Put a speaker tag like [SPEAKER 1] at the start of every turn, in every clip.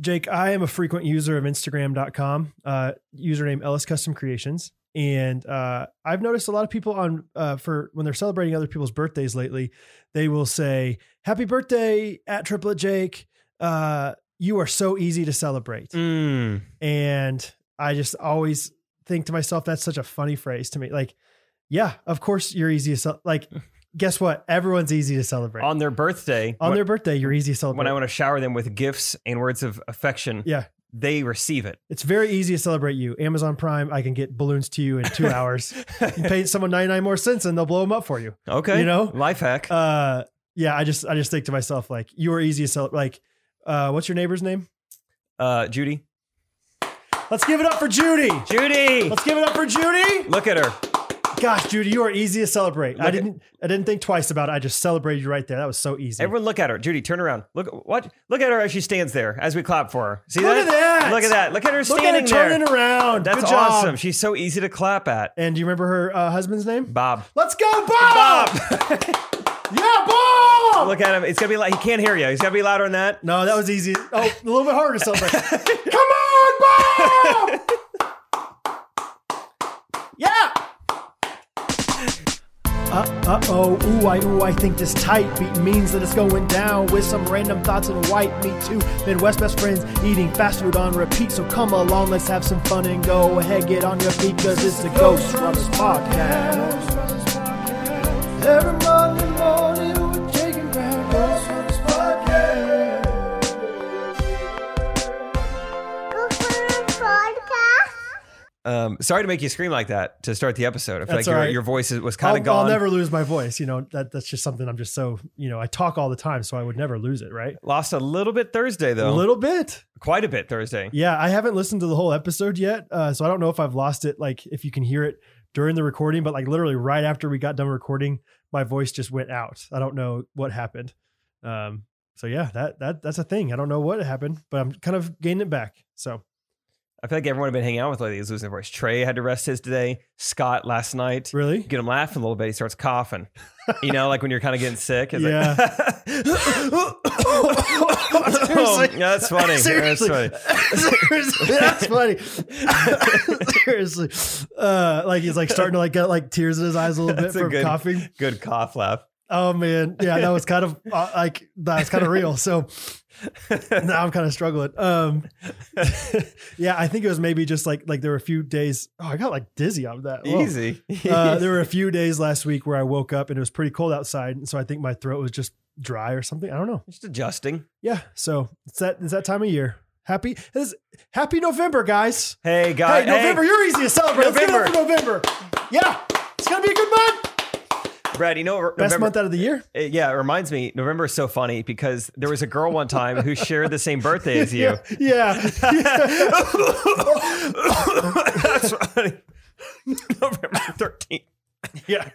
[SPEAKER 1] Jake, I am a frequent user of Instagram.com, uh, username Ellis Custom Creations. And uh, I've noticed a lot of people on uh, for when they're celebrating other people's birthdays lately, they will say, Happy birthday at Triplet Jake. Uh, you are so easy to celebrate.
[SPEAKER 2] Mm.
[SPEAKER 1] And I just always think to myself, that's such a funny phrase to me. Like, yeah, of course you're easy to cel- like. Guess what? Everyone's easy to celebrate on,
[SPEAKER 2] On their birthday, when,
[SPEAKER 1] their birthday. You're easy to celebrate.
[SPEAKER 2] when I want to shower them with gifts and words of affection,
[SPEAKER 1] yeah,
[SPEAKER 2] they receive it.
[SPEAKER 1] it's very easy to celebrate you. Amazon Prime, I can get balloons to you in two hours. You pay someone 99 more cents and they'll blow them up for you.
[SPEAKER 2] okay.
[SPEAKER 1] You know?
[SPEAKER 2] life hack.
[SPEAKER 1] Uh, yeah, I just I just think to myself like you are easy to celebrate. Like, uh, what's your neighbor's name?
[SPEAKER 2] Uh, Judy.
[SPEAKER 1] Let's give it up for Judy.
[SPEAKER 2] Judy!
[SPEAKER 1] Let's give it up for Judy.
[SPEAKER 2] Look at her.
[SPEAKER 1] Gosh, Judy, you are easy to celebrate.
[SPEAKER 2] Look
[SPEAKER 1] I
[SPEAKER 2] at-
[SPEAKER 1] didn't I didn't think twice about it. I just celebrated you right there. That was so easy.
[SPEAKER 2] Everyone, look at her. Judy, turn around. Look what? Look at her as she stands there as we clap for her. See
[SPEAKER 1] Look
[SPEAKER 2] that?
[SPEAKER 1] at that.
[SPEAKER 2] Look at that. Look at her
[SPEAKER 1] Look
[SPEAKER 2] standing
[SPEAKER 1] at it
[SPEAKER 2] there.
[SPEAKER 1] turning around.
[SPEAKER 2] That's
[SPEAKER 1] Good job.
[SPEAKER 2] awesome. She's so easy to clap at.
[SPEAKER 1] And do you remember her uh, husband's name?
[SPEAKER 2] Bob.
[SPEAKER 1] Let's go, Bob. yeah, Bob.
[SPEAKER 2] Look at him. It's gonna be like he can't hear you. He's gotta be louder than that.
[SPEAKER 1] No, that was easy. Oh, a little bit harder to celebrate. Come on, Bob! yeah. Uh oh, ooh, I ooh, I think this tight beat means that it's going down with some random thoughts and white meat too. Midwest best friends eating fast food on repeat, so come along, let's have some fun and go ahead, get on your feet, cause it's the Ghost Brothers Podcast. Every Monday morning we're taking back Ghost Brothers Podcast.
[SPEAKER 2] Um, sorry to make you scream like that to start the episode. I feel
[SPEAKER 1] That's
[SPEAKER 2] like
[SPEAKER 1] all
[SPEAKER 2] your,
[SPEAKER 1] right.
[SPEAKER 2] your voice is- was kind of
[SPEAKER 1] I'll,
[SPEAKER 2] gone.
[SPEAKER 1] I'll never lose my voice. You know, that that's just something I'm just so, you know, I talk all the time, so I would never lose it, right?
[SPEAKER 2] Lost a little bit Thursday
[SPEAKER 1] A
[SPEAKER 2] though.
[SPEAKER 1] little bit.
[SPEAKER 2] Quite a bit Thursday.
[SPEAKER 1] Yeah. I haven't listened to the whole episode yet. Uh, so I don't know if I've lost it, like if you can hear it during the recording, but like literally right after we got done recording, my voice just went out. I don't know what happened. Um, so yeah, that that that's a thing. I don't know what happened, but I'm kind of gaining it back. So
[SPEAKER 2] I feel like everyone I've been hanging out with lately is losing their voice. Trey had to rest his today. Scott last night.
[SPEAKER 1] really,
[SPEAKER 2] Get him laughing a little bit. He starts coughing. You know, like when you're kind of getting sick. It's
[SPEAKER 1] Yeah.
[SPEAKER 2] Like, yeah, Oh, that's funny.
[SPEAKER 1] Seriously.
[SPEAKER 2] That's
[SPEAKER 1] Seriously,
[SPEAKER 2] funny.
[SPEAKER 1] that's funny. Seriously, uh, like he's like starting to like get like tears in his eyes a little
[SPEAKER 2] That's a
[SPEAKER 1] bit from
[SPEAKER 2] good-
[SPEAKER 1] coughing.
[SPEAKER 2] Good cough laugh.
[SPEAKER 1] Oh man, yeah, that was kind of uh, like that's kind of real. So now I'm kind of struggling. Um, yeah, I think it was maybe just like like there were a few days. Oh, I got like dizzy out of that. Whoa.
[SPEAKER 2] Easy.
[SPEAKER 1] Uh, there were a few days last week where I woke up and it was pretty cold outside, and so I think my throat was just dry or something. I don't know.
[SPEAKER 2] Just adjusting.
[SPEAKER 1] Yeah, so it's that it's that time of year. Happy it's, happy November, guys.
[SPEAKER 2] Uh, Hey, guys.
[SPEAKER 1] hey, November, you're easy to celebrate. Let's get it up for November. Yeah, it's gonna be a good month.
[SPEAKER 2] Brad, you know, November,
[SPEAKER 1] Best month out of the year.
[SPEAKER 2] Uh, yeah, it reminds me. November is so funny because there was a girl one time who shared the same birthday as you.
[SPEAKER 1] Yeah.
[SPEAKER 2] That's funny. November thirteenth.
[SPEAKER 1] Yeah.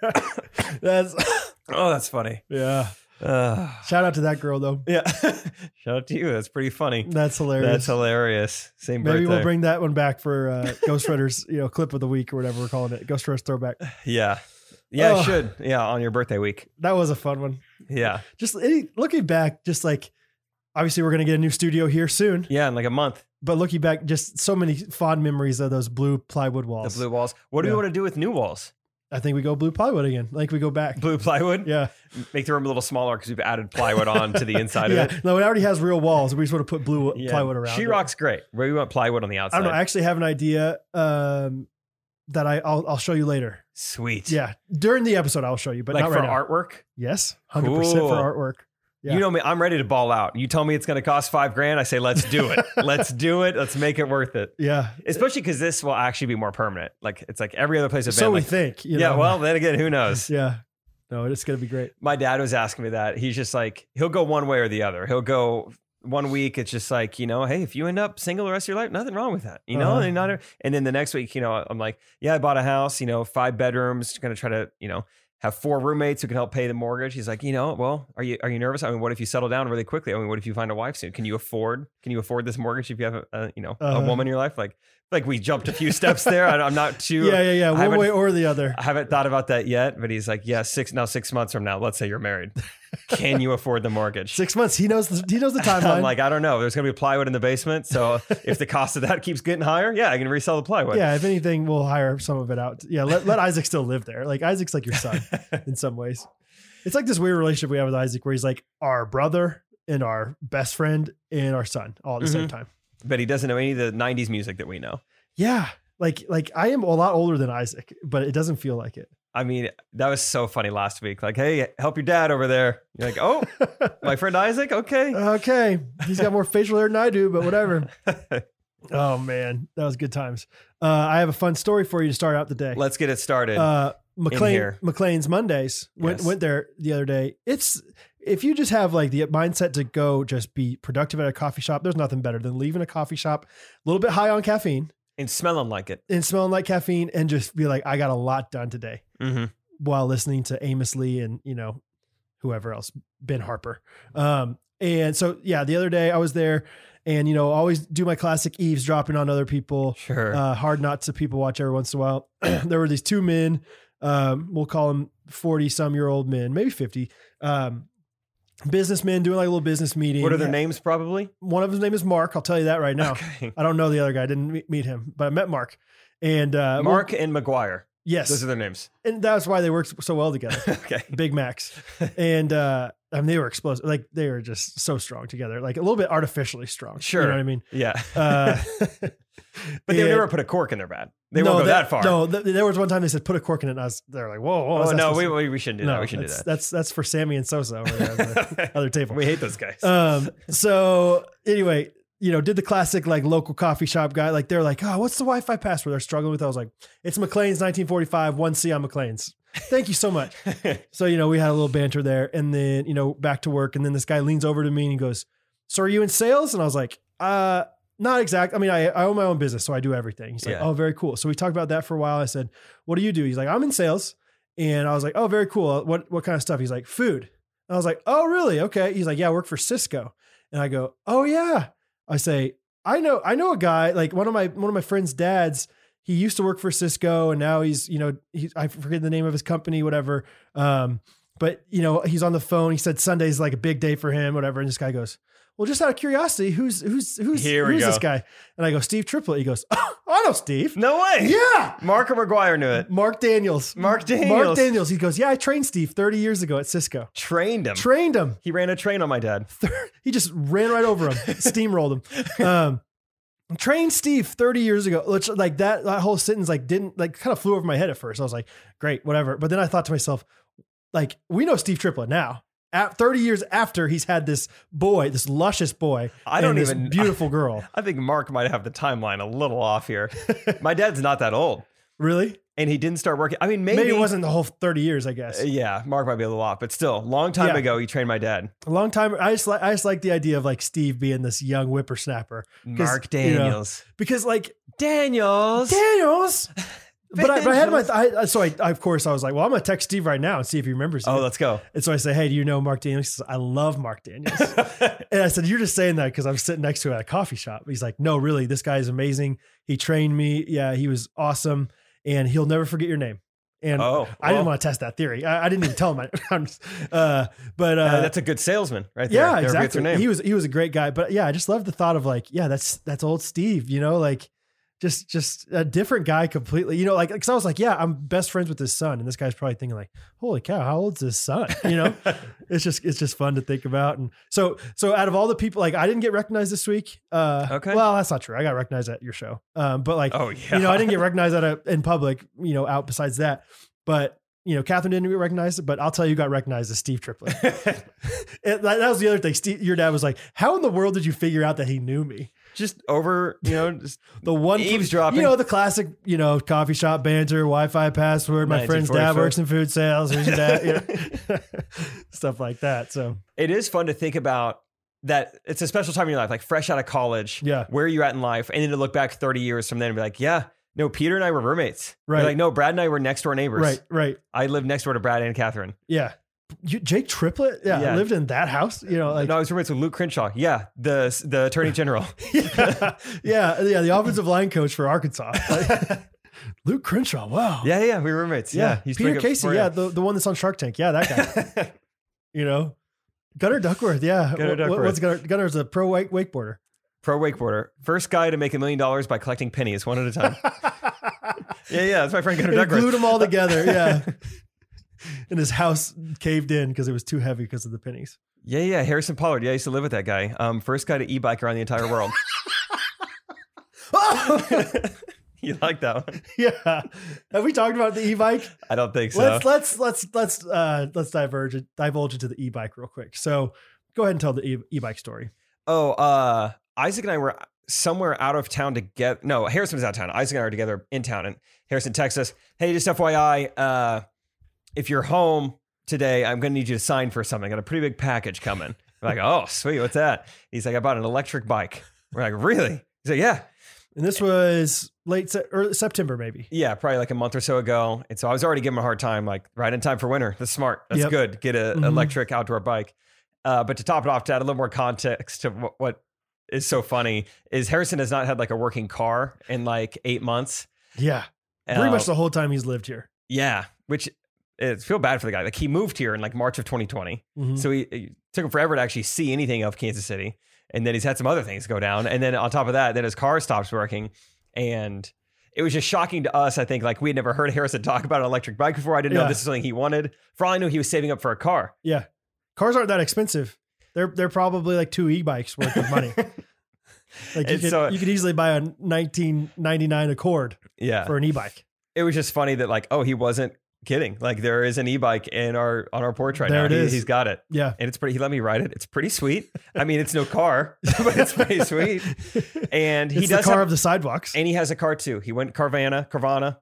[SPEAKER 1] That's
[SPEAKER 2] Oh, that's funny.
[SPEAKER 1] yeah.
[SPEAKER 2] Uh,
[SPEAKER 1] Shout out to that girl though.
[SPEAKER 2] yeah. Shout out to you. That's pretty funny.
[SPEAKER 1] That's hilarious.
[SPEAKER 2] That's hilarious. Same
[SPEAKER 1] Maybe
[SPEAKER 2] birthday.
[SPEAKER 1] we'll bring that one back for uh, Ghost Rider's, you know, clip of the week or whatever we're calling it. Ghost Rider's throwback.
[SPEAKER 2] yeah. Yeah,
[SPEAKER 1] Oh.
[SPEAKER 2] I should. Yeah, on your birthday week.
[SPEAKER 1] That was a fun one.
[SPEAKER 2] Yeah.
[SPEAKER 1] Just any, looking back, just like obviously we're gonna get a new studio here soon,
[SPEAKER 2] Yeah, in like a month.
[SPEAKER 1] but looking back, just so many fond memories of those blue plywood
[SPEAKER 2] The
[SPEAKER 1] walls.
[SPEAKER 2] blue walls. What do
[SPEAKER 1] Yeah.
[SPEAKER 2] we want to do with new walls?
[SPEAKER 1] I think we go blue plywood again. I think we go back.
[SPEAKER 2] Blue plywood?
[SPEAKER 1] Yeah.
[SPEAKER 2] Make the room a little smaller because we've added plywood on to the inside
[SPEAKER 1] yeah.
[SPEAKER 2] of it.
[SPEAKER 1] No, it already has real walls. We just want to put blue plywood around.
[SPEAKER 2] She
[SPEAKER 1] it.
[SPEAKER 2] rocks great. We want plywood on the
[SPEAKER 1] I
[SPEAKER 2] outside.
[SPEAKER 1] don't know. I actually have an idea um, that I, I'll, I'll show you later.
[SPEAKER 2] Sweet.
[SPEAKER 1] Yeah. During the episode, I'll show you, but
[SPEAKER 2] like
[SPEAKER 1] not
[SPEAKER 2] for
[SPEAKER 1] right now.
[SPEAKER 2] artwork.
[SPEAKER 1] Yes. 100%
[SPEAKER 2] Cool.
[SPEAKER 1] for artwork. Yeah.
[SPEAKER 2] You know me, I'm ready to ball out. You tell me it's going to cost five grand. I say, let's do it. let's do it. Let's make it worth it.
[SPEAKER 1] Yeah.
[SPEAKER 2] Especially because this will actually be more permanent. Like it's like every other place I've
[SPEAKER 1] So
[SPEAKER 2] been.
[SPEAKER 1] we
[SPEAKER 2] like,
[SPEAKER 1] think. You
[SPEAKER 2] yeah.
[SPEAKER 1] know?
[SPEAKER 2] Well, then again, who knows?
[SPEAKER 1] yeah. No, it's going to be great.
[SPEAKER 2] My dad was asking me that. He's just like, he'll go one way or the other. He'll go one week. It's just like, you know, hey, if you end up single the rest of your life, nothing wrong with that. You know,
[SPEAKER 1] Uh-huh.
[SPEAKER 2] and not. e, And then the next week, you know, I'm like, yeah, I bought a house. You know, five bedrooms. Going to try to, you know. Have four roommates who can help pay the mortgage. He's like, you know, well, are you are you nervous? I mean, what if you settle down really quickly? I mean, what if you find a wife soon? Can you afford? Can you afford this mortgage if you have a, a you know a
[SPEAKER 1] Uh-huh.
[SPEAKER 2] woman in your life? Like, like we jumped a few steps there. I, I'm not too.
[SPEAKER 1] yeah, yeah, yeah.
[SPEAKER 2] I
[SPEAKER 1] One
[SPEAKER 2] would-
[SPEAKER 1] way or the other.
[SPEAKER 2] I haven't thought about that yet, but he's like, yeah, six now, six months from now, let's say you're married. Can you afford the mortgage?
[SPEAKER 1] Six months. He knows. The, he knows the timeline.
[SPEAKER 2] I'm like, I don't know. There's going to be plywood in the basement. So if the cost of that keeps getting higher, yeah, I can resell the plywood.
[SPEAKER 1] yeah. If anything, we'll hire some of it out. Yeah. Let, let Isaac still live there. Like Isaac's like your son in some ways. It's like this weird relationship we have with Isaac, where he's like our brother and our best friend and our son all at the same time.
[SPEAKER 2] But he doesn't know any of the 90s music that we know.
[SPEAKER 1] Yeah. Like like I am a lot older than Isaac, but it doesn't feel like it.
[SPEAKER 2] I mean, that was so funny last week. Like, hey, help your dad over there. You're like, oh, my friend Isaac? Okay.
[SPEAKER 1] okay. He's got more facial hair than I do, but whatever. oh man, that was good times. Uh, I have a fun story for you to start out the day.
[SPEAKER 2] Let's get it started.
[SPEAKER 1] Uh, McLean
[SPEAKER 2] here.
[SPEAKER 1] McLean's Mondays went
[SPEAKER 2] Yes.
[SPEAKER 1] went there the other day. It's if you just have like the mindset to go just be productive at a coffee shop, there's nothing better than leaving a coffee shop a little bit high on caffeine
[SPEAKER 2] and smelling like it.
[SPEAKER 1] and smelling like caffeine and just be like, I got a lot done today
[SPEAKER 2] hmm
[SPEAKER 1] while listening to Amos Lee and you know whoever else, Ben Harper. Um, and so yeah, the other day I was there, and you know always do my classic eavesdropping on other people,
[SPEAKER 2] Sure.
[SPEAKER 1] uh, hard knots that people watch every once in a while. there were these two men, um, we'll call them forty some year old men, maybe fifty. Um, businessmen doing like a little business meeting.
[SPEAKER 2] what are their names, probably?
[SPEAKER 1] One of his name is Mark. I'll tell you that right now.
[SPEAKER 2] Okay.
[SPEAKER 1] I don't know the other guy. I didn't meet- meet him, but I met Mark. And uh,
[SPEAKER 2] Mark and McGuire.
[SPEAKER 1] yes,
[SPEAKER 2] Those are their names.
[SPEAKER 1] and that's why they worked so well together.
[SPEAKER 2] okay.
[SPEAKER 1] Big Macs. And uh I mean they were explosive. Like they were just so strong together. Like a little bit artificially strong. You
[SPEAKER 2] Sure.
[SPEAKER 1] know what I mean?
[SPEAKER 2] Yeah.
[SPEAKER 1] Uh
[SPEAKER 2] But they've
[SPEAKER 1] and-
[SPEAKER 2] never put a cork in their bat. They won't go that, far.
[SPEAKER 1] No, th- there was one time they said put a cork in it and I was they're like, whoa, whoa,
[SPEAKER 2] Oh,
[SPEAKER 1] is that
[SPEAKER 2] no,
[SPEAKER 1] supposed
[SPEAKER 2] we,
[SPEAKER 1] to-"
[SPEAKER 2] we, we shouldn't do that. We shouldn't
[SPEAKER 1] that's,
[SPEAKER 2] do
[SPEAKER 1] That's that's for Sammy and Sosa over there on the
[SPEAKER 2] that.
[SPEAKER 1] other table.
[SPEAKER 2] we hate those guys.
[SPEAKER 1] Um so anyway, you know, did the classic like local coffee shop guy. Like they're like, oh, what's the Wi-Fi password? They're struggling with. I was like, it's McLean's 1945, one C on McLean's. Thank you so much. So, you know, we had a little banter there and then, you know, back to work. And then this guy leans over to me and he goes, So are you in sales? And I was like, Uh, not exact. I mean, I, I own my own business, so I do everything. He's like,
[SPEAKER 2] Yeah.
[SPEAKER 1] Oh, very cool. So we talked about that for a while. I said, What do you do? He's like, I'm in sales. And I was like, Oh, very cool. What what kind of stuff? He's like, Food. And I was like, Oh, really? Okay. He's like, Yeah, I work for Cisco. And I go, Oh yeah. I say, I know, I know a guy, like one of my one of my friend's dads, he used to work for Cisco and now he's, you know, he's I forget the name of his company, whatever. Um, but you know, he's on the phone. He said Sunday's like a big day for him, whatever. And this guy goes, Well, just out of curiosity, who's who's who's
[SPEAKER 2] Here we
[SPEAKER 1] who's this
[SPEAKER 2] go.
[SPEAKER 1] guy? And I go, Steve Triplett. He goes, Oh, I know Steve.
[SPEAKER 2] no way.
[SPEAKER 1] Yeah.
[SPEAKER 2] Mark or McGuire knew it.
[SPEAKER 1] Mark Daniels.
[SPEAKER 2] Mark Daniels.
[SPEAKER 1] Mark Daniels. He goes, Yeah, I trained Steve 30 years ago at Cisco.
[SPEAKER 2] Trained him.
[SPEAKER 1] Trained him.
[SPEAKER 2] he ran a train on my dad.
[SPEAKER 1] He just ran right over him, steamrolled him. Um, trained Steve 30 years ago, which like that, that whole sentence, like didn't like kind of flew over my head at first. I was like, great, whatever. But then I thought to myself, like, we know Steve Triplett now. At 30 years after he's had this boy, this luscious boy,
[SPEAKER 2] I don't
[SPEAKER 1] and this
[SPEAKER 2] even-
[SPEAKER 1] beautiful girl.
[SPEAKER 2] I think Mark might have the timeline a little off here. my dad's not that old,
[SPEAKER 1] Really?
[SPEAKER 2] and he didn't start working. I mean, maybe,
[SPEAKER 1] Maybe, it wasn't the whole 30 years, I guess.
[SPEAKER 2] Uh, yeah, Mark might be a little off, but still, long time
[SPEAKER 1] Yeah.
[SPEAKER 2] ago, he trained my dad.
[SPEAKER 1] A long time. I just like I just like the idea of like Steve being this young whippersnapper
[SPEAKER 2] Mark
[SPEAKER 1] you know,
[SPEAKER 2] Daniels.
[SPEAKER 1] because like
[SPEAKER 2] Daniels.
[SPEAKER 1] Daniels. But I, but I had my I, I- so I, I of course I was like, well, I'm gonna text Steve right now and see if he remembers.
[SPEAKER 2] oh,
[SPEAKER 1] it.
[SPEAKER 2] let's go.
[SPEAKER 1] and so I say, hey, do you know Mark Daniels? He says, I love Mark Daniels. and I said, you're just saying that because I'm sitting next to him at a coffee shop. He's like, no, really, this guy is amazing. He trained me. Yeah, he was awesome, and he'll never forget your name. And
[SPEAKER 2] Oh,
[SPEAKER 1] I didn't
[SPEAKER 2] well,
[SPEAKER 1] want to test that theory. I, I didn't even tell him. I, am just, uh, but uh,
[SPEAKER 2] uh, that's a good salesman, right there.
[SPEAKER 1] yeah,
[SPEAKER 2] Never forgets
[SPEAKER 1] exactly.
[SPEAKER 2] Her name.
[SPEAKER 1] He was he was a great guy, but yeah, I just love the thought of like, yeah, that's that's old Steve, you know, like just just a different guy completely, you know, like because I was like, yeah, I'm best friends with his son, and this guy's probably thinking like, holy cow, how old's his son? You know, it's just it's just fun to think about, and so so out of all the people, like I didn't get recognized this week. Uh,
[SPEAKER 2] Okay.
[SPEAKER 1] well, that's not true. I got recognized at your show, um, but like
[SPEAKER 2] oh yeah.
[SPEAKER 1] you know, I didn't get recognized at a, in public, you know, out besides that. But, you know, Catherine didn't get recognized, but I'll tell you, who got recognized as Steve Triplett. And that, that was the other thing. Steve, your dad was like, how in the world did you figure out that he knew me?
[SPEAKER 2] just over, you know, just
[SPEAKER 1] The one,
[SPEAKER 2] eavesdropping.
[SPEAKER 1] you know, the classic, you know, coffee shop banter, Wi-Fi password. My friend's dad
[SPEAKER 2] 1944.
[SPEAKER 1] works in food sales. Who's your dad? You know, stuff like that. So
[SPEAKER 2] it is fun to think about that it's a special time in your life, like fresh out of college.
[SPEAKER 1] Yeah.
[SPEAKER 2] Where you're at in life. And then to look back 30 years from then and be like, yeah, no, Peter and I were roommates. They're
[SPEAKER 1] Right.
[SPEAKER 2] Like, no, Brad and I were next door neighbors.
[SPEAKER 1] right, right.
[SPEAKER 2] I lived next door to Brad and Catherine.
[SPEAKER 1] Yeah. you, Jake Triplett, yeah,
[SPEAKER 2] Yeah.
[SPEAKER 1] lived in that house. You know, like
[SPEAKER 2] no, I was roommates with Luke Crenshaw. Yeah, the the Attorney General.
[SPEAKER 1] yeah, uh, yeah, the offensive line coach for Arkansas, Like, Luke Crenshaw. Wow,
[SPEAKER 2] yeah, yeah, we were roommates. Yeah, he used to
[SPEAKER 1] Peter
[SPEAKER 2] bring up
[SPEAKER 1] Casey,
[SPEAKER 2] Florida.
[SPEAKER 1] yeah, the, the one that's on Shark Tank, yeah, that guy. you know, Gunnar Duckworth, yeah,
[SPEAKER 2] Gunnar
[SPEAKER 1] What-
[SPEAKER 2] Duckworth.
[SPEAKER 1] what's Gunnar? Gunner's a pro wake wakeboarder.
[SPEAKER 2] pro wakeboarder, first guy to make a million dollars by collecting pennies one at a time. yeah, yeah, that's my friend Gunnar
[SPEAKER 1] They
[SPEAKER 2] Duckworth.
[SPEAKER 1] glued them all together, yeah. and his house caved in because it was too heavy because of the pennies.
[SPEAKER 2] Yeah, yeah, Harrison Pollard. Yeah, I used to live with that guy. Um, first guy to e-bike around the entire world. you like that one?
[SPEAKER 1] yeah, have we talked about the e-bike?
[SPEAKER 2] I don't think so.
[SPEAKER 1] Let's let's let's let's uh, let's diverge divulge into the e-bike real quick. So go ahead and tell the e- e-bike story.
[SPEAKER 2] Oh, uh, Isaac and I were somewhere out of town together. No, Harrison was out of town. Isaac and I were together in town, and Harrison texts us, "Hey, just FYI, uh, if you're home today, I'm going to need you to sign for something. I got a pretty big package coming." We're like, "Oh, sweet, what's that?" He's like, "I bought an electric bike." We're like, "Really?" He's like, "Yeah,
[SPEAKER 1] And this was late se- early September, maybe.
[SPEAKER 2] yeah, probably like a month or so ago." And so I was already giving him a hard time, like, "Right in time for winter. That's smart. That's
[SPEAKER 1] Yep.
[SPEAKER 2] good. Get an
[SPEAKER 1] Mhm.
[SPEAKER 2] electric outdoor bike." Uh, but to top it off, to add a little more context to what, what is so funny is Harrison has not had like a working car in like eight months.
[SPEAKER 1] Yeah, pretty
[SPEAKER 2] Uh,
[SPEAKER 1] much the whole time he's lived here.
[SPEAKER 2] yeah, which it's feel bad for the guy. Like he moved here in like March of 2020,
[SPEAKER 1] Mhm.
[SPEAKER 2] so he it took him forever to actually see anything of Kansas City, and then he's had some other things go down, and then on top of that, then his car stops working, and. It was just shocking to us. I think like we had never heard Harrison talk about an electric bike before. I didn't
[SPEAKER 1] Yeah.
[SPEAKER 2] know this is something he wanted. For all I knew, he was saving up for a car.
[SPEAKER 1] Yeah, cars aren't that expensive. They're they're probably like two e-bikes worth of money. like you
[SPEAKER 2] And
[SPEAKER 1] could,
[SPEAKER 2] so-
[SPEAKER 1] you could easily buy a 1999 Accord
[SPEAKER 2] Yeah,
[SPEAKER 1] for an e-bike.
[SPEAKER 2] it was just funny that like oh he wasn't kidding like there is an e-bike in our on our porch right
[SPEAKER 1] There
[SPEAKER 2] now
[SPEAKER 1] it
[SPEAKER 2] He-
[SPEAKER 1] is.
[SPEAKER 2] he's got it
[SPEAKER 1] Yeah,
[SPEAKER 2] and it's pretty he let me ride it it's pretty sweet i mean it's no car but it's pretty sweet and he
[SPEAKER 1] it's the
[SPEAKER 2] does
[SPEAKER 1] car
[SPEAKER 2] have,
[SPEAKER 1] of the sidewalks.
[SPEAKER 2] and he has a car too he went carvana carvana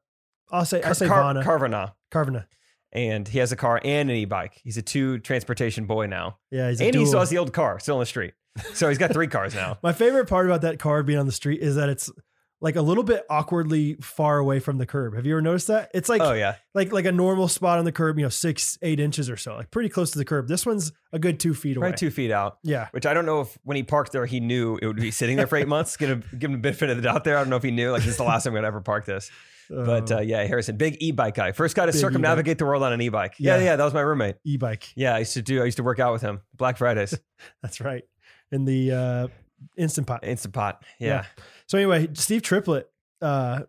[SPEAKER 1] I'll say I say
[SPEAKER 2] Car-
[SPEAKER 1] Vana
[SPEAKER 2] carvana
[SPEAKER 1] Carvana.
[SPEAKER 2] and he has a car and an e-bike he's a two transportation boy now
[SPEAKER 1] Yeah, he's a
[SPEAKER 2] and he still
[SPEAKER 1] dual.
[SPEAKER 2] has the old car still on the street so he's got three cars now
[SPEAKER 1] My favorite part about that car being on the street is that it's like a little bit awkwardly far away from the curb. Have you ever noticed that? It's like
[SPEAKER 2] oh yeah
[SPEAKER 1] like like a normal spot on the curb, you know, six eight inches or so, like pretty close to the curb. This one's a good two feet away.
[SPEAKER 2] probably two feet out
[SPEAKER 1] Yeah,
[SPEAKER 2] which I don't know if when he parked there, he knew it would be sitting there for eight months. Gonna give him a benefit of the doubt there. I don't know if he knew like this is the last time I'm gonna ever park this. But
[SPEAKER 1] Um,
[SPEAKER 2] uh, yeah, Harrison, big e-bike guy, first guy to
[SPEAKER 1] Big
[SPEAKER 2] circumnavigate the world on an e-bike. Yeah.
[SPEAKER 1] Yeah.
[SPEAKER 2] yeah, that was my roommate.
[SPEAKER 1] e-bike.
[SPEAKER 2] Yeah, I used to do. I used to work out with him. Black Fridays,
[SPEAKER 1] That's right. In the uh, instant pot.
[SPEAKER 2] Instant Pot. Yeah,
[SPEAKER 1] So anyway, Steve Triplett, uh,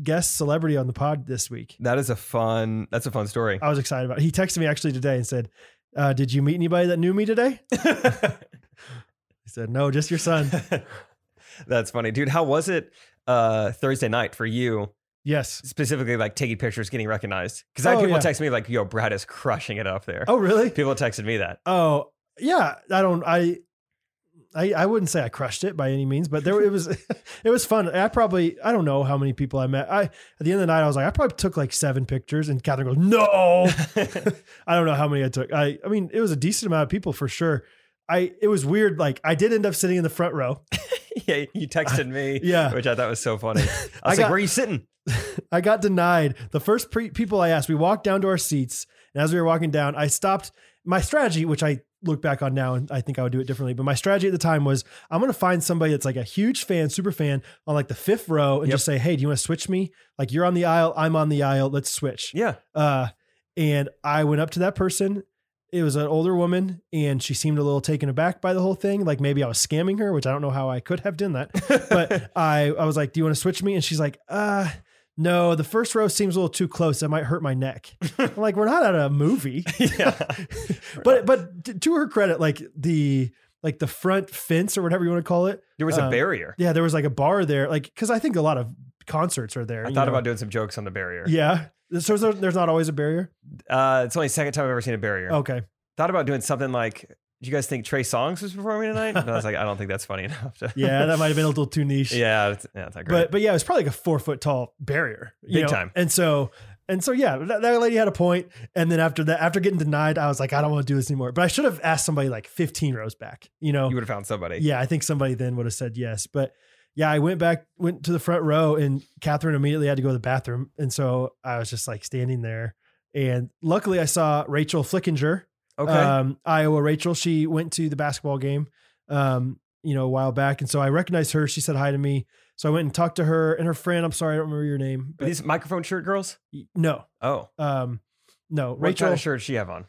[SPEAKER 1] guest celebrity on the pod this week.
[SPEAKER 2] that is a fun. That's a fun story.
[SPEAKER 1] I was excited about. It. He texted me actually today and said, uh, "Did you meet anybody that knew me today?" He said, "No, just your son."
[SPEAKER 2] that's funny, dude. How was it uh, Thursday night for you
[SPEAKER 1] yes.
[SPEAKER 2] specifically? Like taking pictures, getting recognized? Because I had
[SPEAKER 1] Oh,
[SPEAKER 2] people
[SPEAKER 1] yeah.
[SPEAKER 2] text me like, "Yo, Brad is crushing it up there."
[SPEAKER 1] Oh, really?
[SPEAKER 2] People texted me that.
[SPEAKER 1] Oh, yeah. I don't. I. I, I wouldn't say I crushed it by any means, but there it was, it was fun. I probably I don't know how many people I met. I at the end of the night I was like I probably took like seven pictures, and Catherine goes no, I don't know how many I took. I I mean it was a decent amount of people for sure. I it was weird. Like I did end up sitting in the front row.
[SPEAKER 2] yeah, you texted me.
[SPEAKER 1] Yeah.
[SPEAKER 2] which I thought was so funny. I was like,
[SPEAKER 1] got-
[SPEAKER 2] "Where are you sitting?"
[SPEAKER 1] I got denied. The first pre- people I asked, we walked down to our seats, and as we were walking down, I stopped. My strategy, which I look back on now, and I think I would do it differently, but my strategy at the time was I'm going to find somebody that's like a huge fan, super fan, on like the fifth row, and
[SPEAKER 2] Yep.
[SPEAKER 1] just say, "Hey, do you want to switch me? Like you're on the aisle, I'm on the aisle. Let's switch."
[SPEAKER 2] Yeah,
[SPEAKER 1] Uh, and I went up to that person. It was an older woman, and she seemed a little taken aback by the whole thing. Like maybe I was scamming her, which I don't know how I could have done that but I, I was like, do you want to switch me? And she's like, uh, no, the first row seems a little too close. It might hurt my neck. I'm like, we're not at a movie,
[SPEAKER 2] yeah,
[SPEAKER 1] but, but t- to her credit, like the, like the front fence or whatever you want to call it.
[SPEAKER 2] there was
[SPEAKER 1] Uh,
[SPEAKER 2] a barrier.
[SPEAKER 1] Yeah. There was like a bar there. Like, cause I think a lot of concerts are there.
[SPEAKER 2] I
[SPEAKER 1] you
[SPEAKER 2] thought
[SPEAKER 1] know?
[SPEAKER 2] about doing some jokes on the barrier.
[SPEAKER 1] Yeah. So there- there's not always a barrier.
[SPEAKER 2] Uh, it's only the second time I've ever seen a barrier.
[SPEAKER 1] Okay.
[SPEAKER 2] Thought about doing something like, "Do you guys think Trey Songz was performing tonight?" And I was like, "I don't think that's funny enough." To
[SPEAKER 1] Yeah. That might've been a little too niche.
[SPEAKER 2] yeah, it's, yeah, it's not great.
[SPEAKER 1] but but yeah, it was probably like a four foot tall barrier, you
[SPEAKER 2] Big
[SPEAKER 1] know?
[SPEAKER 2] time.
[SPEAKER 1] And so and so yeah, that, that lady had a point. And then after that, after getting denied, I was like, I don't want to do this anymore. But I should have asked somebody like 15 rows back, you know?
[SPEAKER 2] you would have found somebody.
[SPEAKER 1] oh, yeah, I think somebody then would have said yes. But yeah, I went back, went to the front row, and Catherine immediately had to go to the bathroom, and so I was just like standing there. And luckily, I saw Rachel Flickinger,
[SPEAKER 2] Okay.
[SPEAKER 1] um, Iowa Rachel. She went to the basketball game, um, you know, a while back, and so I recognized her. She said hi to me, so I went and talked to her and her friend. I'm sorry, I don't remember your name.
[SPEAKER 2] Are
[SPEAKER 1] But
[SPEAKER 2] these microphone shirt girls?
[SPEAKER 1] no,
[SPEAKER 2] Oh,
[SPEAKER 1] um, no,
[SPEAKER 2] what
[SPEAKER 1] Rachel.
[SPEAKER 2] kind of shirt does she have on?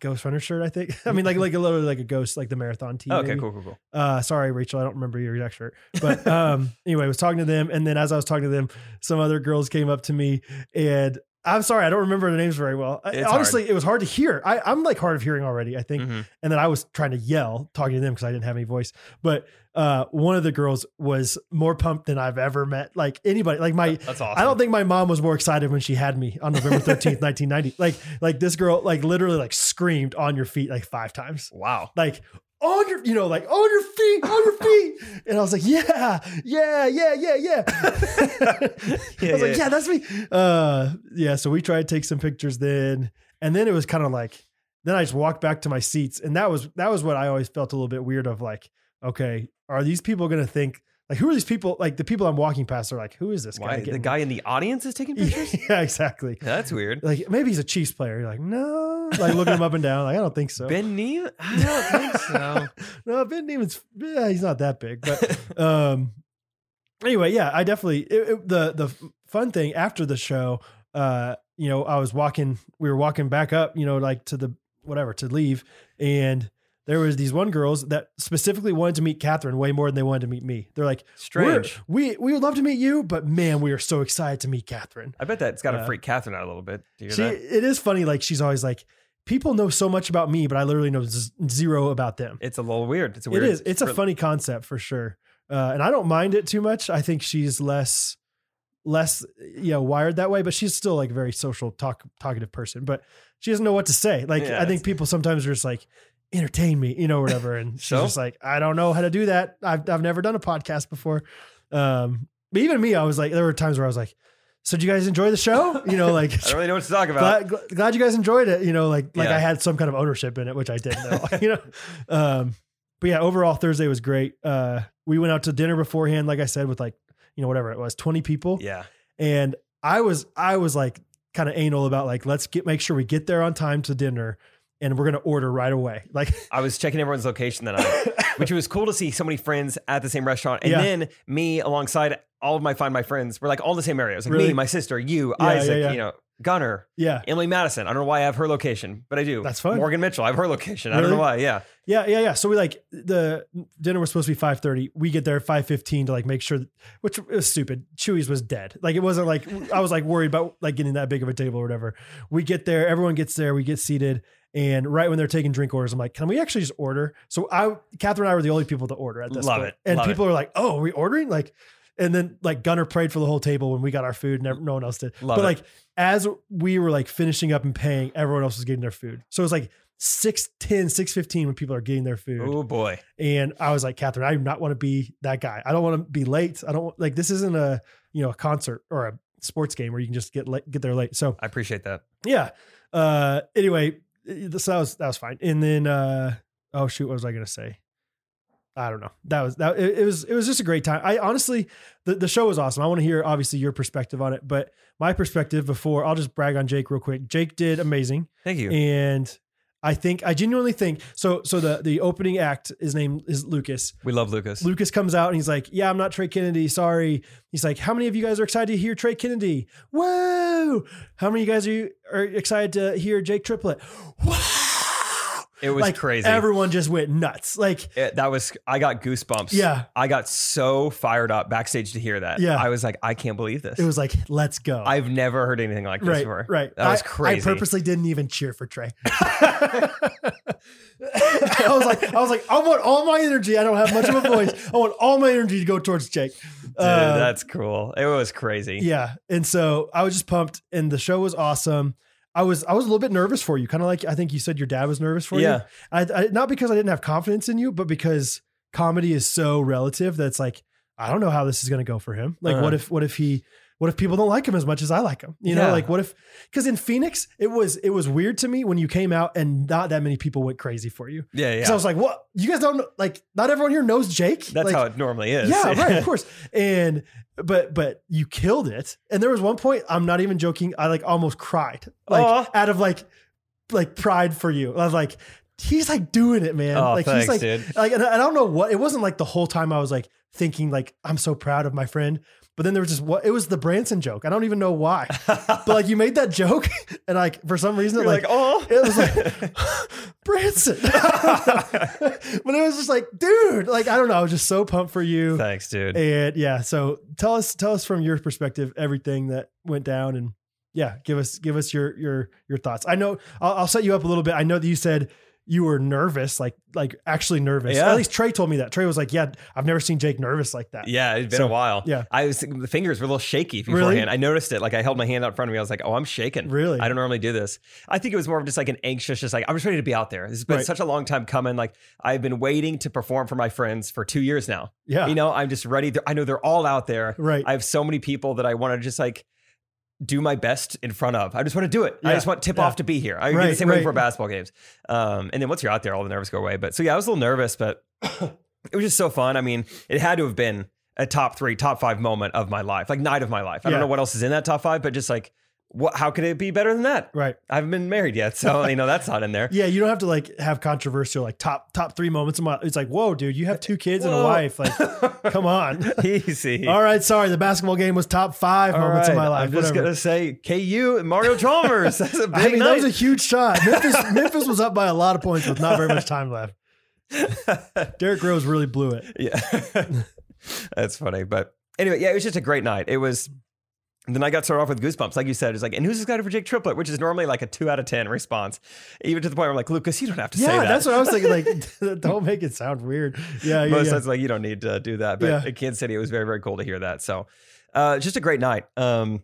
[SPEAKER 1] Ghost Runner shirt, I think. I mean, like like a little like a ghost, like the marathon tee.
[SPEAKER 2] okay,
[SPEAKER 1] maybe.
[SPEAKER 2] cool, cool, cool.
[SPEAKER 1] Uh, sorry, Rachel, I don't remember your exact shirt. But um, anyway, I was talking to them, and then as I was talking to them, some other girls came up to me, and I'm sorry, I don't remember their names very well. I-
[SPEAKER 2] It's
[SPEAKER 1] honestly, it was hard to hear. I, I'm like hard of hearing already, I think.
[SPEAKER 2] Mhm.
[SPEAKER 1] And then I was trying to yell talking to them because I didn't have any voice. But uh, one of the girls was more pumped than I've ever met like anybody. Like my
[SPEAKER 2] That's awesome.
[SPEAKER 1] I don't think my mom was more excited when she had me on November 13th, 1990. Like, like this girl, like literally like screamed on your feet like five times.
[SPEAKER 2] Wow.
[SPEAKER 1] Like on your, you know, like on your feet, on your feet. And I was like, yeah, yeah, yeah, yeah, yeah. I
[SPEAKER 2] Yeah,
[SPEAKER 1] was like,
[SPEAKER 2] yeah.
[SPEAKER 1] yeah, that's me. Uh, yeah. So we tried to take some pictures then. And then it was kind of like, then I just walked back to my seats. And that was, that was what I always felt a little bit weird of like, okay, are these people going to think, like, who are these people? Like the people I'm walking past are like, who is this guy?
[SPEAKER 2] Why the
[SPEAKER 1] getting-
[SPEAKER 2] guy in the audience is taking pictures?
[SPEAKER 1] yeah, exactly.
[SPEAKER 2] That's weird.
[SPEAKER 1] Like maybe he's a Chiefs player. You're like, no, like looking him up and down. Like I don't think so.
[SPEAKER 2] Ben Neal? I don't think so.
[SPEAKER 1] no, Ben Neiman's yeah, he's not that big. But um, anyway, yeah, I definitely it, it- the the fun thing after the show. Uh, you know, I was walking. We were walking back up. You know, like to the whatever to leave, and there was these one girls that specifically wanted to meet Catherine way more than they wanted to meet me. They're like, we're-
[SPEAKER 2] Strange.
[SPEAKER 1] we we would love to meet you, but man, we are so excited to meet Catherine.
[SPEAKER 2] I bet that's got to
[SPEAKER 1] Uh,
[SPEAKER 2] freak Catherine out a little bit. Do you hear
[SPEAKER 1] She,
[SPEAKER 2] that?
[SPEAKER 1] it is funny. Like she's always like, people know so much about me, but I literally know z- zero about them.
[SPEAKER 2] It's a little weird. It's a
[SPEAKER 1] It
[SPEAKER 2] weird.
[SPEAKER 1] is. It's a funny concept for sure, uh, and I don't mind it too much. I think she's less, less, you know, wired that way, but she's still like a very social, talk, talkative person. But she doesn't know what to say. Like
[SPEAKER 2] Yeah,
[SPEAKER 1] I think people sometimes are just like, entertain me, you know, or whatever. And she's
[SPEAKER 2] So?
[SPEAKER 1] just like, I don't know how to do that. I've I've never done a podcast before. Um, but even me, I was like, there were times where I was like, so did you guys enjoy the show? You know, like
[SPEAKER 2] I don't really know what to talk about.
[SPEAKER 1] glad, gl- glad you guys enjoyed it. You know, like like
[SPEAKER 2] Yeah.
[SPEAKER 1] I had some kind of ownership in it, which I didn't know. you know, um, but yeah, overall Thursday was great. Uh, we went out to dinner beforehand, like I said, with like you know whatever it was, twenty people,
[SPEAKER 2] yeah.
[SPEAKER 1] and I was I was like kind of anal about like let's get make sure we get there on time to dinner, and we're gonna order right away. Like
[SPEAKER 2] I was checking everyone's location that night, which was cool to see so many friends at the same restaurant. And
[SPEAKER 1] Yeah.
[SPEAKER 2] then me alongside all of my Find My Friends were like all in the same area. It was like
[SPEAKER 1] Really?
[SPEAKER 2] me, my sister, you,
[SPEAKER 1] Yeah, yeah,
[SPEAKER 2] Isaac,
[SPEAKER 1] yeah.
[SPEAKER 2] you know, Gunner,
[SPEAKER 1] yeah,
[SPEAKER 2] Emily Madison. I don't know why I have her location, but I do.
[SPEAKER 1] That's fun.
[SPEAKER 2] Morgan Mitchell, I have her location. I don't
[SPEAKER 1] Really?
[SPEAKER 2] know why. Yeah.
[SPEAKER 1] Yeah, yeah, yeah. So we like the dinner was supposed to be five thirty. We get there at five fifteen to like make sure, which was stupid. Chewy's was dead. Like it wasn't like I was like worried about like getting that big of a table or whatever. We get there, everyone gets there, we get seated, and right when they're taking drink orders, I'm like, can we actually just order? So I, Catherine and I were the only people to order at this
[SPEAKER 2] Love
[SPEAKER 1] point.
[SPEAKER 2] it,
[SPEAKER 1] and
[SPEAKER 2] love
[SPEAKER 1] people were like, oh, are we ordering like. And then like Gunner prayed for the whole table when we got our food, and ev- no one else did.
[SPEAKER 2] Love
[SPEAKER 1] but
[SPEAKER 2] it.
[SPEAKER 1] like as we were like finishing up and paying, everyone else was getting their food. So it was like 610, 615 when people are getting their food.
[SPEAKER 2] Oh, boy.
[SPEAKER 1] And I was like, Catherine, I do not want to be that guy. I don't want to be late. I don't like this isn't a you know a concert or a sports game where you can just get late, get there late. So
[SPEAKER 2] I appreciate that.
[SPEAKER 1] yeah. Uh anyway, so that was that was fine. And then uh oh shoot, what was I gonna say? I don't know. That was that it, it was it was just a great time. I honestly the, the show was awesome. I want to hear obviously your perspective on it, but my perspective before I'll just brag on Jake real quick. Jake did amazing.
[SPEAKER 2] Thank you.
[SPEAKER 1] And I think I genuinely think so. So the the opening act, his name is Lucas.
[SPEAKER 2] we love Lucas.
[SPEAKER 1] Lucas comes out and he's like, "Yeah, I'm not Trey Kennedy. Sorry." He's like, "How many of you guys are excited to hear Trey Kennedy? Whoa! How many of you guys are you are excited to hear Jake Triplett? Wow!"
[SPEAKER 2] it was
[SPEAKER 1] like
[SPEAKER 2] crazy.
[SPEAKER 1] Everyone just went nuts. Like,
[SPEAKER 2] It- that was, I got goosebumps.
[SPEAKER 1] yeah,
[SPEAKER 2] I got so fired up backstage to hear that.
[SPEAKER 1] Yeah.
[SPEAKER 2] I was like, I can't believe this.
[SPEAKER 1] it was like, "Let's go!"
[SPEAKER 2] I've never heard anything like this
[SPEAKER 1] right,
[SPEAKER 2] before.
[SPEAKER 1] right.
[SPEAKER 2] That was
[SPEAKER 1] I-
[SPEAKER 2] crazy.
[SPEAKER 1] I purposely didn't even cheer for Trey. I was like, I was like, I want all my energy. I don't have much of a voice. I want all my energy to go towards Jake.
[SPEAKER 2] Dude,
[SPEAKER 1] Uh,
[SPEAKER 2] that's cool. It was crazy.
[SPEAKER 1] yeah. And so I was just pumped, and the show was awesome. I was I was a little bit nervous for you, kind of like I think you said your dad was nervous for
[SPEAKER 2] Yeah.
[SPEAKER 1] you. I, I not because I didn't have confidence in you, but because comedy is so relative that's like I don't know how this is going to go for him. Like,
[SPEAKER 2] Uh-huh.
[SPEAKER 1] what if what if he what if people don't like him as much as I like him? You know,
[SPEAKER 2] Yeah.
[SPEAKER 1] like what if because in Phoenix it was it was weird to me when you came out and not that many people went crazy for you.
[SPEAKER 2] Yeah.
[SPEAKER 1] Because
[SPEAKER 2] Yeah.
[SPEAKER 1] I was like, what you guys don't know- like not everyone here knows Jake.
[SPEAKER 2] that's
[SPEAKER 1] like,
[SPEAKER 2] how it normally is.
[SPEAKER 1] yeah, right, of course. And but but you killed it. And there was one point, I'm not even joking, I like almost cried. Like
[SPEAKER 2] Aw.
[SPEAKER 1] out of like like pride for you. I was like, he's like doing it, man.
[SPEAKER 2] oh,
[SPEAKER 1] like
[SPEAKER 2] thanks,
[SPEAKER 1] he's like
[SPEAKER 2] dude.
[SPEAKER 1] like and I I don't know what it wasn't like the whole time I was like thinking like I'm so proud of my friend. But then there was just what it was the Branson joke. I don't even know why. but like you made that joke and like for some reason
[SPEAKER 2] You're
[SPEAKER 1] it, like,
[SPEAKER 2] like, oh,
[SPEAKER 1] it was like Branson. but it was just like, dude, like I don't know. I was just so pumped for you.
[SPEAKER 2] thanks, dude.
[SPEAKER 1] And yeah, so tell us tell us from your perspective everything that went down and yeah, give us give us your your your thoughts. I know I'll, I'll set you up a little bit. I know that you said you were nervous, like like actually nervous.
[SPEAKER 2] Yeah.
[SPEAKER 1] At least Trey told me that. Trey was like, "Yeah, I've never seen Jake nervous like that."
[SPEAKER 2] Yeah, it's been
[SPEAKER 1] So,
[SPEAKER 2] a while.
[SPEAKER 1] yeah.
[SPEAKER 2] I was the fingers were a little shaky beforehand.
[SPEAKER 1] Really?
[SPEAKER 2] I noticed it. Like I held my hand out in front of me. I was like, "Oh, I'm shaking."
[SPEAKER 1] Really?
[SPEAKER 2] I don't normally do this. I think it was more of just like an anxious, just like I'm just ready to be out there. It's been
[SPEAKER 1] Right.
[SPEAKER 2] such a long time coming. Like I've been waiting to perform for my friends for two years now.
[SPEAKER 1] Yeah.
[SPEAKER 2] You know, I'm just ready. They're- I know they're all out there.
[SPEAKER 1] right.
[SPEAKER 2] I have so many people that I want to just like do my best in front of. I just want to do it. I
[SPEAKER 1] Yeah,
[SPEAKER 2] just want tip
[SPEAKER 1] yeah.
[SPEAKER 2] off to be here. I do
[SPEAKER 1] Right,
[SPEAKER 2] the same
[SPEAKER 1] right.
[SPEAKER 2] way before basketball games. Um, and then once you're out there, all the nerves go away. But so yeah, I was a little nervous, but it was just so fun. I mean, it had to have been a top three, top five moment of my life, like night of my life. I
[SPEAKER 1] Yeah.
[SPEAKER 2] don't know what else is in that top five, but just like what? How could it be better than that?
[SPEAKER 1] right.
[SPEAKER 2] I haven't been married yet, so you know that's not in there.
[SPEAKER 1] Yeah, you don't have to like have controversial like top top 3 moments of my it's like, "Whoa, dude, you have two kids and a
[SPEAKER 2] Whoa.
[SPEAKER 1] wife." Like, come on.
[SPEAKER 2] Easy.
[SPEAKER 1] All right, sorry. The basketball game was top 5
[SPEAKER 2] All
[SPEAKER 1] moments of
[SPEAKER 2] right.
[SPEAKER 1] my life.
[SPEAKER 2] I'm just
[SPEAKER 1] Whatever.
[SPEAKER 2] gonna say KU and Mario Chalmers. That's a big
[SPEAKER 1] I mean,
[SPEAKER 2] night.
[SPEAKER 1] that was a huge shot. Memphis, Memphis was up by a lot of points with not very much time left. Derrick Rose really blew it.
[SPEAKER 2] Yeah. That's funny. But anyway, yeah, it was just a great night. It was then I got started off with goosebumps, like you said. It's like, and who's excited for Jake Triplett? Which is normally like a two out of ten response, even to the point where I'm like, Lucas, you don't have to say
[SPEAKER 1] yeah,
[SPEAKER 2] that.
[SPEAKER 1] that's what I was thinking. Like, don't make it sound weird. Yeah, yeah,
[SPEAKER 2] Most
[SPEAKER 1] yeah.
[SPEAKER 2] times, like you don't need to do that. But
[SPEAKER 1] Yeah.
[SPEAKER 2] in Kansas City, it was very, very cool to hear that. So, uh, just a great night. Um,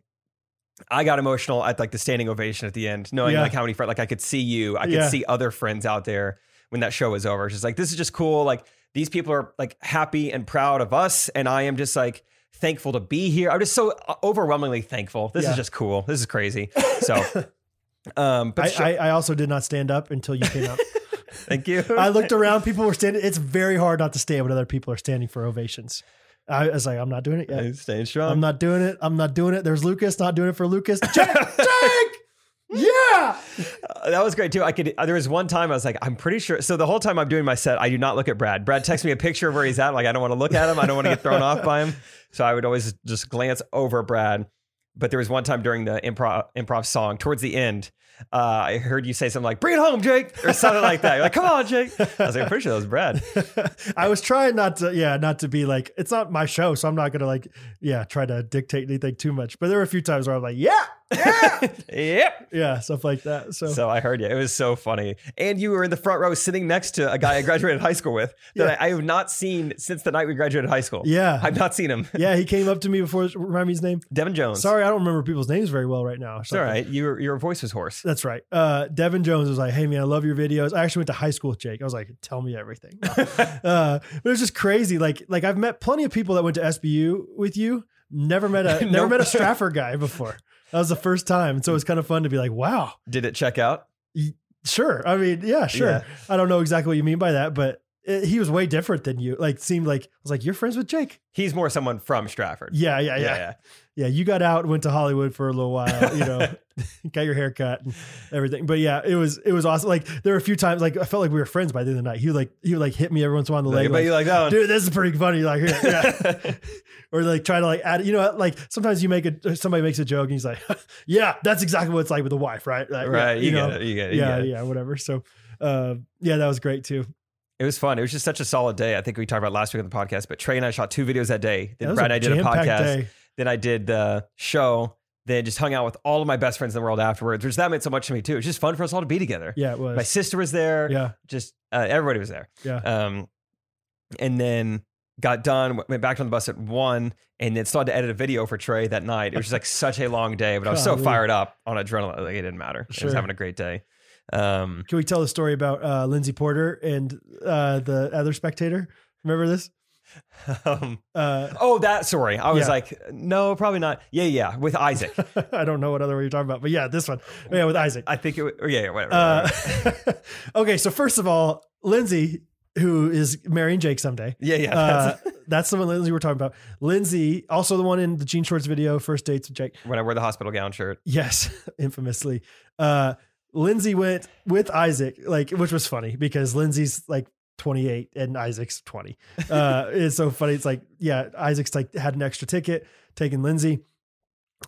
[SPEAKER 2] I got emotional at like the standing ovation at the end, knowing
[SPEAKER 1] Yeah.
[SPEAKER 2] like how many friends, like I could see you, I could
[SPEAKER 1] Yeah.
[SPEAKER 2] see other friends out there when that show was over. It's just like this is just cool. Like these people are like happy and proud of us, and I am just like thankful to be here. I'm just so uh, overwhelmingly thankful. This
[SPEAKER 1] Yeah.
[SPEAKER 2] is just cool. This is crazy. So, um, but sh-
[SPEAKER 1] I, I, I also did not stand up until you came up.
[SPEAKER 2] thank you.
[SPEAKER 1] I looked around. People were standing. It's very hard not to stand when other people are standing for ovations. I was like, I'm not doing it yet.
[SPEAKER 2] I'm staying strong.
[SPEAKER 1] I'm not doing it. I'm not doing it. There's Lucas not doing it for Lucas. Jake, Jake, yeah.
[SPEAKER 2] Uh, that was great too. I could. uh, There was one time I was like, I'm pretty sure. So the whole time I'm doing my set, I do not look at Brad. Brad texts me a picture of where he's at. I'm like I don't want to look at him. I don't want to get thrown off by him. So I would always just glance over Brad. But there was one time during the improv improv song towards the end, uh, I heard you say something like "Bring it home, Jake" or something like that. You're like, "Come on, Jake." I was like, "I'm pretty sure that was Brad."
[SPEAKER 1] I was trying not to, yeah, not to be like, it's not my show, so I'm not gonna like, yeah, try to dictate anything too much. But there were a few times where I'm like, yeah,
[SPEAKER 2] yep.
[SPEAKER 1] yeah, stuff like that. So,
[SPEAKER 2] So I heard you. It was so funny. And you were in the front row, sitting next to a guy I graduated high school with that
[SPEAKER 1] Yeah.
[SPEAKER 2] I, I have not seen since the night we graduated high school.
[SPEAKER 1] yeah,
[SPEAKER 2] I've not seen him.
[SPEAKER 1] yeah, he came up to me before. Remind me his name.
[SPEAKER 2] Devin Jones.
[SPEAKER 1] Sorry, I don't remember people's names very well right now. or
[SPEAKER 2] It's all
[SPEAKER 1] something.
[SPEAKER 2] right. Your your voice was hoarse.
[SPEAKER 1] That's right. Uh, Devin Jones was like, "Hey man, I love your videos." I actually went to high school with Jake. I was like, "Tell me everything." uh, but it was just crazy. Like, like I've met plenty of people that went to SBU with you. Never met a never
[SPEAKER 2] Nope.
[SPEAKER 1] met a Stratford guy before. That was the first time, and so it was kind of fun to be like, "Wow,
[SPEAKER 2] Did it check out?
[SPEAKER 1] Sure. I mean, yeah, sure.
[SPEAKER 2] Yeah.
[SPEAKER 1] I don't know exactly what you mean by that, but it, he was way different than you. Like, seemed like I was like, you're friends with Jake.
[SPEAKER 2] He's more someone from Stratford.
[SPEAKER 1] Yeah, yeah, yeah, yeah. you got out, went to Hollywood for a little while. You know, got your hair cut and everything. But yeah, it was it was awesome. Like there were a few times, like I felt like we were friends by the end of the night. He would like he would like hit me every once in a while on the
[SPEAKER 2] Like,
[SPEAKER 1] leg.
[SPEAKER 2] but
[SPEAKER 1] like,
[SPEAKER 2] you like that one?
[SPEAKER 1] Dude, this is pretty funny. Like, here, yeah. or like try to like add, you know, like sometimes you make a somebody makes a joke and he's like, yeah, that's exactly what it's like with a wife, right? Like,
[SPEAKER 2] right. You,
[SPEAKER 1] you know,
[SPEAKER 2] get it. You get it. you
[SPEAKER 1] yeah,
[SPEAKER 2] get it.
[SPEAKER 1] yeah, whatever. So, uh, yeah, that was great too.
[SPEAKER 2] It was fun. It was just such a solid day. I think we talked about last week on the podcast, but Trey and I shot two videos that day.
[SPEAKER 1] That
[SPEAKER 2] Then
[SPEAKER 1] was
[SPEAKER 2] Brad and I did a
[SPEAKER 1] jam-packed
[SPEAKER 2] podcast.
[SPEAKER 1] day.
[SPEAKER 2] Then I did the show. Then just hung out with all of my best friends in the world afterwards, which that meant so much to me too. It was just fun for us all to be together.
[SPEAKER 1] Yeah, it was.
[SPEAKER 2] My sister was there.
[SPEAKER 1] yeah,
[SPEAKER 2] Just uh, everybody was there.
[SPEAKER 1] Yeah.
[SPEAKER 2] Um, and then got done, w- went back on the bus at one, and then still had to edit a video for Trey that night. It was just like such a long day, but I was so
[SPEAKER 1] Golly.
[SPEAKER 2] fired up on adrenaline. Like it didn't matter. I
[SPEAKER 1] Sure.
[SPEAKER 2] was having a great day. Um,
[SPEAKER 1] can we tell the story about uh, Lindsay Porter and uh, the other spectator? Remember this?
[SPEAKER 2] um,
[SPEAKER 1] Uh,
[SPEAKER 2] oh, that story. I was
[SPEAKER 1] Yeah.
[SPEAKER 2] like, no, probably not. Yeah, yeah, with Isaac.
[SPEAKER 1] I don't know what other one you're talking about, but yeah, this one. Yeah, with Isaac.
[SPEAKER 2] I think it. wa- Yeah, yeah, whatever.
[SPEAKER 1] Uh,
[SPEAKER 2] whatever.
[SPEAKER 1] okay, so first of all, Lindsay, who is marrying Jake someday,
[SPEAKER 2] yeah, yeah.
[SPEAKER 1] uh,
[SPEAKER 2] that's-
[SPEAKER 1] that's the one Lindsay we're talking about. Lindsay, also the one in the Gene Shorts video, first dates with Jake.
[SPEAKER 2] when I wear the hospital gown shirt.
[SPEAKER 1] Yes, infamously. Uh, Lindsay went with Isaac, like which was funny because Lindsay's like 28 and Isaac's 20. Uh, it's so funny. It's like yeah, Isaac's like had an extra ticket, taking Lindsay,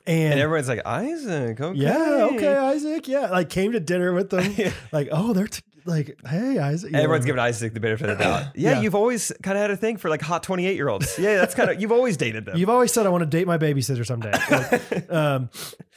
[SPEAKER 1] and,
[SPEAKER 2] And everyone's like, Isaac, okay.
[SPEAKER 1] yeah, okay, Isaac, yeah, like came to dinner with them,
[SPEAKER 2] Yeah.
[SPEAKER 1] like oh they're t- like hey Isaac, you know,
[SPEAKER 2] Everyone's giving Isaac the benefit of the doubt. Yeah,
[SPEAKER 1] Yeah.
[SPEAKER 2] you've always kind of had a thing for like hot 28 year olds. Yeah, that's kind of, you've always dated them.
[SPEAKER 1] You've always said I want to date my babysitter someday. Like, um,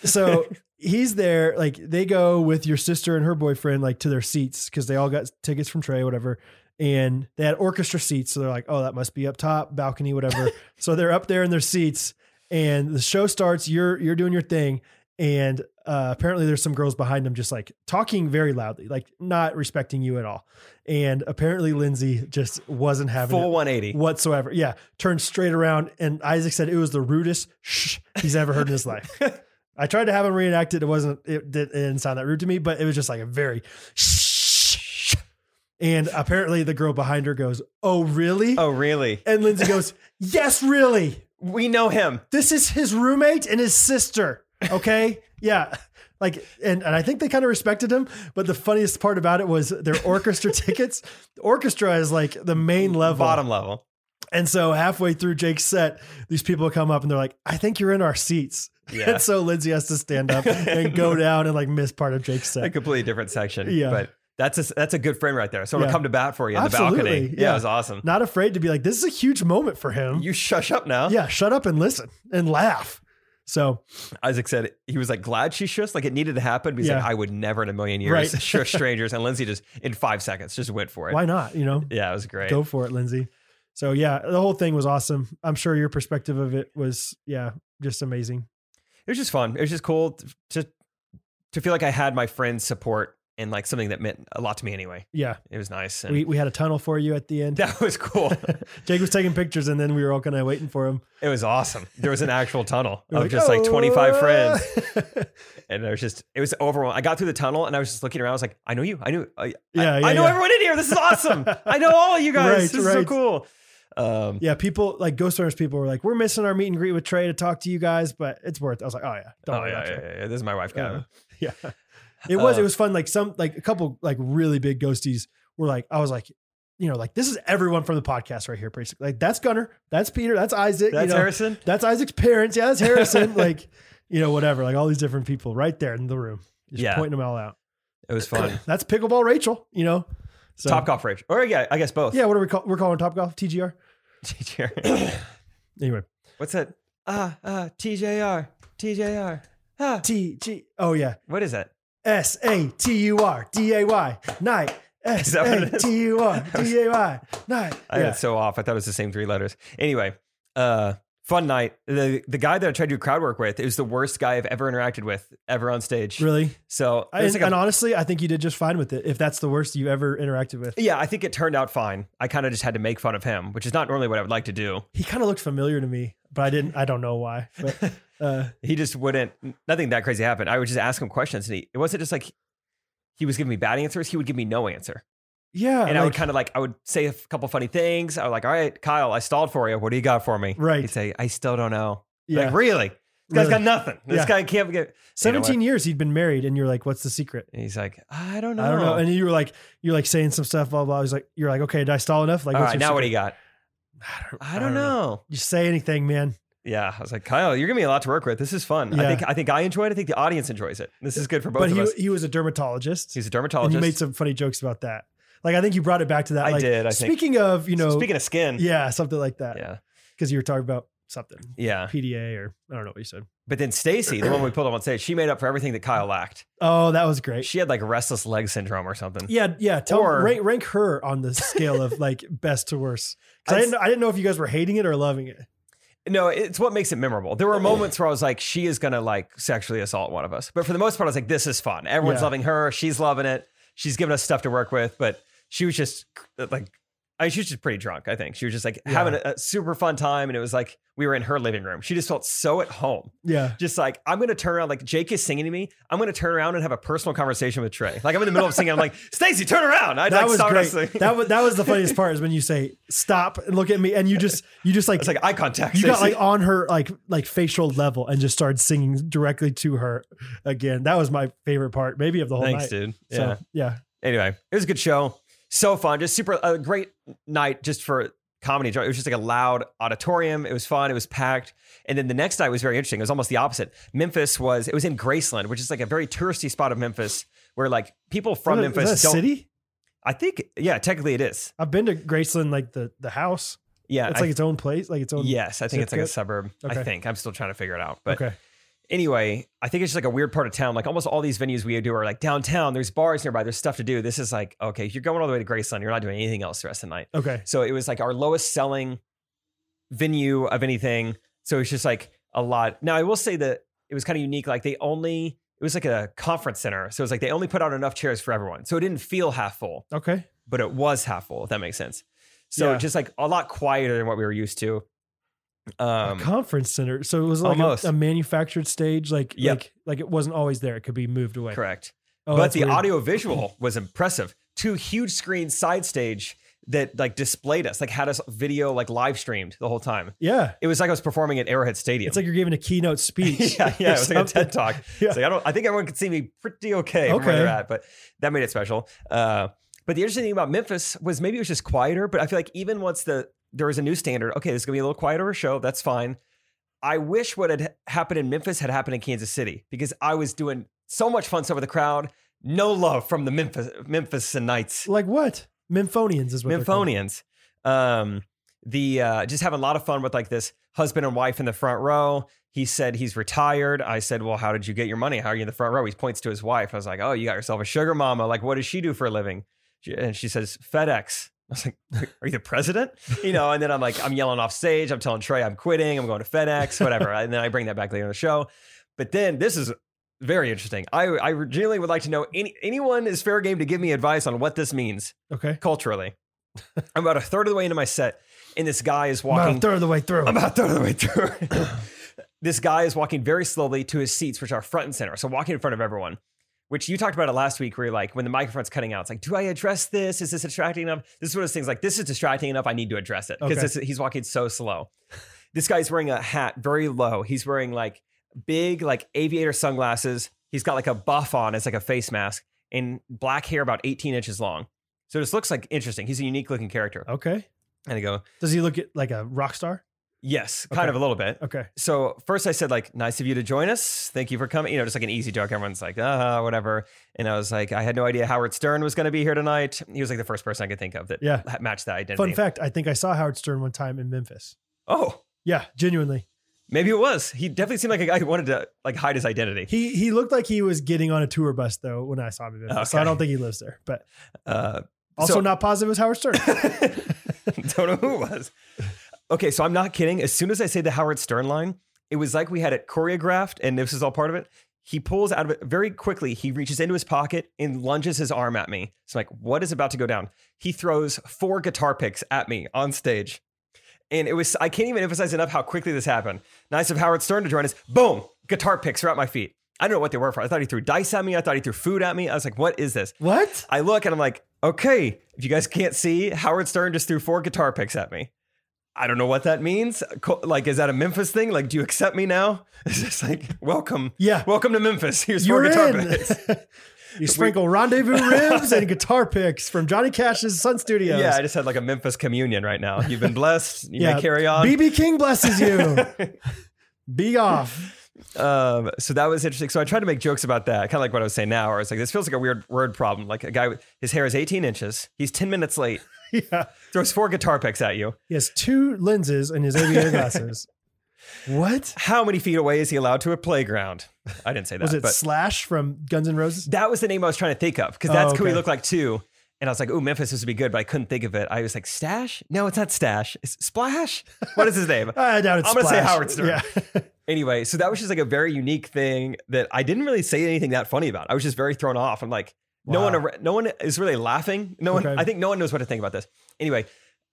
[SPEAKER 1] so he's there. Like they go with your sister and her boyfriend, like to their seats because they all got tickets from Trey, whatever. And they had orchestra seats, so they're like, "Oh, that must be up top, balcony, whatever." so they're up there in their seats, and the show starts. You're you're doing your thing, and uh, apparently there's some girls behind them just like talking very loudly, like not respecting you at all. And apparently Lindsay just wasn't having it
[SPEAKER 2] Full 180.
[SPEAKER 1] whatsoever. Yeah, turned straight around, and Isaac said it was the rudest shh he's ever heard in his life. I tried to have him reenact it. It wasn't. It, did, it didn't sound that rude to me, but it was just like a very shh. And apparently, the girl behind her goes, "Oh, really?"
[SPEAKER 2] Oh, really?
[SPEAKER 1] And Lindsay goes, "Yes, really.
[SPEAKER 2] We know him.
[SPEAKER 1] This is his roommate and his sister." Okay, yeah. Like and, and I think they kind of respected him, but the funniest part about it was their orchestra tickets. Orchestra is like the main level.
[SPEAKER 2] Bottom level.
[SPEAKER 1] And so halfway through Jake's set, these people come up and they're like, I think you're in our seats.
[SPEAKER 2] Yeah.
[SPEAKER 1] And so Lindsay has to stand up and go down and like miss part of Jake's
[SPEAKER 2] a
[SPEAKER 1] set.
[SPEAKER 2] completely different section.
[SPEAKER 1] Yeah.
[SPEAKER 2] But that's a, that's a good friend right there. So I'm
[SPEAKER 1] Yeah.
[SPEAKER 2] gonna come to bat for you in the balcony.
[SPEAKER 1] Absolutely,
[SPEAKER 2] Yeah,
[SPEAKER 1] yeah.
[SPEAKER 2] it was awesome.
[SPEAKER 1] Not afraid to be like, this is a huge moment for him.
[SPEAKER 2] You shush up now.
[SPEAKER 1] yeah, shut up and listen and laugh. So
[SPEAKER 2] Isaac said he was like glad she shushed, like it needed to happen. But he's
[SPEAKER 1] Yeah.
[SPEAKER 2] like, I would never in a million years
[SPEAKER 1] Right.
[SPEAKER 2] shush strangers. And Lindsay just in five seconds just went for it.
[SPEAKER 1] why not? You know,
[SPEAKER 2] Yeah, it was great.
[SPEAKER 1] go for it, Lindsay. So yeah, the whole thing was awesome. I'm sure your perspective of it was, yeah, just amazing.
[SPEAKER 2] It was just fun. It was just cool t- to to feel like I had my friend's support and like something that meant a lot to me anyway.
[SPEAKER 1] Yeah.
[SPEAKER 2] It was nice. And
[SPEAKER 1] We, we had a tunnel for you at the end.
[SPEAKER 2] that was cool.
[SPEAKER 1] Jake was taking pictures and then we were all kind of waiting for him.
[SPEAKER 2] it was awesome. There was an actual tunnel
[SPEAKER 1] We were
[SPEAKER 2] of
[SPEAKER 1] "Oh, uh."
[SPEAKER 2] just like 25 friends.
[SPEAKER 1] friends.
[SPEAKER 2] And I was just, it was overwhelming. I got through the tunnel and I was just looking around. I was like, I know you. I knew. I,
[SPEAKER 1] Yeah,
[SPEAKER 2] I,
[SPEAKER 1] yeah,
[SPEAKER 2] I know
[SPEAKER 1] yeah.
[SPEAKER 2] everyone in here. This is awesome. I know all of you guys.
[SPEAKER 1] Right,
[SPEAKER 2] this is so
[SPEAKER 1] right.
[SPEAKER 2] cool. Um,
[SPEAKER 1] Yeah, people like Ghost Runners people were like, "We're missing our meet and greet with Trey to talk to you guys, but it's worth." it." I was like, "Oh yeah, don't
[SPEAKER 2] oh,
[SPEAKER 1] worry
[SPEAKER 2] yeah,
[SPEAKER 1] about
[SPEAKER 2] yeah,
[SPEAKER 1] it."
[SPEAKER 2] yeah, yeah. This is my wife, Gavin.
[SPEAKER 1] Yeah, it was it
[SPEAKER 2] Uh,
[SPEAKER 1] was fun. Like some like a couple like really big ghosties were like, I was like, you know, like this is everyone from the podcast right here, basically. Like that's Gunner, that's Peter, that's Isaac,
[SPEAKER 2] That's
[SPEAKER 1] you know,
[SPEAKER 2] Harrison.
[SPEAKER 1] that's Isaac's parents, yeah, that's Harrison, like you know, whatever, like all these different people right there in the room, just
[SPEAKER 2] Yeah.
[SPEAKER 1] pointing them all out.
[SPEAKER 2] It was fun.
[SPEAKER 1] That's pickleball Rachel, you know, so,
[SPEAKER 2] Top golf rage. Or yeah, I guess both.
[SPEAKER 1] Yeah, what are we call? We're calling Top Golf TGR.
[SPEAKER 2] TJR.
[SPEAKER 1] Anyway,
[SPEAKER 2] What's that? Ah, ah, TJR. TJR. Ah.
[SPEAKER 1] TG. Oh yeah,
[SPEAKER 2] What is that?
[SPEAKER 1] S A T U R D A Y night. S
[SPEAKER 2] that what it
[SPEAKER 1] A
[SPEAKER 2] is?
[SPEAKER 1] T U R D A Y night.
[SPEAKER 2] I had it so off. I thought it was the same three letters. Anyway, uh, fun night. The the guy that I tried to do crowd work with is the worst guy I've ever interacted with ever on stage.
[SPEAKER 1] Really?
[SPEAKER 2] So it
[SPEAKER 1] I,
[SPEAKER 2] was
[SPEAKER 1] and,
[SPEAKER 2] like a
[SPEAKER 1] and honestly, I think you did just fine with it. If that's the worst you ever interacted with,
[SPEAKER 2] Yeah, I think it turned out fine. I kind of just had to make fun of him, which is not normally what I would like to do.
[SPEAKER 1] he kind of looked familiar to me, but I didn't. I don't know why. But uh,
[SPEAKER 2] He just wouldn't. Nothing that crazy happened. I would just ask him questions, and he it wasn't just like he was giving me bad answers. He would give me no answer,
[SPEAKER 1] yeah,
[SPEAKER 2] and I would
[SPEAKER 1] like,
[SPEAKER 2] kind of like I would say a couple funny things. I was like, "All right, Kyle, I stalled for you. What do you got for me?"
[SPEAKER 1] Right.
[SPEAKER 2] He'd say, "I still don't know."
[SPEAKER 1] yeah.
[SPEAKER 2] Like really? This guy's
[SPEAKER 1] really.
[SPEAKER 2] got nothing. This
[SPEAKER 1] Yeah.
[SPEAKER 2] guy can't get.
[SPEAKER 1] Seventeen years he'd been married, and you're like, "What's the secret?"
[SPEAKER 2] And he's like, "I don't know."
[SPEAKER 1] I don't know. And you were like, you're like saying some stuff, blah blah. I was like, you're like, okay, did I stall enough? Like,
[SPEAKER 2] All
[SPEAKER 1] what's
[SPEAKER 2] right,
[SPEAKER 1] your
[SPEAKER 2] now what do you
[SPEAKER 1] secret?
[SPEAKER 2] got?
[SPEAKER 1] I don't,
[SPEAKER 2] I don't know.
[SPEAKER 1] Just say anything, man.
[SPEAKER 2] Yeah, I was like, Kyle, you're giving me a lot to work with. This is fun.
[SPEAKER 1] Yeah.
[SPEAKER 2] I think I think I enjoy it. I think the audience enjoys it. This is good for both
[SPEAKER 1] But
[SPEAKER 2] of
[SPEAKER 1] he
[SPEAKER 2] us.
[SPEAKER 1] he was a dermatologist.
[SPEAKER 2] He's a
[SPEAKER 1] and
[SPEAKER 2] dermatologist.
[SPEAKER 1] you made some funny jokes about that. Like I think you brought it back to that.
[SPEAKER 2] I
[SPEAKER 1] like,
[SPEAKER 2] did, I think.
[SPEAKER 1] speaking of, you know,
[SPEAKER 2] Speaking of skin,
[SPEAKER 1] yeah, something like that.
[SPEAKER 2] yeah,
[SPEAKER 1] because you were talking about something
[SPEAKER 2] yeah.
[SPEAKER 1] PDA or I don't know what you said.
[SPEAKER 2] But then Stacy, the one we pulled up on stage, she made up for everything that Kyle lacked.
[SPEAKER 1] Oh, that was great.
[SPEAKER 2] She had like restless leg syndrome or something.
[SPEAKER 1] yeah, yeah. Tell
[SPEAKER 2] Or-
[SPEAKER 1] rank, rank her on the scale of like best to worst. 'Cause I
[SPEAKER 2] I'd
[SPEAKER 1] didn't I didn't know if you guys were hating it or loving it.
[SPEAKER 2] No, it's what makes it memorable. There were moments where I was like, she is gonna like sexually assault one of us. But for the most part, I was like, this is fun. Everyone's
[SPEAKER 1] Yeah.
[SPEAKER 2] loving her. She's loving it. She's giving us stuff to work with. But she was just like, I mean, she was just pretty drunk. I think she was just like having a, a super fun time, and it was like we were in her living room. She just felt so at home.
[SPEAKER 1] Yeah.
[SPEAKER 2] Just like I'm gonna turn around, like Jake is singing to me. I'm gonna turn around and have a personal conversation with Trey. Like I'm in the middle of singing. I'm like, Stacy, turn around. I
[SPEAKER 1] That
[SPEAKER 2] like,
[SPEAKER 1] was
[SPEAKER 2] saw her
[SPEAKER 1] great.
[SPEAKER 2] sing.
[SPEAKER 1] That was that was the funniest part is when you say stop and look at me and you just you just like
[SPEAKER 2] it's like eye contact.
[SPEAKER 1] you got
[SPEAKER 2] Stacey.
[SPEAKER 1] like on her like like facial level and just started singing directly to her again. That was my favorite part, maybe of the whole
[SPEAKER 2] thanks,
[SPEAKER 1] night.
[SPEAKER 2] dude.
[SPEAKER 1] So
[SPEAKER 2] Yeah.
[SPEAKER 1] yeah.
[SPEAKER 2] Anyway, it was a good show. So fun. Just super a great night just for comedy. It was just like a loud auditorium. It was fun. It was packed. And then the next night was very interesting. It was almost the opposite. Memphis was it was in Graceland, which is like a very touristy spot of Memphis where like people from
[SPEAKER 1] What-
[SPEAKER 2] Memphis
[SPEAKER 1] is that a
[SPEAKER 2] don't
[SPEAKER 1] city?
[SPEAKER 2] I think yeah, technically it is.
[SPEAKER 1] I've been to Graceland, like the the house.
[SPEAKER 2] Yeah.
[SPEAKER 1] It's
[SPEAKER 2] I-
[SPEAKER 1] like its own place, like its own.
[SPEAKER 2] yes, I think it's like a suburb. I
[SPEAKER 1] Okay.
[SPEAKER 2] think. I'm still trying to figure it out. But
[SPEAKER 1] okay.
[SPEAKER 2] anyway, I think it's just like a weird part of town. Like almost all these venues we do are like downtown. There's bars nearby. There's stuff to do. This is like, okay, if you're going all the way to Graceland, you're not doing anything else the rest of the night.
[SPEAKER 1] Okay.
[SPEAKER 2] So it was like our lowest selling venue of anything. So it's just like a lot. Now I will say that it was kind of unique. Like they only, it was like a conference center. So it's like they only put out enough chairs for everyone. So it didn't feel half full,
[SPEAKER 1] Okay.
[SPEAKER 2] but it was half full, if that makes sense. So
[SPEAKER 1] Yeah.
[SPEAKER 2] just like a lot quieter than what we were used to.
[SPEAKER 1] A
[SPEAKER 2] Um,
[SPEAKER 1] conference center. So it was like
[SPEAKER 2] almost.
[SPEAKER 1] a, a manufactured stage, like
[SPEAKER 2] Yep.
[SPEAKER 1] like like it wasn't always there. It could be moved away.
[SPEAKER 2] correct.
[SPEAKER 1] Oh,
[SPEAKER 2] but
[SPEAKER 1] that's
[SPEAKER 2] the
[SPEAKER 1] weird.
[SPEAKER 2] audio visual was impressive. Two huge screen side stage that like displayed us, like had us video like live streamed the whole time.
[SPEAKER 1] Yeah.
[SPEAKER 2] It was like I was performing at Arrowhead Stadium.
[SPEAKER 1] It's like you're giving a keynote speech.
[SPEAKER 2] yeah, yeah,
[SPEAKER 1] or
[SPEAKER 2] it was like a
[SPEAKER 1] something.
[SPEAKER 2] TED talk.
[SPEAKER 1] Yeah.
[SPEAKER 2] It's like, I don't, I think everyone could see me pretty okay, from where
[SPEAKER 1] Okay.
[SPEAKER 2] they're at, but that made it special. Uh, but the interesting thing about Memphis was maybe it was just quieter, but I feel like even once the there was a new standard, okay, this is gonna be a little quieter of a show. That's fine. I wish what had happened in Memphis had happened in Kansas City because I was doing so much fun stuff with the crowad. No love from the Memphis Memphisites.
[SPEAKER 1] Like what? Memphonians is what. they're called.
[SPEAKER 2] Memphonians. Um, the uh, just having a lot of fun with like this husband and wife in the front row. He said he's retired. I said, "Well, how did you get your money? How are you in the front row?" He points to his wife. I was like, "Oh, you got yourself a sugar mama. Like, what does she do for a living?" She, and she says, "FedEx." I was like, "Are you the president?" You know. And then I'm like, I'm yelling off stage. I'm telling Trey I'm quitting. I'm going to FedEx. Whatever. and then I bring that back later in the show. But then this is very interesting. I I really would like to know any anyone is fair game to give me advice on what this means
[SPEAKER 1] Okay.
[SPEAKER 2] culturally. I'm about a third of the way into my set, and this guy is
[SPEAKER 1] About
[SPEAKER 2] walking.
[SPEAKER 1] a third of the way through.
[SPEAKER 2] I'm about a third of the way through. this guy is walking very slowly to his seats, which are front and center. So walking in front of everyone, which you talked about it last week, where you're like, when the microphone's cutting out, it's like, do I address this? Is this distracting enough? This is one of those things like, this is distracting enough. I need to address it
[SPEAKER 1] Okay.
[SPEAKER 2] because he's walking so slow. This guy's wearing a hat very low. He's wearing like big, like aviator sunglasses. He's got like a buff on. It's like a face mask and black hair about 18 inches long. So this looks like interesting. He's a unique looking character.
[SPEAKER 1] okay.
[SPEAKER 2] And I go,
[SPEAKER 1] Does he look at, like a rock star?
[SPEAKER 2] yes, kind
[SPEAKER 1] Okay.
[SPEAKER 2] of a little bit
[SPEAKER 1] Okay.
[SPEAKER 2] so first I said like, nice of you to join us. Thank you for coming. You know, just like an easy joke. Everyone's like, ah, whatever. And I was like, I had no idea Howard Stern was going to be here tonight. He was like the first person I could think of that
[SPEAKER 1] Yeah.
[SPEAKER 2] ha- matched that identity.
[SPEAKER 1] Fun fact: I think I saw Howard Stern one time in Memphis.
[SPEAKER 2] Oh,
[SPEAKER 1] Yeah, genuinely.
[SPEAKER 2] maybe it was. He definitely seemed like a guy who wanted to like hide his identity.
[SPEAKER 1] He he looked like he was getting on a tour bus though when I saw him in Memphis. So I
[SPEAKER 2] Okay.
[SPEAKER 1] don't think he lives there. But
[SPEAKER 2] Uh,
[SPEAKER 1] also
[SPEAKER 2] So-
[SPEAKER 1] not positive is Howard Stern.
[SPEAKER 2] don't know who it was. Okay, so I'm not kidding. As soon as I say the Howard Stern line, it was like we had it choreographed, and this is all part of it. He pulls out of it very quickly. He reaches into his pocket and lunges his arm at me. It's like, what is about to go down? He throws four guitar picks at me on stage. And it was, I can't even emphasize enough how quickly this happened. Nice of Howard Stern to join us. Boom, guitar picks are at my feet. I don't know what they were for. I thought he threw dice at me. I thought he threw food at me. I was like, what is this?
[SPEAKER 1] what?
[SPEAKER 2] I look and I'm like, okay, if you guys can't see, Howard Stern just threw four guitar picks at me. I don't know what that means. Co- Like, is that a Memphis thing? Like, do you accept me now? It's just like, welcome.
[SPEAKER 1] Yeah.
[SPEAKER 2] Welcome to Memphis. Here's
[SPEAKER 1] You're
[SPEAKER 2] four guitar
[SPEAKER 1] in.
[SPEAKER 2] picks.
[SPEAKER 1] you sprinkle rendezvous ribs and guitar picks from Johnny Cash's Sun Studios.
[SPEAKER 2] Yeah, I just had like a Memphis communion right now. You've been blessed. You
[SPEAKER 1] Yeah.
[SPEAKER 2] may carry on.
[SPEAKER 1] BB King blesses you. Be off.
[SPEAKER 2] Um, so that was interesting. So I tried to make jokes about that, kind of like what I was saying now, where it's like, this feels like a weird word problem. Like a guy, with, his hair is 18 inches. He's 10 minutes late,
[SPEAKER 1] Yeah.
[SPEAKER 2] throws four guitar picks at you.
[SPEAKER 1] He has two lenses in his aviator glasses. What?
[SPEAKER 2] How many feet away is he allowed to a playground? I didn't say that.
[SPEAKER 1] Was it
[SPEAKER 2] but
[SPEAKER 1] Slash from Guns N' Roses?
[SPEAKER 2] That was the name I was trying to think of because
[SPEAKER 1] Oh,
[SPEAKER 2] that's who we
[SPEAKER 1] okay.
[SPEAKER 2] look like too. And I was like, "Ooh, Memphis, this would be good," but I couldn't think of it. I was like, "Stash? No, it's not Stash. It's Splash. What is his name?"
[SPEAKER 1] I doubt it's
[SPEAKER 2] I'm gonna say
[SPEAKER 1] Splash.
[SPEAKER 2] Howard Stern.
[SPEAKER 1] Yeah.
[SPEAKER 2] anyway, so that was just like a very unique thing that I didn't really say anything that funny about. I was just very thrown off. I'm like, no
[SPEAKER 1] Wow.
[SPEAKER 2] one, ar- no one is really laughing. No one.
[SPEAKER 1] Okay.
[SPEAKER 2] I think no one knows what to think about this. Anyway,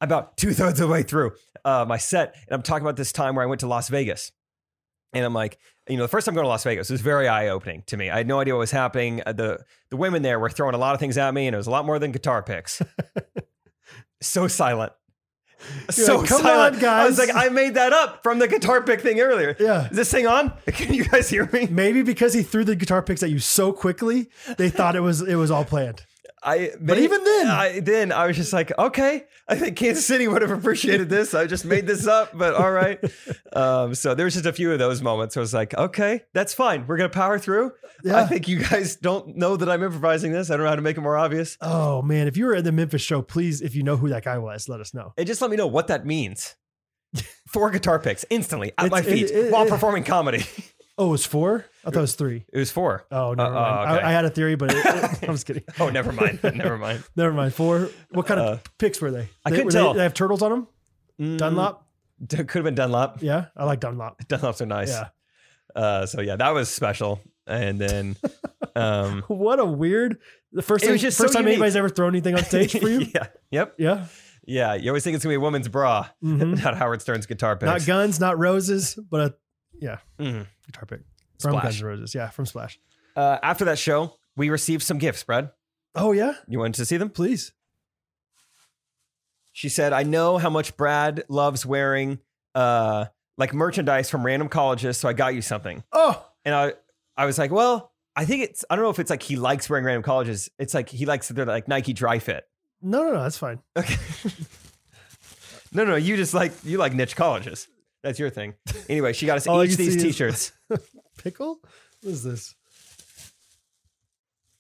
[SPEAKER 2] about two thirds of the way through uh, my set, and I'm talking about this time where I went to Las Vegas, and I'm like, you know, the first time going to Las Vegas was very eye opening to me. I had no idea what was happening. Uh, the The women there were throwing a lot of things at me, and it was a lot more than guitar picks. so silent.
[SPEAKER 1] You're
[SPEAKER 2] so
[SPEAKER 1] like, "Come
[SPEAKER 2] silent.
[SPEAKER 1] on,
[SPEAKER 2] I was
[SPEAKER 1] guys."
[SPEAKER 2] like, I made that up from the guitar pick thing earlier.
[SPEAKER 1] Yeah.
[SPEAKER 2] Is this thing on? Can you guys hear me?
[SPEAKER 1] Maybe because he threw the guitar picks at you so quickly, they thought it was it was all planned.
[SPEAKER 2] I but
[SPEAKER 1] even then-
[SPEAKER 2] I, then I was just like, okay, I think Kansas City would have appreciated this. I just made this up, but all right. Um, so there was just a few of those moments. Where I was like, okay, that's fine. We're gonna power through. I
[SPEAKER 1] Yeah.
[SPEAKER 2] think you guys don't know that I'm improvising this. I don't know how to make it more obvious.
[SPEAKER 1] Oh man, if you were in the Memphis show, please, if you know who that guy was, let us know.
[SPEAKER 2] And just let me know what that means. Four guitar picks instantly at
[SPEAKER 1] It's-
[SPEAKER 2] my
[SPEAKER 1] it-
[SPEAKER 2] feet
[SPEAKER 1] it-
[SPEAKER 2] while
[SPEAKER 1] it-
[SPEAKER 2] performing comedy.
[SPEAKER 1] Oh, it was four? I thought it was three.
[SPEAKER 2] It was four.
[SPEAKER 1] Oh, never
[SPEAKER 2] Uh, oh,
[SPEAKER 1] mind.
[SPEAKER 2] okay.
[SPEAKER 1] I, I had a theory, but it, it- I'm just kidding.
[SPEAKER 2] Oh, never mind. never mind.
[SPEAKER 1] Never mind. Four. What kind of picks were they? They-
[SPEAKER 2] I couldn't
[SPEAKER 1] were
[SPEAKER 2] tell. Mm.
[SPEAKER 1] They, they have turtles on them. Dunlop.
[SPEAKER 2] Could have been Dunlop.
[SPEAKER 1] Yeah, I like Dunlop.
[SPEAKER 2] Dunlops are nice.
[SPEAKER 1] Yeah.
[SPEAKER 2] Uh, so yeah, that was special. And then, um,
[SPEAKER 1] What a weird. The first
[SPEAKER 2] It
[SPEAKER 1] time,
[SPEAKER 2] was just
[SPEAKER 1] first
[SPEAKER 2] so
[SPEAKER 1] time
[SPEAKER 2] unique.
[SPEAKER 1] anybody's ever thrown anything on stage for you.
[SPEAKER 2] yeah, yep,
[SPEAKER 1] yeah.
[SPEAKER 2] yeah. You always think it's gonna be a woman's bra,
[SPEAKER 1] Mhm.
[SPEAKER 2] not Howard Stern's guitar picks.
[SPEAKER 1] Not guns, not roses, but a, yeah,
[SPEAKER 2] Mhm.
[SPEAKER 1] guitar pick from
[SPEAKER 2] Splash.
[SPEAKER 1] Guns N' Roses. Yeah, from Splash.
[SPEAKER 2] Uh, after that show, we received some gifts. Brad,
[SPEAKER 1] Oh yeah,
[SPEAKER 2] you wanted to see them?
[SPEAKER 1] please.
[SPEAKER 2] She said, "I know how much Brad loves wearing uh, like merchandise from random colleges, so I got you something."
[SPEAKER 1] Oh,
[SPEAKER 2] And I, I was like, "Well, I think it's. I don't know if it's like he likes wearing random colleges. It's like he likes they're like Nike Dry Fit."
[SPEAKER 1] no, no, no, that's fine.
[SPEAKER 2] Okay. no, no, you just like you like niche colleges. That's your thing. Anyway, she got us
[SPEAKER 1] All I
[SPEAKER 2] each
[SPEAKER 1] can
[SPEAKER 2] these
[SPEAKER 1] see is-
[SPEAKER 2] t-shirts.
[SPEAKER 1] Pickle. What is this?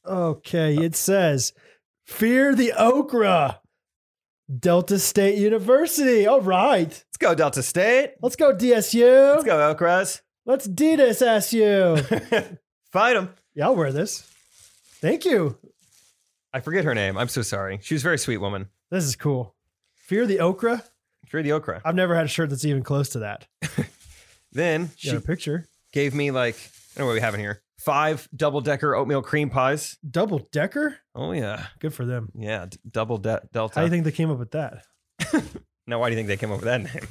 [SPEAKER 1] Okay, it says, "Fear the okra." Delta State University. All right.
[SPEAKER 2] Let's go Delta State.
[SPEAKER 1] Let's go, DSU.
[SPEAKER 2] Let's go Elkras.
[SPEAKER 1] Let's do this, SU.
[SPEAKER 2] Fight them.
[SPEAKER 1] yeah, I'll wear this. Thank you.
[SPEAKER 2] I forget her name. I'm so sorry. She was a very sweet woman.
[SPEAKER 1] This is cool. Fear the okra.
[SPEAKER 2] Drew the okra.
[SPEAKER 1] I've never had a shirt that's even close to that.
[SPEAKER 2] Then she
[SPEAKER 1] Got a picture.
[SPEAKER 2] gave me like I don't know what we have in here. Five double decker oatmeal cream pies.
[SPEAKER 1] Double decker.
[SPEAKER 2] Oh yeah,
[SPEAKER 1] Good for them.
[SPEAKER 2] yeah. D- double de- Delta.
[SPEAKER 1] How do you think they came up with that?
[SPEAKER 2] Now, why do you think they came up with that name?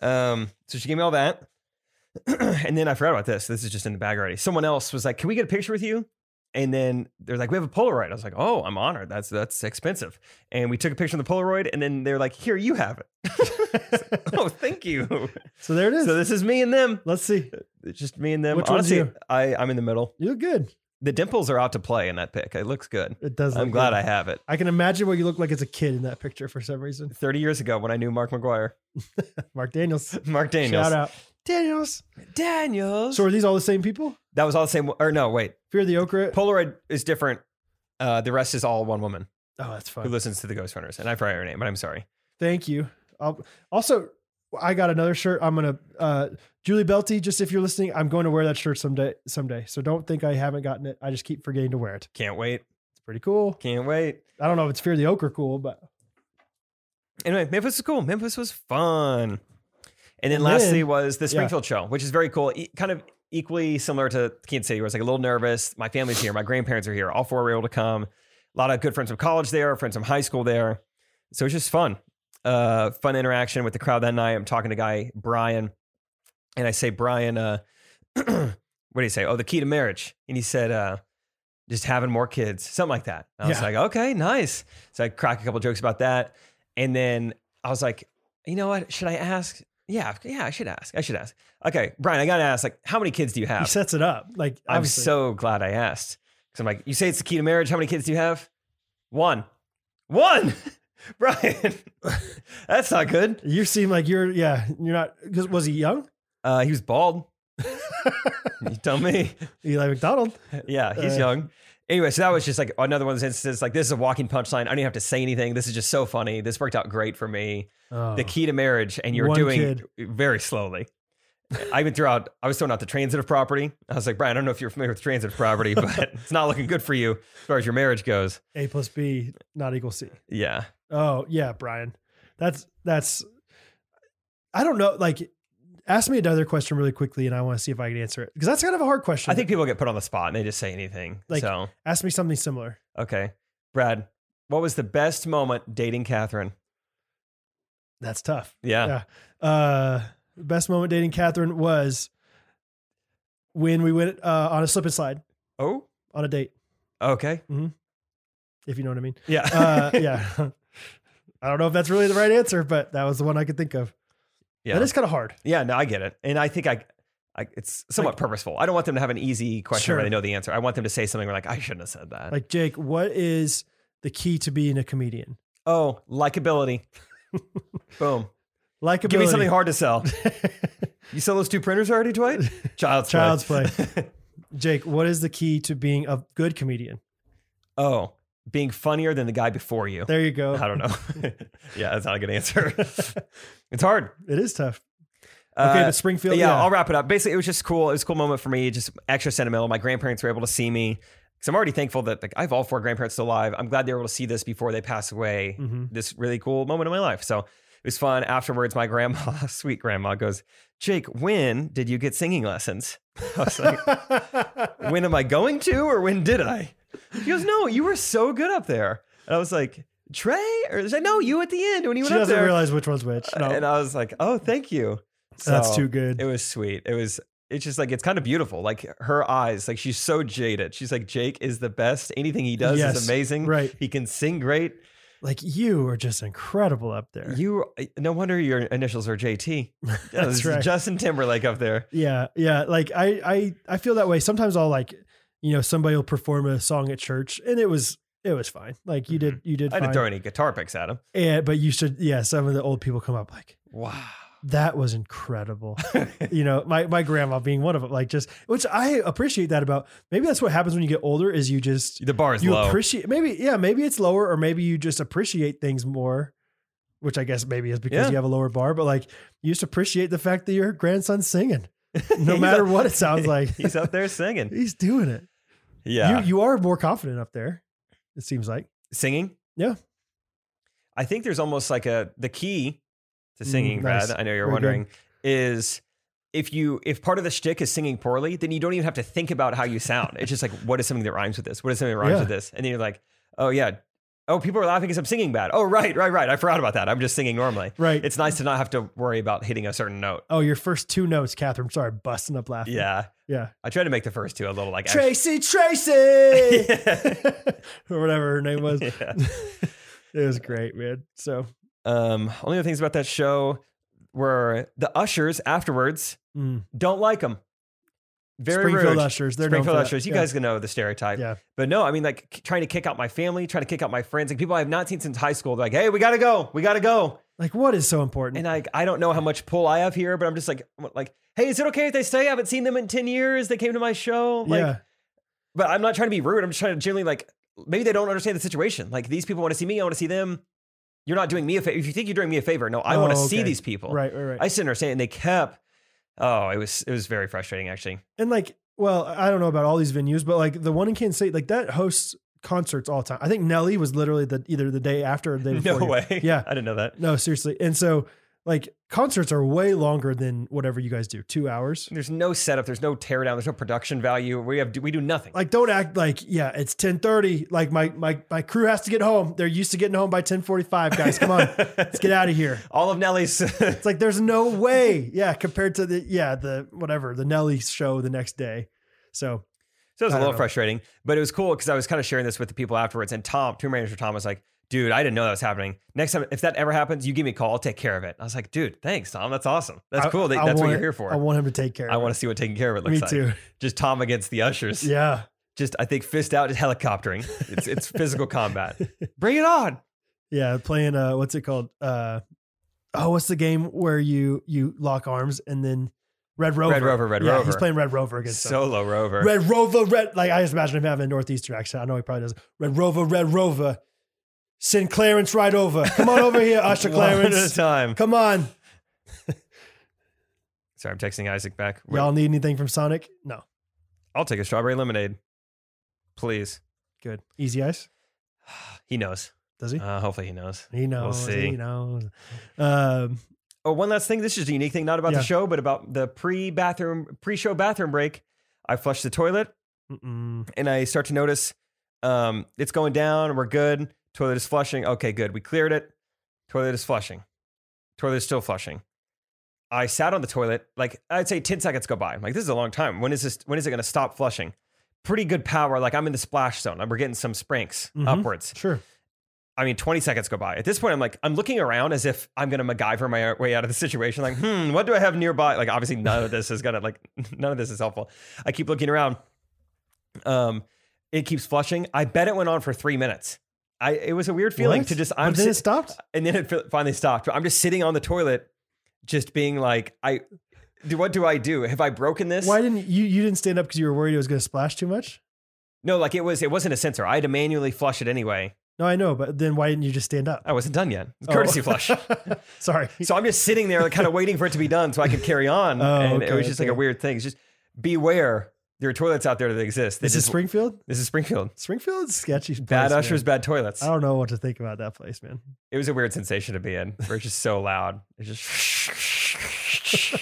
[SPEAKER 2] Um, so she gave me all that. and then I forgot about this. This is just in the bag already. Someone else was like, Can we get a picture with you? And then they're like, We have a Polaroid. I was like, Oh, I'm honored. That's that's expensive. And we took a picture of the Polaroid, and then they're like, Here, you have it. oh, thank you.
[SPEAKER 1] So there it is.
[SPEAKER 2] so this is me and them.
[SPEAKER 1] Let's see.
[SPEAKER 2] It's just me and them.
[SPEAKER 1] Which one's
[SPEAKER 2] Honestly,
[SPEAKER 1] you?
[SPEAKER 2] I, I'm in the middle.
[SPEAKER 1] You look good.
[SPEAKER 2] The dimples are out to play in that pic. It looks good.
[SPEAKER 1] It does.
[SPEAKER 2] I'm
[SPEAKER 1] look
[SPEAKER 2] glad
[SPEAKER 1] good.
[SPEAKER 2] I have it.
[SPEAKER 1] I can imagine what you look like as a kid in that picture for some reason.
[SPEAKER 2] 30 years ago when I knew Mark McGuire.
[SPEAKER 1] Mark Daniels.
[SPEAKER 2] Mark Daniels.
[SPEAKER 1] Shout out. Daniels.
[SPEAKER 2] Daniels.
[SPEAKER 1] So are these all the same people?
[SPEAKER 2] that was all the same. Or no, wait.
[SPEAKER 1] Fear the okra.
[SPEAKER 2] Polaroid is different. Uh, the rest is all one woman
[SPEAKER 1] Oh, that's
[SPEAKER 2] who
[SPEAKER 1] fun.
[SPEAKER 2] listens to the Ghost Runners, and I forgot her name, but I'm sorry.
[SPEAKER 1] Thank you. I'll, also, I got another shirt. I'm gonna uh, Julie Belty. Just if you're listening, I'm going to wear that shirt someday. Someday. So don't think I haven't gotten it. I just keep forgetting to wear it.
[SPEAKER 2] Can't wait,
[SPEAKER 1] It's pretty cool.
[SPEAKER 2] can't wait.
[SPEAKER 1] I don't know if it's Fear the Ochre cool, but
[SPEAKER 2] Anyway, Memphis was cool. Memphis was fun. And then
[SPEAKER 1] And
[SPEAKER 2] lastly
[SPEAKER 1] then-
[SPEAKER 2] was the
[SPEAKER 1] yeah.
[SPEAKER 2] Springfield show, which is very cool. E- kind of equally similar to Kansas City, where it's like a little nervous. My family's here, my grandparents are here. All four were able to come. A lot of good friends from college there, friends from high school there. So it was just fun. Uh, fun interaction with the crowd that night. I'm talking to guy Brian, and I say, Brian, uh, what do you say? Oh, the key to marriage. And he said, uh, just having more kids, something like that. And I was
[SPEAKER 1] Yeah.
[SPEAKER 2] like, okay, nice. So I crack a couple jokes about that. And then I was like, you know what? Should I ask? Yeah, yeah, I should ask. I should ask. Okay, Brian, I gotta ask, like, how many kids do you
[SPEAKER 1] he
[SPEAKER 2] have?
[SPEAKER 1] sets it up. Like
[SPEAKER 2] I'm
[SPEAKER 1] obviously.
[SPEAKER 2] so glad I asked. Cause I'm like, you say it's the key to marriage. How many kids do you have? One. One! Brian, that's not good.
[SPEAKER 1] You seem like you're yeah. You're not. Cause was he young?
[SPEAKER 2] Uh, he was bald. you tell me.
[SPEAKER 1] Eli McDonald.
[SPEAKER 2] Yeah, he's
[SPEAKER 1] Uh,
[SPEAKER 2] young. Anyway, so that was just like another one of those instances. Like, this is a walking punchline. I don't even have to say anything. This is just so funny. This worked out great for me.
[SPEAKER 1] Oh.
[SPEAKER 2] The key to marriage, and you're
[SPEAKER 1] One
[SPEAKER 2] doing
[SPEAKER 1] kid.
[SPEAKER 2] very slowly. I even threw out, I was throwing out the transitive property. I was like, Brian, I don't know if you're familiar with transitive property, but it's not looking good for you as far as your marriage goes.
[SPEAKER 1] A plus B not equal C.
[SPEAKER 2] Yeah.
[SPEAKER 1] Oh yeah, Brian. That's that's. I don't know. Like, ask me another question really quickly, and I want to see if I can answer it because that's kind of a hard question.
[SPEAKER 2] I think people get put on the spot and they just say anything.
[SPEAKER 1] Like-
[SPEAKER 2] so,
[SPEAKER 1] ask me something similar.
[SPEAKER 2] okay. Brad, what was the best moment dating Catherine?
[SPEAKER 1] That's tough.
[SPEAKER 2] Yeah.
[SPEAKER 1] Uh, best moment dating Catherine was when we went uh, on a slip and slide
[SPEAKER 2] Oh,
[SPEAKER 1] on a date,
[SPEAKER 2] okay.
[SPEAKER 1] if you know what I mean.
[SPEAKER 2] Yeah.
[SPEAKER 1] Uh, yeah. I don't know if that's really the right answer, but that was the one I could think of.
[SPEAKER 2] yeah.
[SPEAKER 1] That is kind of hard.
[SPEAKER 2] yeah. No, I get it. And I think I, I it's somewhat purposeful. I don't want them to have an easy question
[SPEAKER 1] Sure.
[SPEAKER 2] where they know the answer. I want them to say something where like, I shouldn't have said that.
[SPEAKER 1] Like, Jake, what is the key to being a comedian?
[SPEAKER 2] oh, likability. Boom.
[SPEAKER 1] Likability.
[SPEAKER 2] Give me something hard to sell. You sell those two printers already, Dwight? Child's play.
[SPEAKER 1] Child's play. Jake, what is the key to being a good comedian?
[SPEAKER 2] Oh, being funnier than the guy before you.
[SPEAKER 1] There you go.
[SPEAKER 2] I don't know. yeah, that's not a good answer. it's hard.
[SPEAKER 1] It is tough. Okay,
[SPEAKER 2] Uh,
[SPEAKER 1] but Springfield.
[SPEAKER 2] but yeah,
[SPEAKER 1] Yeah,
[SPEAKER 2] I'll wrap it up. Basically, it was just cool. It was a cool moment for me, just extra sentimental. My grandparents were able to see me because I'm already thankful that like, I have all four grandparents still alive. I'm glad they were able to see this before they pass away.
[SPEAKER 1] Mhm.
[SPEAKER 2] This really cool moment in my life. So it was fun. Afterwards, my grandma, sweet grandma, goes, Jake, when did you get singing lessons? I was like, when am I going to or when did I? She goes, no, you were so good up there. And I was like, Trey? Or she's like, no, you at the end when you
[SPEAKER 1] She
[SPEAKER 2] went up
[SPEAKER 1] doesn't
[SPEAKER 2] there. Uh,
[SPEAKER 1] realize which one's which. No,
[SPEAKER 2] And I was like, oh, thank you.
[SPEAKER 1] that's
[SPEAKER 2] So
[SPEAKER 1] too good.
[SPEAKER 2] It was sweet. It was, it's just like, it's kind of beautiful. Like her eyes, like she's so jaded. She's like, Jake is the best. Anything he does
[SPEAKER 1] Yes,
[SPEAKER 2] is amazing.
[SPEAKER 1] right.
[SPEAKER 2] He can sing great.
[SPEAKER 1] Like you are just incredible up there.
[SPEAKER 2] You, eh, no wonder your initials are JT. That was
[SPEAKER 1] right.
[SPEAKER 2] Justin Timberlake up there.
[SPEAKER 1] yeah, yeah. Like I, I, I feel that way. Sometimes I'll like, you know, somebody will perform a song at church, and it was, it was fine. Like you did, you did.
[SPEAKER 2] Mm-hmm. I
[SPEAKER 1] fine.
[SPEAKER 2] didn't throw any guitar picks at him.
[SPEAKER 1] And, but you should, yeah. Some of the old people come up like,
[SPEAKER 2] Wow.
[SPEAKER 1] that was incredible. you know, my my grandma being one of them. Like just, which I appreciate that about. Maybe that's what happens when you get older. Is you just
[SPEAKER 2] The bar is
[SPEAKER 1] you
[SPEAKER 2] low.
[SPEAKER 1] appreciate maybe yeah maybe it's lower or maybe you just appreciate things more which i guess maybe is because
[SPEAKER 2] Yeah.
[SPEAKER 1] you have a lower bar but like you just appreciate the fact that your grandson's singing no
[SPEAKER 2] He's
[SPEAKER 1] matter
[SPEAKER 2] up-
[SPEAKER 1] what it sounds like
[SPEAKER 2] He's up there singing.
[SPEAKER 1] he's doing it
[SPEAKER 2] Yeah.
[SPEAKER 1] you, you are more confident up there it seems like
[SPEAKER 2] singing?
[SPEAKER 1] Yeah.
[SPEAKER 2] I think there's almost like a the key to singing,
[SPEAKER 1] Mm, nice.
[SPEAKER 2] Brad. I know you're
[SPEAKER 1] Very good.
[SPEAKER 2] wondering is if you if part of the shtick is singing poorly, then you don't even have to think about how you sound. it's just like what is something that rhymes with this? What is something that rhymes
[SPEAKER 1] Yeah.
[SPEAKER 2] with this? And then you're like, oh yeah, oh people are laughing because I'm singing bad. Oh right, right, right. I forgot about that. I'm just singing normally.
[SPEAKER 1] right
[SPEAKER 2] It's nice to not have to worry about hitting a certain note.
[SPEAKER 1] oh your first two notes catherine sorry busting up laughing
[SPEAKER 2] Yeah,
[SPEAKER 1] yeah
[SPEAKER 2] I try to make the first two a little like
[SPEAKER 1] tracy tracy
[SPEAKER 2] Yeah.
[SPEAKER 1] or whatever her name was
[SPEAKER 2] Yeah.
[SPEAKER 1] it was great man so
[SPEAKER 2] Um, only other things about that show were the ushers afterwards
[SPEAKER 1] mm.
[SPEAKER 2] don't like them. Very
[SPEAKER 1] springfield
[SPEAKER 2] rude.
[SPEAKER 1] ushers they're known
[SPEAKER 2] Springfield
[SPEAKER 1] for that.
[SPEAKER 2] ushers. You
[SPEAKER 1] Yeah.
[SPEAKER 2] guys can know the stereotype.
[SPEAKER 1] Yeah.
[SPEAKER 2] But no, I mean, like k- trying to kick out my family, trying to kick out my friends, like people I have not seen since high school. They're like, hey, we gotta go, we gotta go.
[SPEAKER 1] like what is so important
[SPEAKER 2] And I, I don't know how much pull I have here, but I'm just like, I'm like, hey, is it okay if they stay? I haven't seen them in ten years. They came to my show. Like,
[SPEAKER 1] yeah
[SPEAKER 2] but I'm not trying to be rude. I'm just trying to generally like maybe they don't understand the situation. Like these people want to see me. I want to see them. You're not doing me a favor. If you think you're doing me a favor, no, I want to
[SPEAKER 1] Oh,
[SPEAKER 2] see
[SPEAKER 1] okay.
[SPEAKER 2] these people.
[SPEAKER 1] right right right
[SPEAKER 2] I just didn't understand. And they kept. Oh, it was it was very frustrating actually.
[SPEAKER 1] and like well i don't know about all these venues but like the one in kansas state like that hosts concerts all the time i think nelly was literally the either the day after or the day
[SPEAKER 2] no
[SPEAKER 1] before you.
[SPEAKER 2] way.
[SPEAKER 1] Yeah.
[SPEAKER 2] I didn't know that.
[SPEAKER 1] no seriously and so like concerts are way longer than whatever you guys do two hours
[SPEAKER 2] There's no setup. There's no teardown. There's no production value. We have we do nothing.
[SPEAKER 1] like don't act like yeah it's 1030 like my my my crew has to get home they're used to getting home by 1045 guys come on let's get out of here
[SPEAKER 2] All of Nelly's.
[SPEAKER 1] it's like there's no way yeah compared to the yeah the whatever the nelly show the next day so
[SPEAKER 2] So it was
[SPEAKER 1] I don't
[SPEAKER 2] a little
[SPEAKER 1] know.
[SPEAKER 2] frustrating, but it was cool because I was kind of sharing this with the people afterwards. And Tom, tour manager Tom, was like, dude, I didn't know that was happening. Next time, if that ever happens, you give me a call. I'll take care of it. I was like, dude, thanks, Tom. That's awesome. That's
[SPEAKER 1] I-
[SPEAKER 2] cool. That,
[SPEAKER 1] I
[SPEAKER 2] that's what
[SPEAKER 1] want-
[SPEAKER 2] you're here for.
[SPEAKER 1] i want him to take care of
[SPEAKER 2] I
[SPEAKER 1] it.
[SPEAKER 2] want to see what taking care of it looks
[SPEAKER 1] me too
[SPEAKER 2] like. Just Tom against the ushers.
[SPEAKER 1] yeah
[SPEAKER 2] Just, I think, fist out, just helicoptering. It's, it's physical combat. Bring it on.
[SPEAKER 1] Yeah, playing uh what's it called? Uh oh, what's the game where you you lock arms and then Red Rover.
[SPEAKER 2] Red Rover, Red
[SPEAKER 1] yeah,
[SPEAKER 2] Rover.
[SPEAKER 1] He's playing Red Rover against so
[SPEAKER 2] Solo rover.
[SPEAKER 1] Red Rover, Red like I just imagine him having a northeastern accent. I know he probably does. Red Rover, Red Rover. Send Clarence right over. Come on over here, Usher
[SPEAKER 2] One at a
[SPEAKER 1] Clarence.
[SPEAKER 2] time.
[SPEAKER 1] Come on.
[SPEAKER 2] Sorry, I'm texting Isaac back. Wait,
[SPEAKER 1] Y'all need anything from Sonic? No.
[SPEAKER 2] I'll take a strawberry lemonade. Please.
[SPEAKER 1] Good. Easy ice.
[SPEAKER 2] He knows.
[SPEAKER 1] Does he?
[SPEAKER 2] Uh, hopefully he knows.
[SPEAKER 1] he knows.
[SPEAKER 2] see.
[SPEAKER 1] He knows. Um,
[SPEAKER 2] Oh, one last thing. This is a unique thing, not about
[SPEAKER 1] Yeah.
[SPEAKER 2] the show, but about the pre bathroom, pre show bathroom break. I flush the toilet
[SPEAKER 1] mm-mm.
[SPEAKER 2] and I start to notice um, it's going down. We're good. Toilet is flushing. Okay, good. We cleared it. Toilet is flushing. Toilet's still flushing. I sat on the toilet, like I'd say 10 seconds go by. I'm like, this is a long time. When is this when is it gonna stop flushing? Pretty good power. Like I'm in the splash zone. We're getting some sprinks
[SPEAKER 1] Mhm.
[SPEAKER 2] upwards.
[SPEAKER 1] Sure.
[SPEAKER 2] I mean, 20 seconds go by. At this point, I'm like, I'm looking around as if I'm gonna MacGyver my way out of the situation. Like, hmm, what do I have nearby? Like, obviously, none of this is gonna like, none of this is helpful. I keep looking around. Um, it keeps flushing. I bet it went on for three minutes. I it was a weird feeling
[SPEAKER 1] What?
[SPEAKER 2] to just
[SPEAKER 1] But
[SPEAKER 2] I'm
[SPEAKER 1] then it
[SPEAKER 2] sit- uh,
[SPEAKER 1] stopped.
[SPEAKER 2] and then it fi- finally stopped. But I'm just sitting on the toilet, just being like, I do. What do I do? Have I broken this?
[SPEAKER 1] Why didn't you? You didn't stand up because you were worried it was going to splash too much.
[SPEAKER 2] No, like it was. It wasn't a sensor. I had to manually flush it anyway.
[SPEAKER 1] No, I know, but then why didn't you just stand up?
[SPEAKER 2] I wasn't done yet. It's courtesy
[SPEAKER 1] Oh.
[SPEAKER 2] flush.
[SPEAKER 1] Sorry.
[SPEAKER 2] So I'm just sitting there, like, kind of waiting for it to be done so I could carry on.
[SPEAKER 1] Oh,
[SPEAKER 2] and
[SPEAKER 1] okay,
[SPEAKER 2] it was just like
[SPEAKER 1] okay.
[SPEAKER 2] a weird thing. It's just beware. There are toilets out there that exist. They
[SPEAKER 1] This is
[SPEAKER 2] just-
[SPEAKER 1] Springfield.
[SPEAKER 2] this is Springfield.
[SPEAKER 1] Springfield's sketchy. Place,
[SPEAKER 2] Bad
[SPEAKER 1] man.
[SPEAKER 2] ushers, bad toilets.
[SPEAKER 1] I don't know what to think about that place, man.
[SPEAKER 2] It was a weird sensation to be in. Where it's just so loud. It's just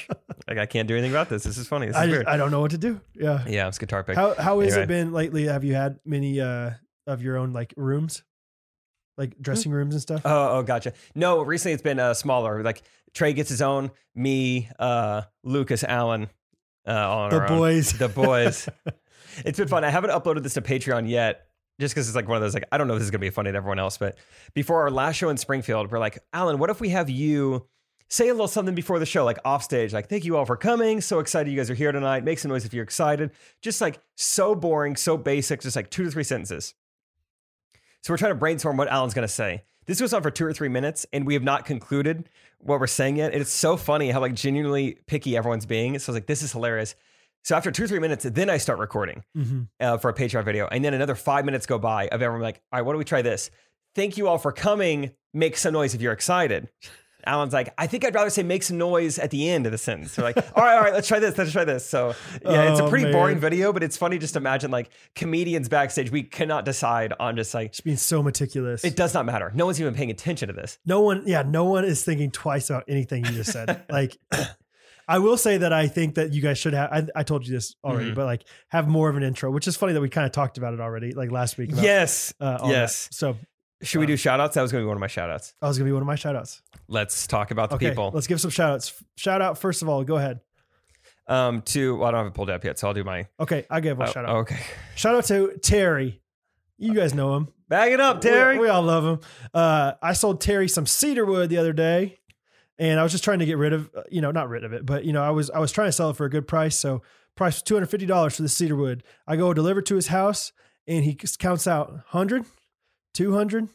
[SPEAKER 2] like I can't do anything about this. This is funny. This is
[SPEAKER 1] I
[SPEAKER 2] weird.
[SPEAKER 1] just, I don't know what to do. Yeah.
[SPEAKER 2] yeah, it's guitar pick.
[SPEAKER 1] How how has it
[SPEAKER 2] Anyway.
[SPEAKER 1] been lately? Have you had many uh of your own like rooms,
[SPEAKER 2] Hmm.
[SPEAKER 1] like dressing rooms and stuff?
[SPEAKER 2] Oh, oh, gotcha. No, recently it's been uh, smaller. Like Trey gets his own, me, uh, Lucas, Allen, uh, all on
[SPEAKER 1] the
[SPEAKER 2] our own.
[SPEAKER 1] boys.
[SPEAKER 2] The boys. it's been fun. I haven't uploaded this to Patreon yet, just because it's like one of those like I don't know if this is gonna be funny to everyone else, but before our last show in Springfield, we're like, Alan, what if we have you say a little something before the show, like off stage, like thank you all for coming, so excited you guys are here tonight. Make some noise if you're excited. Just like so boring, so basic, just like two to three sentences. So we're trying to brainstorm what Alan's gonna say. This goes on for two or three minutes, and we have not concluded what we're saying yet. And it's so funny how like genuinely picky everyone's being. So I was like, this is hilarious. So after two or three minutes, then I start recording
[SPEAKER 1] Mhm.
[SPEAKER 2] uh, for a Patreon video. And then another five minutes go by of everyone like, all right, why don't we try this? Thank you all for coming. Make some noise if you're excited. Alan's like, I think I'd rather say make some noise at the end of the sentence. They're like, all right, all right, let's try this. Let's try this. So yeah, it's
[SPEAKER 1] Oh,
[SPEAKER 2] a pretty
[SPEAKER 1] man.
[SPEAKER 2] boring video, but it's funny just to imagine like comedians backstage. We cannot decide on just like,
[SPEAKER 1] Just being so meticulous.
[SPEAKER 2] it does not matter. No one's even paying attention to this.
[SPEAKER 1] no one, yeah, no one is thinking twice about anything you just said. like, I will say that I think that you guys should have. I, I told you this already,
[SPEAKER 2] Mhm.
[SPEAKER 1] but like have more of an intro, which is funny that we kind of talked about it already, like last week. About,
[SPEAKER 2] Yes.
[SPEAKER 1] uh, all that.
[SPEAKER 2] yes.
[SPEAKER 1] So
[SPEAKER 2] Should we do shout outs? That was going to be one of my shout outs.
[SPEAKER 1] that was gonna be one of my shout outs.
[SPEAKER 2] Let's talk about the
[SPEAKER 1] Okay,
[SPEAKER 2] people.
[SPEAKER 1] let's give some shout outs. Shout out first of all. Go ahead.
[SPEAKER 2] um to well, I don't have it pulled up yet, so I'll do my
[SPEAKER 1] Okay, I gave a
[SPEAKER 2] oh,
[SPEAKER 1] shout out.
[SPEAKER 2] Okay.
[SPEAKER 1] Shout out to Terry. You guys know him.
[SPEAKER 2] Bag it up, Terry.
[SPEAKER 1] We, we all love him. Uh, I sold Terry some cedar wood the other day, and I was just trying to get rid of, uh, you know, not rid of it, but you know, I was I was trying to sell it for a good price. So price was two hundred fifty dollars for the cedar wood. I go deliver it to his house, and he just counts out 100, 200,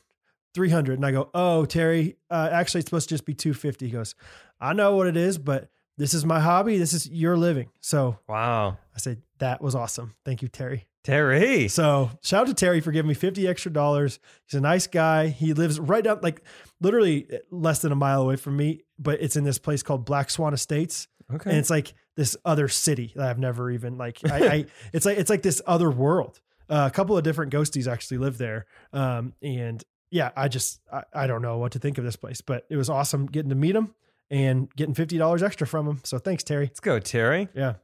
[SPEAKER 1] 300. and I go, oh Terry, uh, actually it's supposed to just be two fifty. He goes, I know what it is, but this is my hobby. This is your living. So
[SPEAKER 2] wow.
[SPEAKER 1] I said that was awesome. Thank you, Terry.
[SPEAKER 2] Terry.
[SPEAKER 1] So shout out to Terry for giving me 50 extra dollars. He's a nice guy. He lives right down, like literally eh, less than a mile away from me, but it's in this place called Black Swan Estates.
[SPEAKER 2] Okay.
[SPEAKER 1] And it's like this other city that I've never even like, I, I it's like, it's like this other world. Uh, a couple of different ghosties actually live there. Um, and yeah, I just, I, I don't know what to think of this place, but it was awesome getting to meet him and getting $50 extra from him. So thanks, Terry.
[SPEAKER 2] Let's go, Terry.
[SPEAKER 1] Yeah.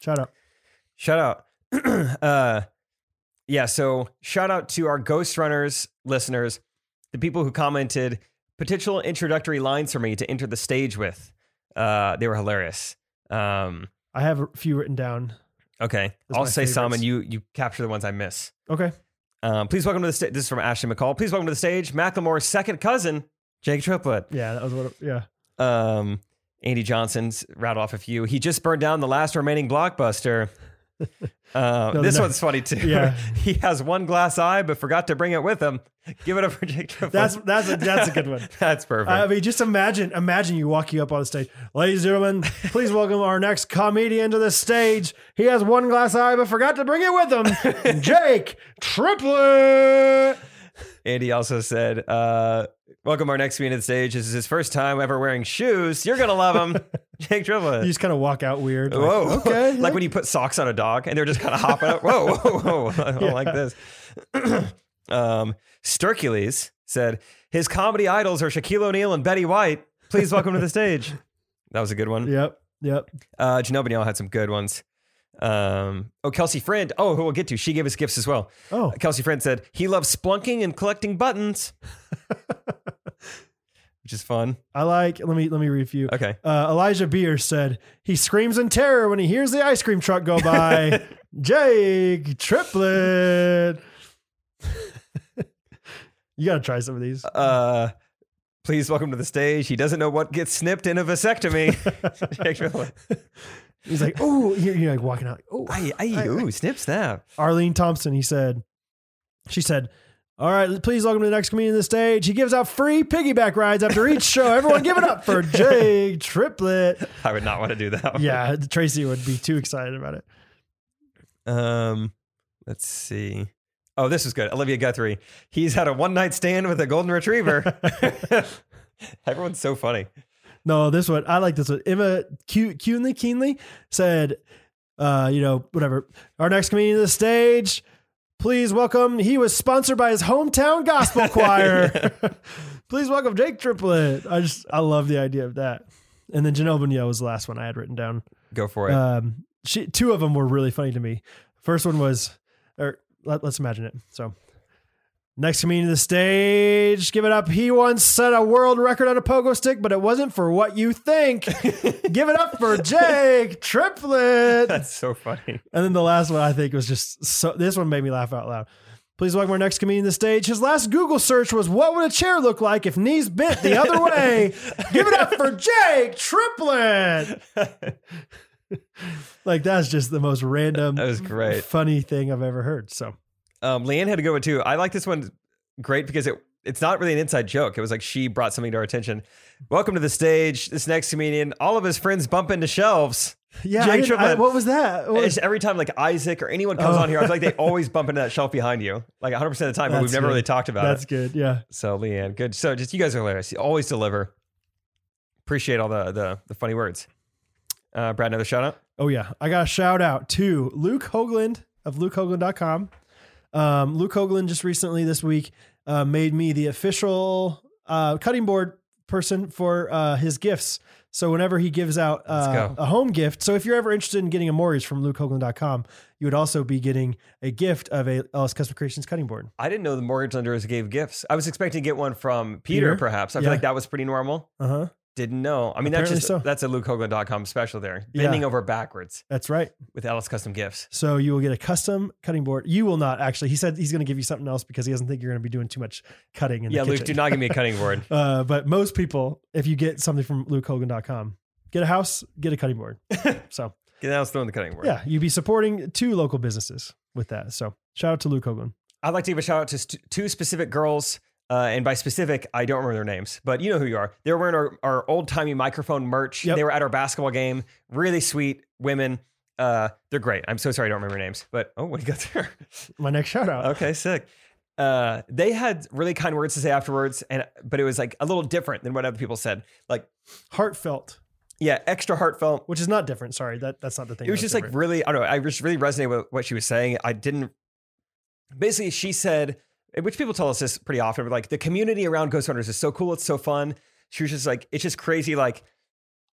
[SPEAKER 1] Shout out.
[SPEAKER 2] Shout out. uh yeah, so shout out to our Ghost Runners listeners, the people who commented potential introductory lines for me to enter the stage with. Uh they were hilarious. Um
[SPEAKER 1] I have a few written down.
[SPEAKER 2] okay.
[SPEAKER 1] Those are
[SPEAKER 2] I'll
[SPEAKER 1] my
[SPEAKER 2] say some
[SPEAKER 1] favorites.
[SPEAKER 2] and you you capture the ones I miss.
[SPEAKER 1] Okay.
[SPEAKER 2] Um, please welcome to the stage. This is from Ashley McCall. Please welcome to the stage, Macklemore's second cousin, Jake Triplett.
[SPEAKER 1] Yeah. That was what, yeah.
[SPEAKER 2] Um, Andy Johnson's rattle off a few. He just burned down the last remaining blockbuster. Uh,
[SPEAKER 1] No,
[SPEAKER 2] this
[SPEAKER 1] no.
[SPEAKER 2] one's funny too.
[SPEAKER 1] Yeah.
[SPEAKER 2] he has one glass eye, but forgot to bring it with him. Give it up for Jake Triplett.
[SPEAKER 1] That's that's a, that's a good one.
[SPEAKER 2] that's perfect.
[SPEAKER 1] I mean, just imagine, imagine you walking up on the stage, ladies and gentlemen. Please welcome our next comedian to the stage. He has one glass eye, but forgot to bring it with him. Jake Triplett.
[SPEAKER 2] Andy also said, uh, "Welcome our next comedian to the stage. This is his first time ever wearing shoes. You're gonna love him, Jake Triplett."
[SPEAKER 1] You just kind of walk out weird. like,
[SPEAKER 2] Whoa.
[SPEAKER 1] okay.
[SPEAKER 2] like when you put socks on a dog and they're just kind of hopping up. Whoa, whoa, whoa. I don't like this. um, Stercules said, his comedy idols are Shaquille O'Neal and Betty White. Please welcome to the stage. That was a good one.
[SPEAKER 1] Yep. Yep.
[SPEAKER 2] Uh, Janelle Benyal had some good ones. Um, oh, Kelsey Friend. Oh, who we'll get to. She gave us gifts as well.
[SPEAKER 1] Oh,
[SPEAKER 2] Kelsey Friend said, he loves splunking and collecting buttons. which is fun.
[SPEAKER 1] I like. Let me let me review.
[SPEAKER 2] Okay.
[SPEAKER 1] Uh, Elijah Beer said he screams in terror when he hears the ice cream truck go by. Jake Triplet. you gotta try some of these.
[SPEAKER 2] Uh, please welcome to the stage. He doesn't know what gets snipped in a vasectomy. Jake Miller.
[SPEAKER 1] He's like, oh, you're, you're like walking out. Oh,
[SPEAKER 2] Aye, aye, ooh, snip, snap.
[SPEAKER 1] Arlene Thompson. He said, she said, all right, please welcome to the next comedian on the stage. He gives out free piggyback rides after each show. Everyone give it up for Jake Triplet.
[SPEAKER 2] I would not want to do that. one.
[SPEAKER 1] Yeah, Tracy would be too excited about it.
[SPEAKER 2] Um, let's see. Oh, this is good. Olivia Guthrie. He's had a one night stand with a golden retriever. Everyone's so funny.
[SPEAKER 1] No, this one I like this one. Emma Cu- Cunley Keenly said, uh, you know, whatever. Our next comedian to the stage, please welcome. He was sponsored by his hometown gospel choir. please welcome Jake Triplet. I just I love the idea of that. And then Janelle Bonilla was the last one I had written down.
[SPEAKER 2] Go for it.
[SPEAKER 1] Um, she, two of them were really funny to me. First one was, or let, us imagine it. So, next comedian to the stage, give it up. He once set a world record on a pogo stick, but it wasn't for what you think. give it up for Jake Triplet.
[SPEAKER 2] That's so funny.
[SPEAKER 1] And then the last one I think was just so. This one made me laugh out loud. Please welcome our next comedian to the stage. His last Google search was "What would a chair look like if knees bent the other way?" Give it up for Jake Triplet. like that's just the most random,
[SPEAKER 2] That was great.
[SPEAKER 1] funny thing I've ever heard. So
[SPEAKER 2] Um, Leanne had a good one too. I like this one great because it it's not really an inside joke. It was like she brought something to our attention. Welcome to the stage. This next comedian, all of his friends bump into shelves.
[SPEAKER 1] yeah, I
[SPEAKER 2] Jake
[SPEAKER 1] didn't- I-
[SPEAKER 2] Triplet.
[SPEAKER 1] what was that? What was-
[SPEAKER 2] It's every time like Isaac or anyone comes
[SPEAKER 1] Oh.
[SPEAKER 2] on here, I feel like they always bump into that shelf behind you, like 100 percent of the time. But we've
[SPEAKER 1] That's
[SPEAKER 2] never
[SPEAKER 1] good.
[SPEAKER 2] really talked about
[SPEAKER 1] that's
[SPEAKER 2] it.
[SPEAKER 1] good. Yeah,
[SPEAKER 2] So Leanne, good. So just you guys are hilarious. You always deliver. Appreciate all the the, the funny words. Uh, Brad, another shout out.
[SPEAKER 1] Oh yeah, I got a shout out to Luke Hoagland of lukehoagland.com. Um, Luke Hoagland just recently this week uh, made me the official uh, cutting board person for uh, his gifts. So whenever he gives out uh,
[SPEAKER 2] go.
[SPEAKER 1] a home gift, so if you're ever interested in getting a Maury's from lukehoagland.com, you would also be getting a gift of a LS Custom Creations cutting board.
[SPEAKER 2] I didn't know the mortgage lenders gave gifts. I was expecting to get one from Peter,
[SPEAKER 1] Peter?
[SPEAKER 2] perhaps. I
[SPEAKER 1] Yeah.
[SPEAKER 2] feel like that was pretty normal.
[SPEAKER 1] Uh huh.
[SPEAKER 2] Didn't know. I mean, that's
[SPEAKER 1] Apparently
[SPEAKER 2] just
[SPEAKER 1] so.
[SPEAKER 2] that's a lukehoagland.com special there.
[SPEAKER 1] Yeah.
[SPEAKER 2] Bending over backwards
[SPEAKER 1] That's right.
[SPEAKER 2] with Alice Custom Gifts.
[SPEAKER 1] So you will get a custom cutting board. You will not actually. He said he's going to give you something else because he doesn't think you're going to be doing too much cutting. In
[SPEAKER 2] yeah,
[SPEAKER 1] the
[SPEAKER 2] Luke,
[SPEAKER 1] kitchen.
[SPEAKER 2] do not give me a cutting board.
[SPEAKER 1] Uh, but most people, if you get something from lukehogan.com, get a house, get a cutting board. so
[SPEAKER 2] Get Alice throwing the cutting board.
[SPEAKER 1] yeah, you'd be supporting two local businesses with that. So shout out to Luke Hogan.
[SPEAKER 2] I'd like to give a shout out to st- two specific girls. Uh, and by specific, I don't remember their names, but you know who you are. They were wearing our, our old timey microphone merch.
[SPEAKER 1] Yep.
[SPEAKER 2] They were at our basketball game. Really sweet women. Uh, they're great. I'm so sorry I don't remember names, but oh, what do you got there?
[SPEAKER 1] My next shout out.
[SPEAKER 2] okay, sick. Uh, they had really kind words to say afterwards, and but it was like a little different than what other people said. Like,
[SPEAKER 1] Heartfelt,
[SPEAKER 2] yeah, extra heartfelt.
[SPEAKER 1] which is not different. Sorry, that, that's not the thing.
[SPEAKER 2] It was
[SPEAKER 1] that's
[SPEAKER 2] just like
[SPEAKER 1] different.
[SPEAKER 2] really, I don't know, I just really resonated with what she was saying. I didn't, basically, she said, which people tell us this pretty often, but like the community around Ghost Hunters is so cool, it's so fun. She was just like, it's just crazy. Like,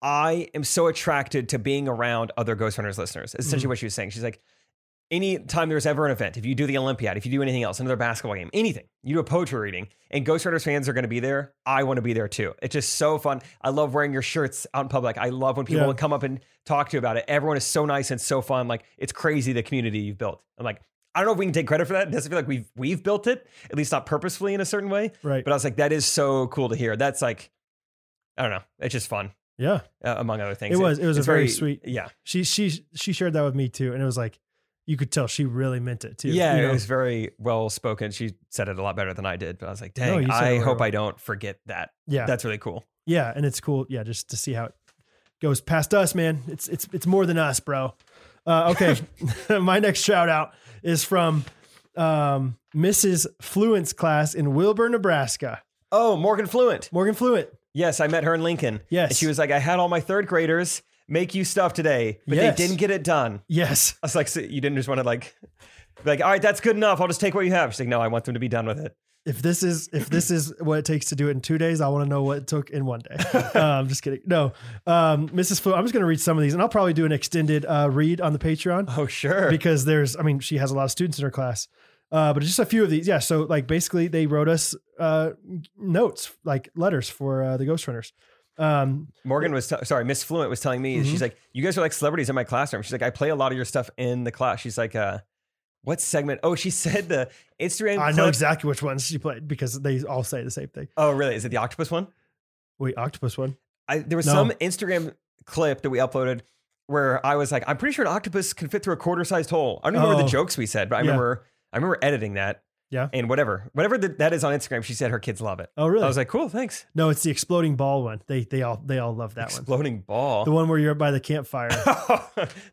[SPEAKER 2] I am so attracted to being around other Ghost Hunters listeners, is
[SPEAKER 1] Mm-hmm.
[SPEAKER 2] essentially what she was saying. She's like, anytime there's ever an event, if you do the Olympiad, if you do anything else, another basketball game, anything, you do a poetry reading, and Ghost Hunters fans are going to be there. I want to be there too. It's just so fun. I love wearing your shirts out in public. I love when people
[SPEAKER 1] Yeah.
[SPEAKER 2] will come up and talk to you about it. Everyone is so nice and so fun. Like it's crazy the community you've built. I'm like, I don't know if we can take credit for that. It doesn't feel like we've we've built it, at least not purposefully in a certain way.
[SPEAKER 1] right.
[SPEAKER 2] But I was like, that is so cool to hear. That's like, I don't know. It's just fun,
[SPEAKER 1] yeah,
[SPEAKER 2] uh, among other things.
[SPEAKER 1] It was- it was a
[SPEAKER 2] it's
[SPEAKER 1] very sweet-
[SPEAKER 2] Yeah.
[SPEAKER 1] she she she shared that with me too, and it was like you could tell she really meant it too.
[SPEAKER 2] Yeah,
[SPEAKER 1] you know?
[SPEAKER 2] it was very well spoken. She said it a lot better than I did, but I was like,
[SPEAKER 1] No,
[SPEAKER 2] dang,
[SPEAKER 1] you said it
[SPEAKER 2] I
[SPEAKER 1] really
[SPEAKER 2] hope
[SPEAKER 1] well.
[SPEAKER 2] I don't forget that.
[SPEAKER 1] yeah,
[SPEAKER 2] That's really cool.
[SPEAKER 1] yeah, and it's cool. Yeah, just to see how it goes past us, man. It's it's it's more than us, bro. Uh, okay, my next shout out is from um, Mrs. Fluent's class in Wilbur, Nebraska.
[SPEAKER 2] Oh, Morgan Fluent.
[SPEAKER 1] Morgan Fluent.
[SPEAKER 2] Yes, I met her in Lincoln.
[SPEAKER 1] Yes.
[SPEAKER 2] And she was like, I had all my third graders make you stuff today, but
[SPEAKER 1] Yes.
[SPEAKER 2] they didn't get it done.
[SPEAKER 1] Yes,
[SPEAKER 2] I was like, so you didn't just want to like, be like, all right, that's good enough. I'll just take what you have. She's like, no, I want them to be done with it.
[SPEAKER 1] if this is if this is what it takes to do it in two days, I want to know what it took in one day. Uh, I'm just kidding. No, um, Mrs. Fluent. I'm just going to read some of these, and I'll probably do an extended uh, read on the Patreon.
[SPEAKER 2] Oh, sure.
[SPEAKER 1] because there's i mean she has a lot of students in her class Uh, but just a few of these. Yeah. So like basically they wrote us uh, notes, like letters for uh, the Ghost Runners. Um,
[SPEAKER 2] Morgan was t- sorry, Miss Fluent was telling me
[SPEAKER 1] Mhm.
[SPEAKER 2] she's like, you guys are like celebrities in my classroom. She's like, I play a lot of your stuff in the class. She's like, uh, what segment? Oh, she said the Instagram.
[SPEAKER 1] I know
[SPEAKER 2] clip-
[SPEAKER 1] exactly which ones she played because they all say the same thing.
[SPEAKER 2] Oh, really? Is it the octopus one?
[SPEAKER 1] Wait, octopus one.
[SPEAKER 2] I, there was
[SPEAKER 1] No.
[SPEAKER 2] some Instagram clip that we uploaded where I was like, I'm pretty sure an octopus can fit through a quarter-sized hole. I don't remember
[SPEAKER 1] Oh.
[SPEAKER 2] the jokes we said, but I
[SPEAKER 1] Yeah.
[SPEAKER 2] remember I remember editing that.
[SPEAKER 1] Yeah.
[SPEAKER 2] And whatever, whatever the, that is on Instagram, she said her kids love it.
[SPEAKER 1] Oh, really?
[SPEAKER 2] I was like, cool, thanks.
[SPEAKER 1] no, it's the exploding ball one. They they all they all love that one.
[SPEAKER 2] Exploding ball.
[SPEAKER 1] The one where you're by the campfire.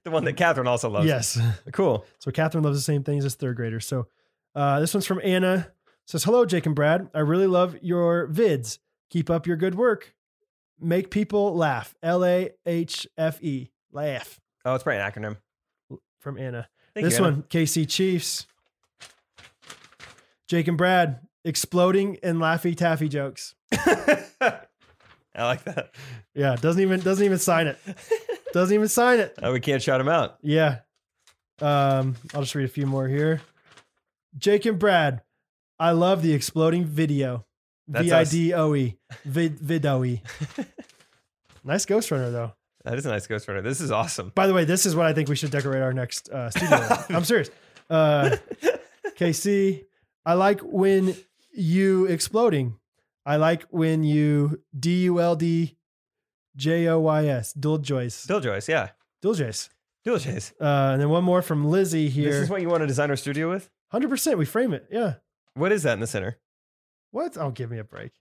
[SPEAKER 2] the one that Catherine also loves.
[SPEAKER 1] yes.
[SPEAKER 2] Cool.
[SPEAKER 1] So Catherine loves the same things as third graders. So uh, this one's from Anna. Says hello, Jake and Brad. I really love your vids. Keep up your good work. Make people laugh. L a h f e laugh
[SPEAKER 2] Oh, it's probably an acronym.
[SPEAKER 1] from Anna.
[SPEAKER 2] Thank
[SPEAKER 1] this
[SPEAKER 2] you, Anna.
[SPEAKER 1] one, KC Chiefs. Jake and Brad exploding and laffy taffy jokes.
[SPEAKER 2] I like that.
[SPEAKER 1] Yeah, doesn't even doesn't even sign it. doesn't even sign it.
[SPEAKER 2] Oh, we can't shout him out.
[SPEAKER 1] Yeah. Um, I'll just read a few more here. Jake and Brad, I love the exploding video.
[SPEAKER 2] That's
[SPEAKER 1] V I D O E. Vid vidoe. nice Ghost Runner though.
[SPEAKER 2] That is a nice ghost runner. This is awesome.
[SPEAKER 1] By the way, this is what I think we should decorate our next uh, studio. with. I'm serious. Uh, KC, I like when you exploding. I like when you D U L D J O Y S. Dual Joyce.
[SPEAKER 2] Still Joyce, yeah.
[SPEAKER 1] Dual Joyce.
[SPEAKER 2] Dual Joyce.
[SPEAKER 1] Uh, and then one more from Lizzie here.
[SPEAKER 2] This is what you want to design our studio with?
[SPEAKER 1] Hundred percent. We frame it. Yeah.
[SPEAKER 2] What is that in the center?
[SPEAKER 1] What? Oh, give me a break.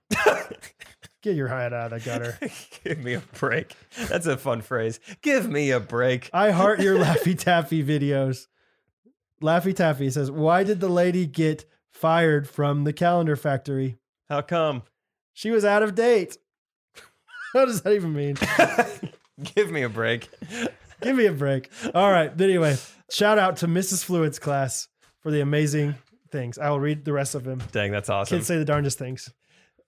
[SPEAKER 1] Get your head out of the gutter.
[SPEAKER 2] Give me a break. That's a fun phrase. Give me a break.
[SPEAKER 1] I heart your Laffy Taffy videos. Laffy Taffy says, "Why did the lady get fired from the calendar factory?
[SPEAKER 2] How come?
[SPEAKER 1] She was out of date." what does that even mean?
[SPEAKER 2] Give me a break.
[SPEAKER 1] Give me a break. All right. But anyway, shout out to Mrs. Fluid's class for the amazing things. I will read the rest of them.
[SPEAKER 2] Dang, that's awesome.
[SPEAKER 1] Kids say the darndest things.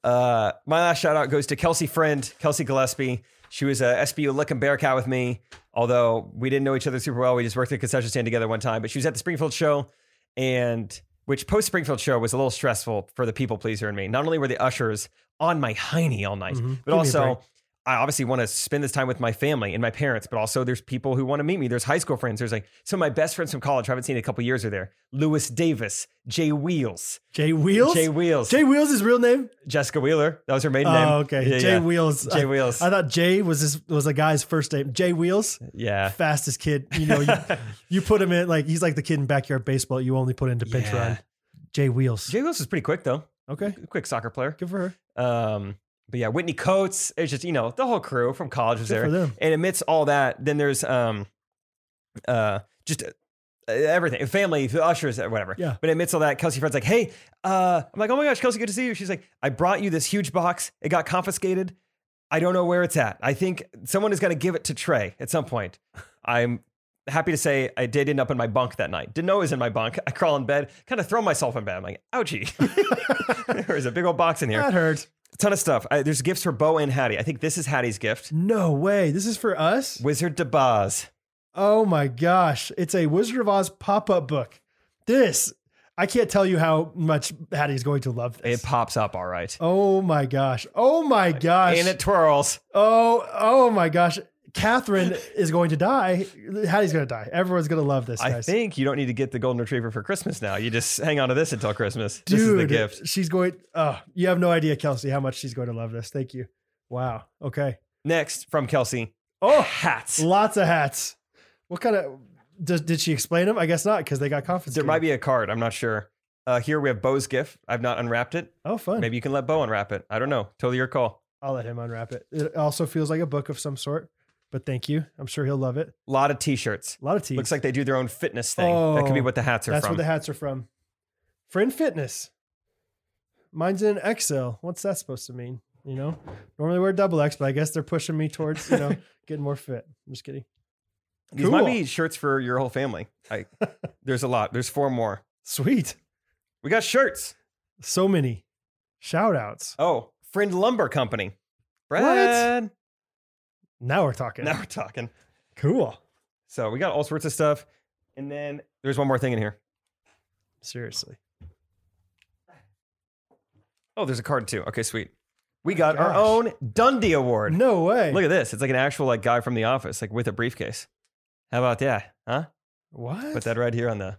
[SPEAKER 2] Uh, my last shout out goes to Kelsey Friend, Kelsey Gillespie. She was a SBU Licking Bearcat with me, although we didn't know each other super well. We just worked at a concession stand together one time, but she was at the Springfield show, and which post Springfield show was a little stressful for the people pleaser and me. Not only were the ushers on my hiney all night,
[SPEAKER 1] Mhm.
[SPEAKER 2] but
[SPEAKER 1] Give me a break.
[SPEAKER 2] also I obviously want to spend this time with my family and my parents, but also there's people who want to meet me. There's high school friends. There's like some of my best friends from college who I haven't seen in a couple years are there. Lewis Davis, Jay Wheels,
[SPEAKER 1] Jay Wheels.
[SPEAKER 2] Jay
[SPEAKER 1] Jay,
[SPEAKER 2] Wheels,
[SPEAKER 1] Wheels is real name.
[SPEAKER 2] Jessica Wheeler. That was her maiden name.
[SPEAKER 1] Oh, okay.
[SPEAKER 2] Yeah,
[SPEAKER 1] Jay
[SPEAKER 2] yeah.
[SPEAKER 1] Wheels.
[SPEAKER 2] Jay Wheels.
[SPEAKER 1] I thought Jay was his, was a guy's first name. Jay Wheels,
[SPEAKER 2] yeah.
[SPEAKER 1] fastest kid. You know, you, you put him in like he's like the kid in backyard baseball. You only put into bench
[SPEAKER 2] Yeah.
[SPEAKER 1] run. Jay Wheels.
[SPEAKER 2] Jay Wilson's pretty quick though.
[SPEAKER 1] okay,
[SPEAKER 2] Quick soccer player.
[SPEAKER 1] good for her.
[SPEAKER 2] Um, but yeah, Whitney Coates. It's just you know the whole crew from college was
[SPEAKER 1] Good for
[SPEAKER 2] there.
[SPEAKER 1] them.
[SPEAKER 2] And amidst all that, then there's um, uh, just uh, everything, family, the ushers, uh, whatever.
[SPEAKER 1] Yeah.
[SPEAKER 2] But amidst all that, Kelsey Fred's like, "Hey," uh, I'm like, "Oh my gosh, Kelsey, good to see you." She's like, "I brought you this huge box. It got confiscated. I don't know where it's at. I think someone is going to give it to Trey at some point." I'm happy to say I did end up in my bunk that night. Didn't know it was in my bunk. I crawl in bed, kind of throw myself in bed. I'm like, "Ouchie!" There's a big old box in here.
[SPEAKER 1] That hurt.
[SPEAKER 2] A ton of stuff. I, there's gifts for Bo and Hattie. I think this is Hattie's gift.
[SPEAKER 1] No way. This is for us.
[SPEAKER 2] Wizard de Boz.
[SPEAKER 1] Oh my gosh! It's a Wizard of Oz pop up book. This I can't tell you how much Hattie's going to love
[SPEAKER 2] It
[SPEAKER 1] this.
[SPEAKER 2] pops up all right.
[SPEAKER 1] Oh my gosh! Oh my gosh!
[SPEAKER 2] And it twirls.
[SPEAKER 1] Oh, oh my gosh. Catherine is going to die. Hattie's going to die. Everyone's going to love this,
[SPEAKER 2] I
[SPEAKER 1] guys.
[SPEAKER 2] think you don't need to get the golden retriever for Christmas now. You just hang on to this until Christmas.
[SPEAKER 1] Dude,
[SPEAKER 2] this is the gift.
[SPEAKER 1] she's going. Oh, you have no idea, Kelsey, how much she's going to love this. Thank you. Wow. Okay.
[SPEAKER 2] Next from Kelsey.
[SPEAKER 1] Oh,
[SPEAKER 2] hats.
[SPEAKER 1] Lots of hats. What kind of. Does, did she explain them? I guess not because they got confiscated.
[SPEAKER 2] There might be a card. I'm not sure. Uh, here we have Bo's gift. I've not unwrapped it.
[SPEAKER 1] Oh, fun.
[SPEAKER 2] Maybe you can let Bo unwrap it. I don't know. Totally your call.
[SPEAKER 1] I'll let him unwrap it. It also feels like a book of some sort, but thank you. I'm sure he'll love it.
[SPEAKER 2] A lot of t-shirts.
[SPEAKER 1] A lot of teas.
[SPEAKER 2] Looks like they do their own fitness thing. that could be
[SPEAKER 1] Oh,
[SPEAKER 2] what the hats are
[SPEAKER 1] That's
[SPEAKER 2] from.
[SPEAKER 1] where the hats are from. Friend Fitness. Mine's in XL. What's that supposed to mean? You know, normally wear double X, but I guess they're pushing me towards, you know, getting more fit. I'm just kidding.
[SPEAKER 2] These might
[SPEAKER 1] Cool.
[SPEAKER 2] be shirts for your whole family. I, there's a lot. There's four more.
[SPEAKER 1] Sweet.
[SPEAKER 2] We got shirts.
[SPEAKER 1] So many shout outs.
[SPEAKER 2] Oh, Friend Lumber Company. Brad.
[SPEAKER 1] Now we're talking.
[SPEAKER 2] Now we're talking.
[SPEAKER 1] Cool.
[SPEAKER 2] So we got all sorts of stuff. And then there's one more thing in here.
[SPEAKER 1] Seriously.
[SPEAKER 2] Oh, there's a card too. Okay, sweet. We got our
[SPEAKER 1] gosh.
[SPEAKER 2] own Dundee Award.
[SPEAKER 1] No way.
[SPEAKER 2] Look at this. It's like an actual like guy from the office, like with a briefcase. How about that? Huh?
[SPEAKER 1] what?
[SPEAKER 2] Put that right here on the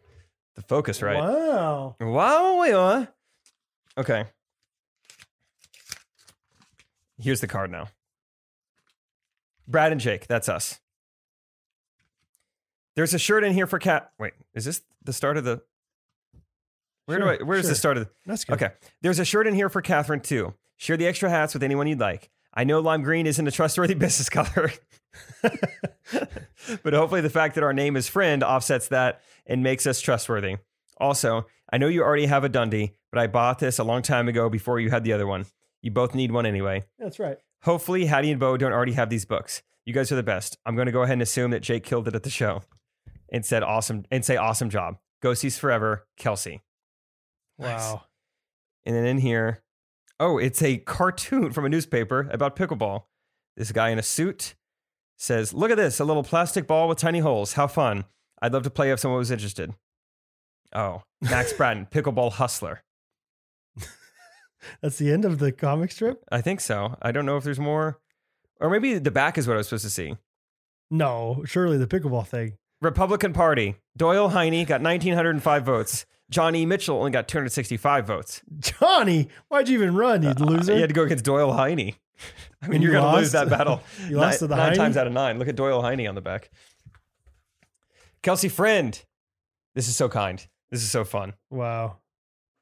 [SPEAKER 2] the focus, right?
[SPEAKER 1] Wow.
[SPEAKER 2] Wow, we are. Okay. Here's the card now. Brad and Jake, that's us. There's a shirt in here for Cat. Wait, is this the start of the? Where
[SPEAKER 1] Sure,
[SPEAKER 2] do I? Where's
[SPEAKER 1] sure.
[SPEAKER 2] the start of? The,
[SPEAKER 1] That's good.
[SPEAKER 2] Okay. There's a shirt in here for Catherine too. Share the extra hats with anyone you'd like. I know lime green isn't a trustworthy business color, but hopefully the fact that our name is friend offsets that and makes us trustworthy. Also, I know you already have a Dundee, but I bought this a long time ago before you had the other one. You both need one anyway.
[SPEAKER 1] That's right.
[SPEAKER 2] Hopefully, Hattie and Bo don't already have these books. You guys are the best. I'm going to go ahead and assume that Jake killed it at the show, and said awesome and say awesome job. Ghosties forever, Kelsey. Nice.
[SPEAKER 1] Wow.
[SPEAKER 2] And then in here, oh, it's a cartoon from a newspaper about pickleball. This guy in a suit says, Look at this, a little plastic ball with tiny holes. How fun. I'd love to play if someone was interested. Oh, Max Bratton, pickleball hustler.
[SPEAKER 1] That's the end of the comic strip?
[SPEAKER 2] I think so. I don't know if there's more. Or maybe the back is what I was supposed to see.
[SPEAKER 1] No, surely the pickleball thing.
[SPEAKER 2] Republican Party. Doyle Heine got 1,905 votes. John E. Mitchell only got 265 votes.
[SPEAKER 1] Johnny, why'd you even run,
[SPEAKER 2] Uh,
[SPEAKER 1] you loser?
[SPEAKER 2] You had to go against Doyle Heine. I mean,
[SPEAKER 1] And
[SPEAKER 2] you're
[SPEAKER 1] you
[SPEAKER 2] going to lose
[SPEAKER 1] lost?
[SPEAKER 2] that battle.
[SPEAKER 1] You lost
[SPEAKER 2] nine,
[SPEAKER 1] to the
[SPEAKER 2] nine
[SPEAKER 1] Heine?
[SPEAKER 2] times out of nine. Look at Doyle Heine on the back. Kelsey Friend. This is so kind. This is so fun.
[SPEAKER 1] Wow.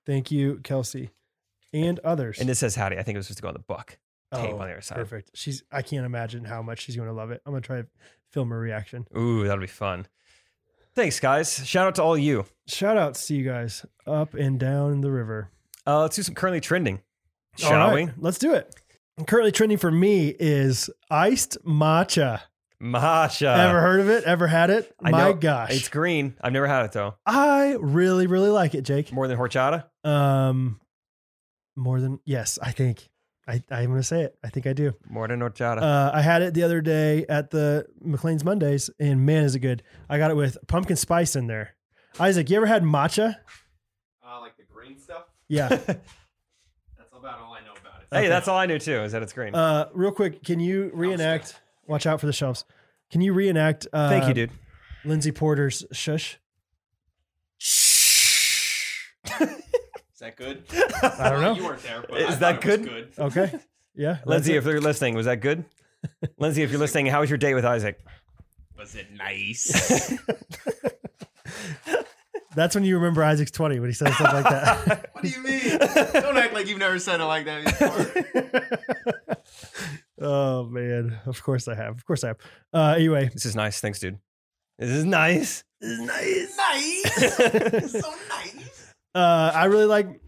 [SPEAKER 1] Thank you, Kelsey. And others.
[SPEAKER 2] And this says Hattie. I think it was supposed to go on the book. tape
[SPEAKER 1] Oh,
[SPEAKER 2] on the other side.
[SPEAKER 1] Perfect. She's I can't imagine how much she's gonna love it. I'm gonna try to film her reaction.
[SPEAKER 2] Ooh, that'll be fun. Thanks, guys. Shout out to all you.
[SPEAKER 1] Shout outs to you guys up and down the river.
[SPEAKER 2] Uh, let's do some currently trending,
[SPEAKER 1] All
[SPEAKER 2] shall
[SPEAKER 1] right, Let's do it. Currently trending for me is iced matcha.
[SPEAKER 2] we? Masha.
[SPEAKER 1] Ever heard of it? Ever had it?
[SPEAKER 2] Uh, I
[SPEAKER 1] My
[SPEAKER 2] know.
[SPEAKER 1] gosh.
[SPEAKER 2] It's green. I've never had it though.
[SPEAKER 1] I really, really like it, Jake.
[SPEAKER 2] More than horchata.
[SPEAKER 1] Um more than yes, I think. I, I'm gonna say it. I think I do.
[SPEAKER 2] More than horchata.
[SPEAKER 1] Uh, I had it the other day at the McLean's Mondays, and man, is it good! I got it with pumpkin spice in there. Isaac, you ever had matcha?
[SPEAKER 3] uh, like the green stuff.
[SPEAKER 1] Yeah.
[SPEAKER 3] That's about all I know about it.
[SPEAKER 2] hey,
[SPEAKER 1] okay.
[SPEAKER 2] that's all I knew too. Is that it's green.
[SPEAKER 1] uh, real quick, can you reenact? Watch out for the shelves. Can you reenact? Uh,
[SPEAKER 2] Thank you, dude.
[SPEAKER 1] Lindsay Porter's "Shush."
[SPEAKER 3] Is that good?
[SPEAKER 1] I don't
[SPEAKER 3] You
[SPEAKER 1] know.
[SPEAKER 3] weren't there, but I
[SPEAKER 2] Is
[SPEAKER 3] thought
[SPEAKER 2] that
[SPEAKER 3] it
[SPEAKER 2] good?
[SPEAKER 3] Was good.
[SPEAKER 1] Okay. Yeah.
[SPEAKER 2] Lindsay,
[SPEAKER 1] that's
[SPEAKER 2] if you're listening, was that good? Lindsay, if you're listening, how was your date with Isaac?
[SPEAKER 3] Was it nice?
[SPEAKER 1] it. that's when you remember Isaac's twenty when he says stuff like that.
[SPEAKER 3] what do you mean? Don't act like you've never said it like that before.
[SPEAKER 1] oh man, of course I have. Of course I have. Uh, anyway,
[SPEAKER 2] This is nice. Thanks, dude. This is nice.
[SPEAKER 3] nice. Nice.
[SPEAKER 2] That's
[SPEAKER 3] so nice.
[SPEAKER 1] uh, I really like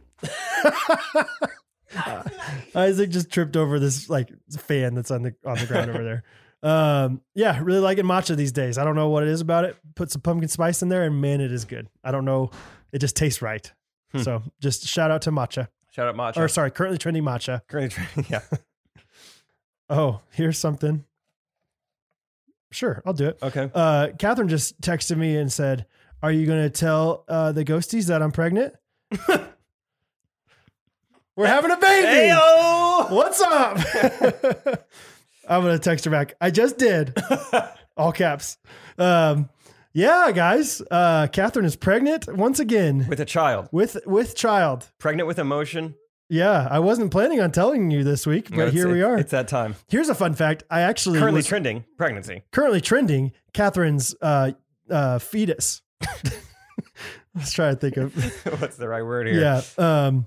[SPEAKER 1] Uh,
[SPEAKER 3] Nice, nice.
[SPEAKER 1] Isaac just tripped over this like fan that's on the on the ground over there. Um, yeah, really liking matcha these days. I don't know what it is about it. Put some pumpkin spice in there, and man, it is good. I don't know, it just tastes right.
[SPEAKER 2] Hmm.
[SPEAKER 1] So just shout out to matcha,
[SPEAKER 2] Shout out Macho.
[SPEAKER 1] or sorry, currently trending matcha.
[SPEAKER 2] Currently tra- yeah.
[SPEAKER 1] Oh, here's something. Sure, I'll do it.
[SPEAKER 2] Okay.
[SPEAKER 1] Uh, Catherine just texted me and said, "Are you going to tell uh, the ghosties that I'm pregnant? We're having a baby."
[SPEAKER 2] Heyo!
[SPEAKER 1] What's up? I'm gonna text her back. I just did. All caps. Um, yeah, guys. Uh, Catherine is pregnant once again
[SPEAKER 2] With a child,
[SPEAKER 1] with with child.
[SPEAKER 2] pregnant with emotion.
[SPEAKER 1] Yeah, I wasn't planning on telling you this week, but
[SPEAKER 2] No, it's-
[SPEAKER 1] here we
[SPEAKER 2] it's-
[SPEAKER 1] are.
[SPEAKER 2] It's that time.
[SPEAKER 1] Here's a fun fact. I actually
[SPEAKER 2] Currently
[SPEAKER 1] was
[SPEAKER 2] trending pregnancy.
[SPEAKER 1] currently trending Catherine's uh, uh, fetus. Let's try to think of
[SPEAKER 2] What's the right word here?
[SPEAKER 1] Yeah. Um,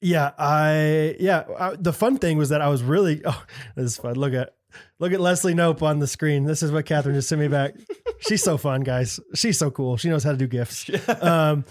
[SPEAKER 1] yeah. I yeah. I, the fun thing was that I was really. Oh, this is fun. Look at look at Leslie Nope on the screen. This is what Catherine just sent me back. She's so fun, guys. She's so cool. She knows how to do gifts. Um,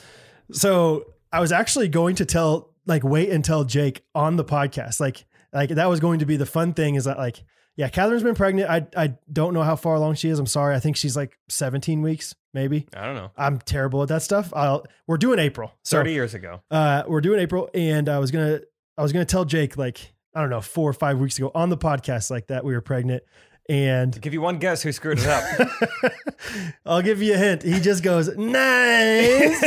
[SPEAKER 1] so I was actually going to tell like wait and tell Jake on the podcast. Like like that was going to be the fun thing. Is that like. Yeah, Catherine's been pregnant. I I don't know how far along she is. I'm sorry. I think she's like 17 weeks, maybe.
[SPEAKER 2] I don't know.
[SPEAKER 1] I'm terrible at that stuff. I'll we're doing April. So
[SPEAKER 2] Thirty years ago.
[SPEAKER 1] uh, we're doing April, and I was gonna I was gonna tell Jake like I don't know four or five weeks ago on the podcast like that we were pregnant,
[SPEAKER 2] I'll
[SPEAKER 1] And
[SPEAKER 2] give you one guess who screwed it up.
[SPEAKER 1] I'll give you a hint. He just goes, nice.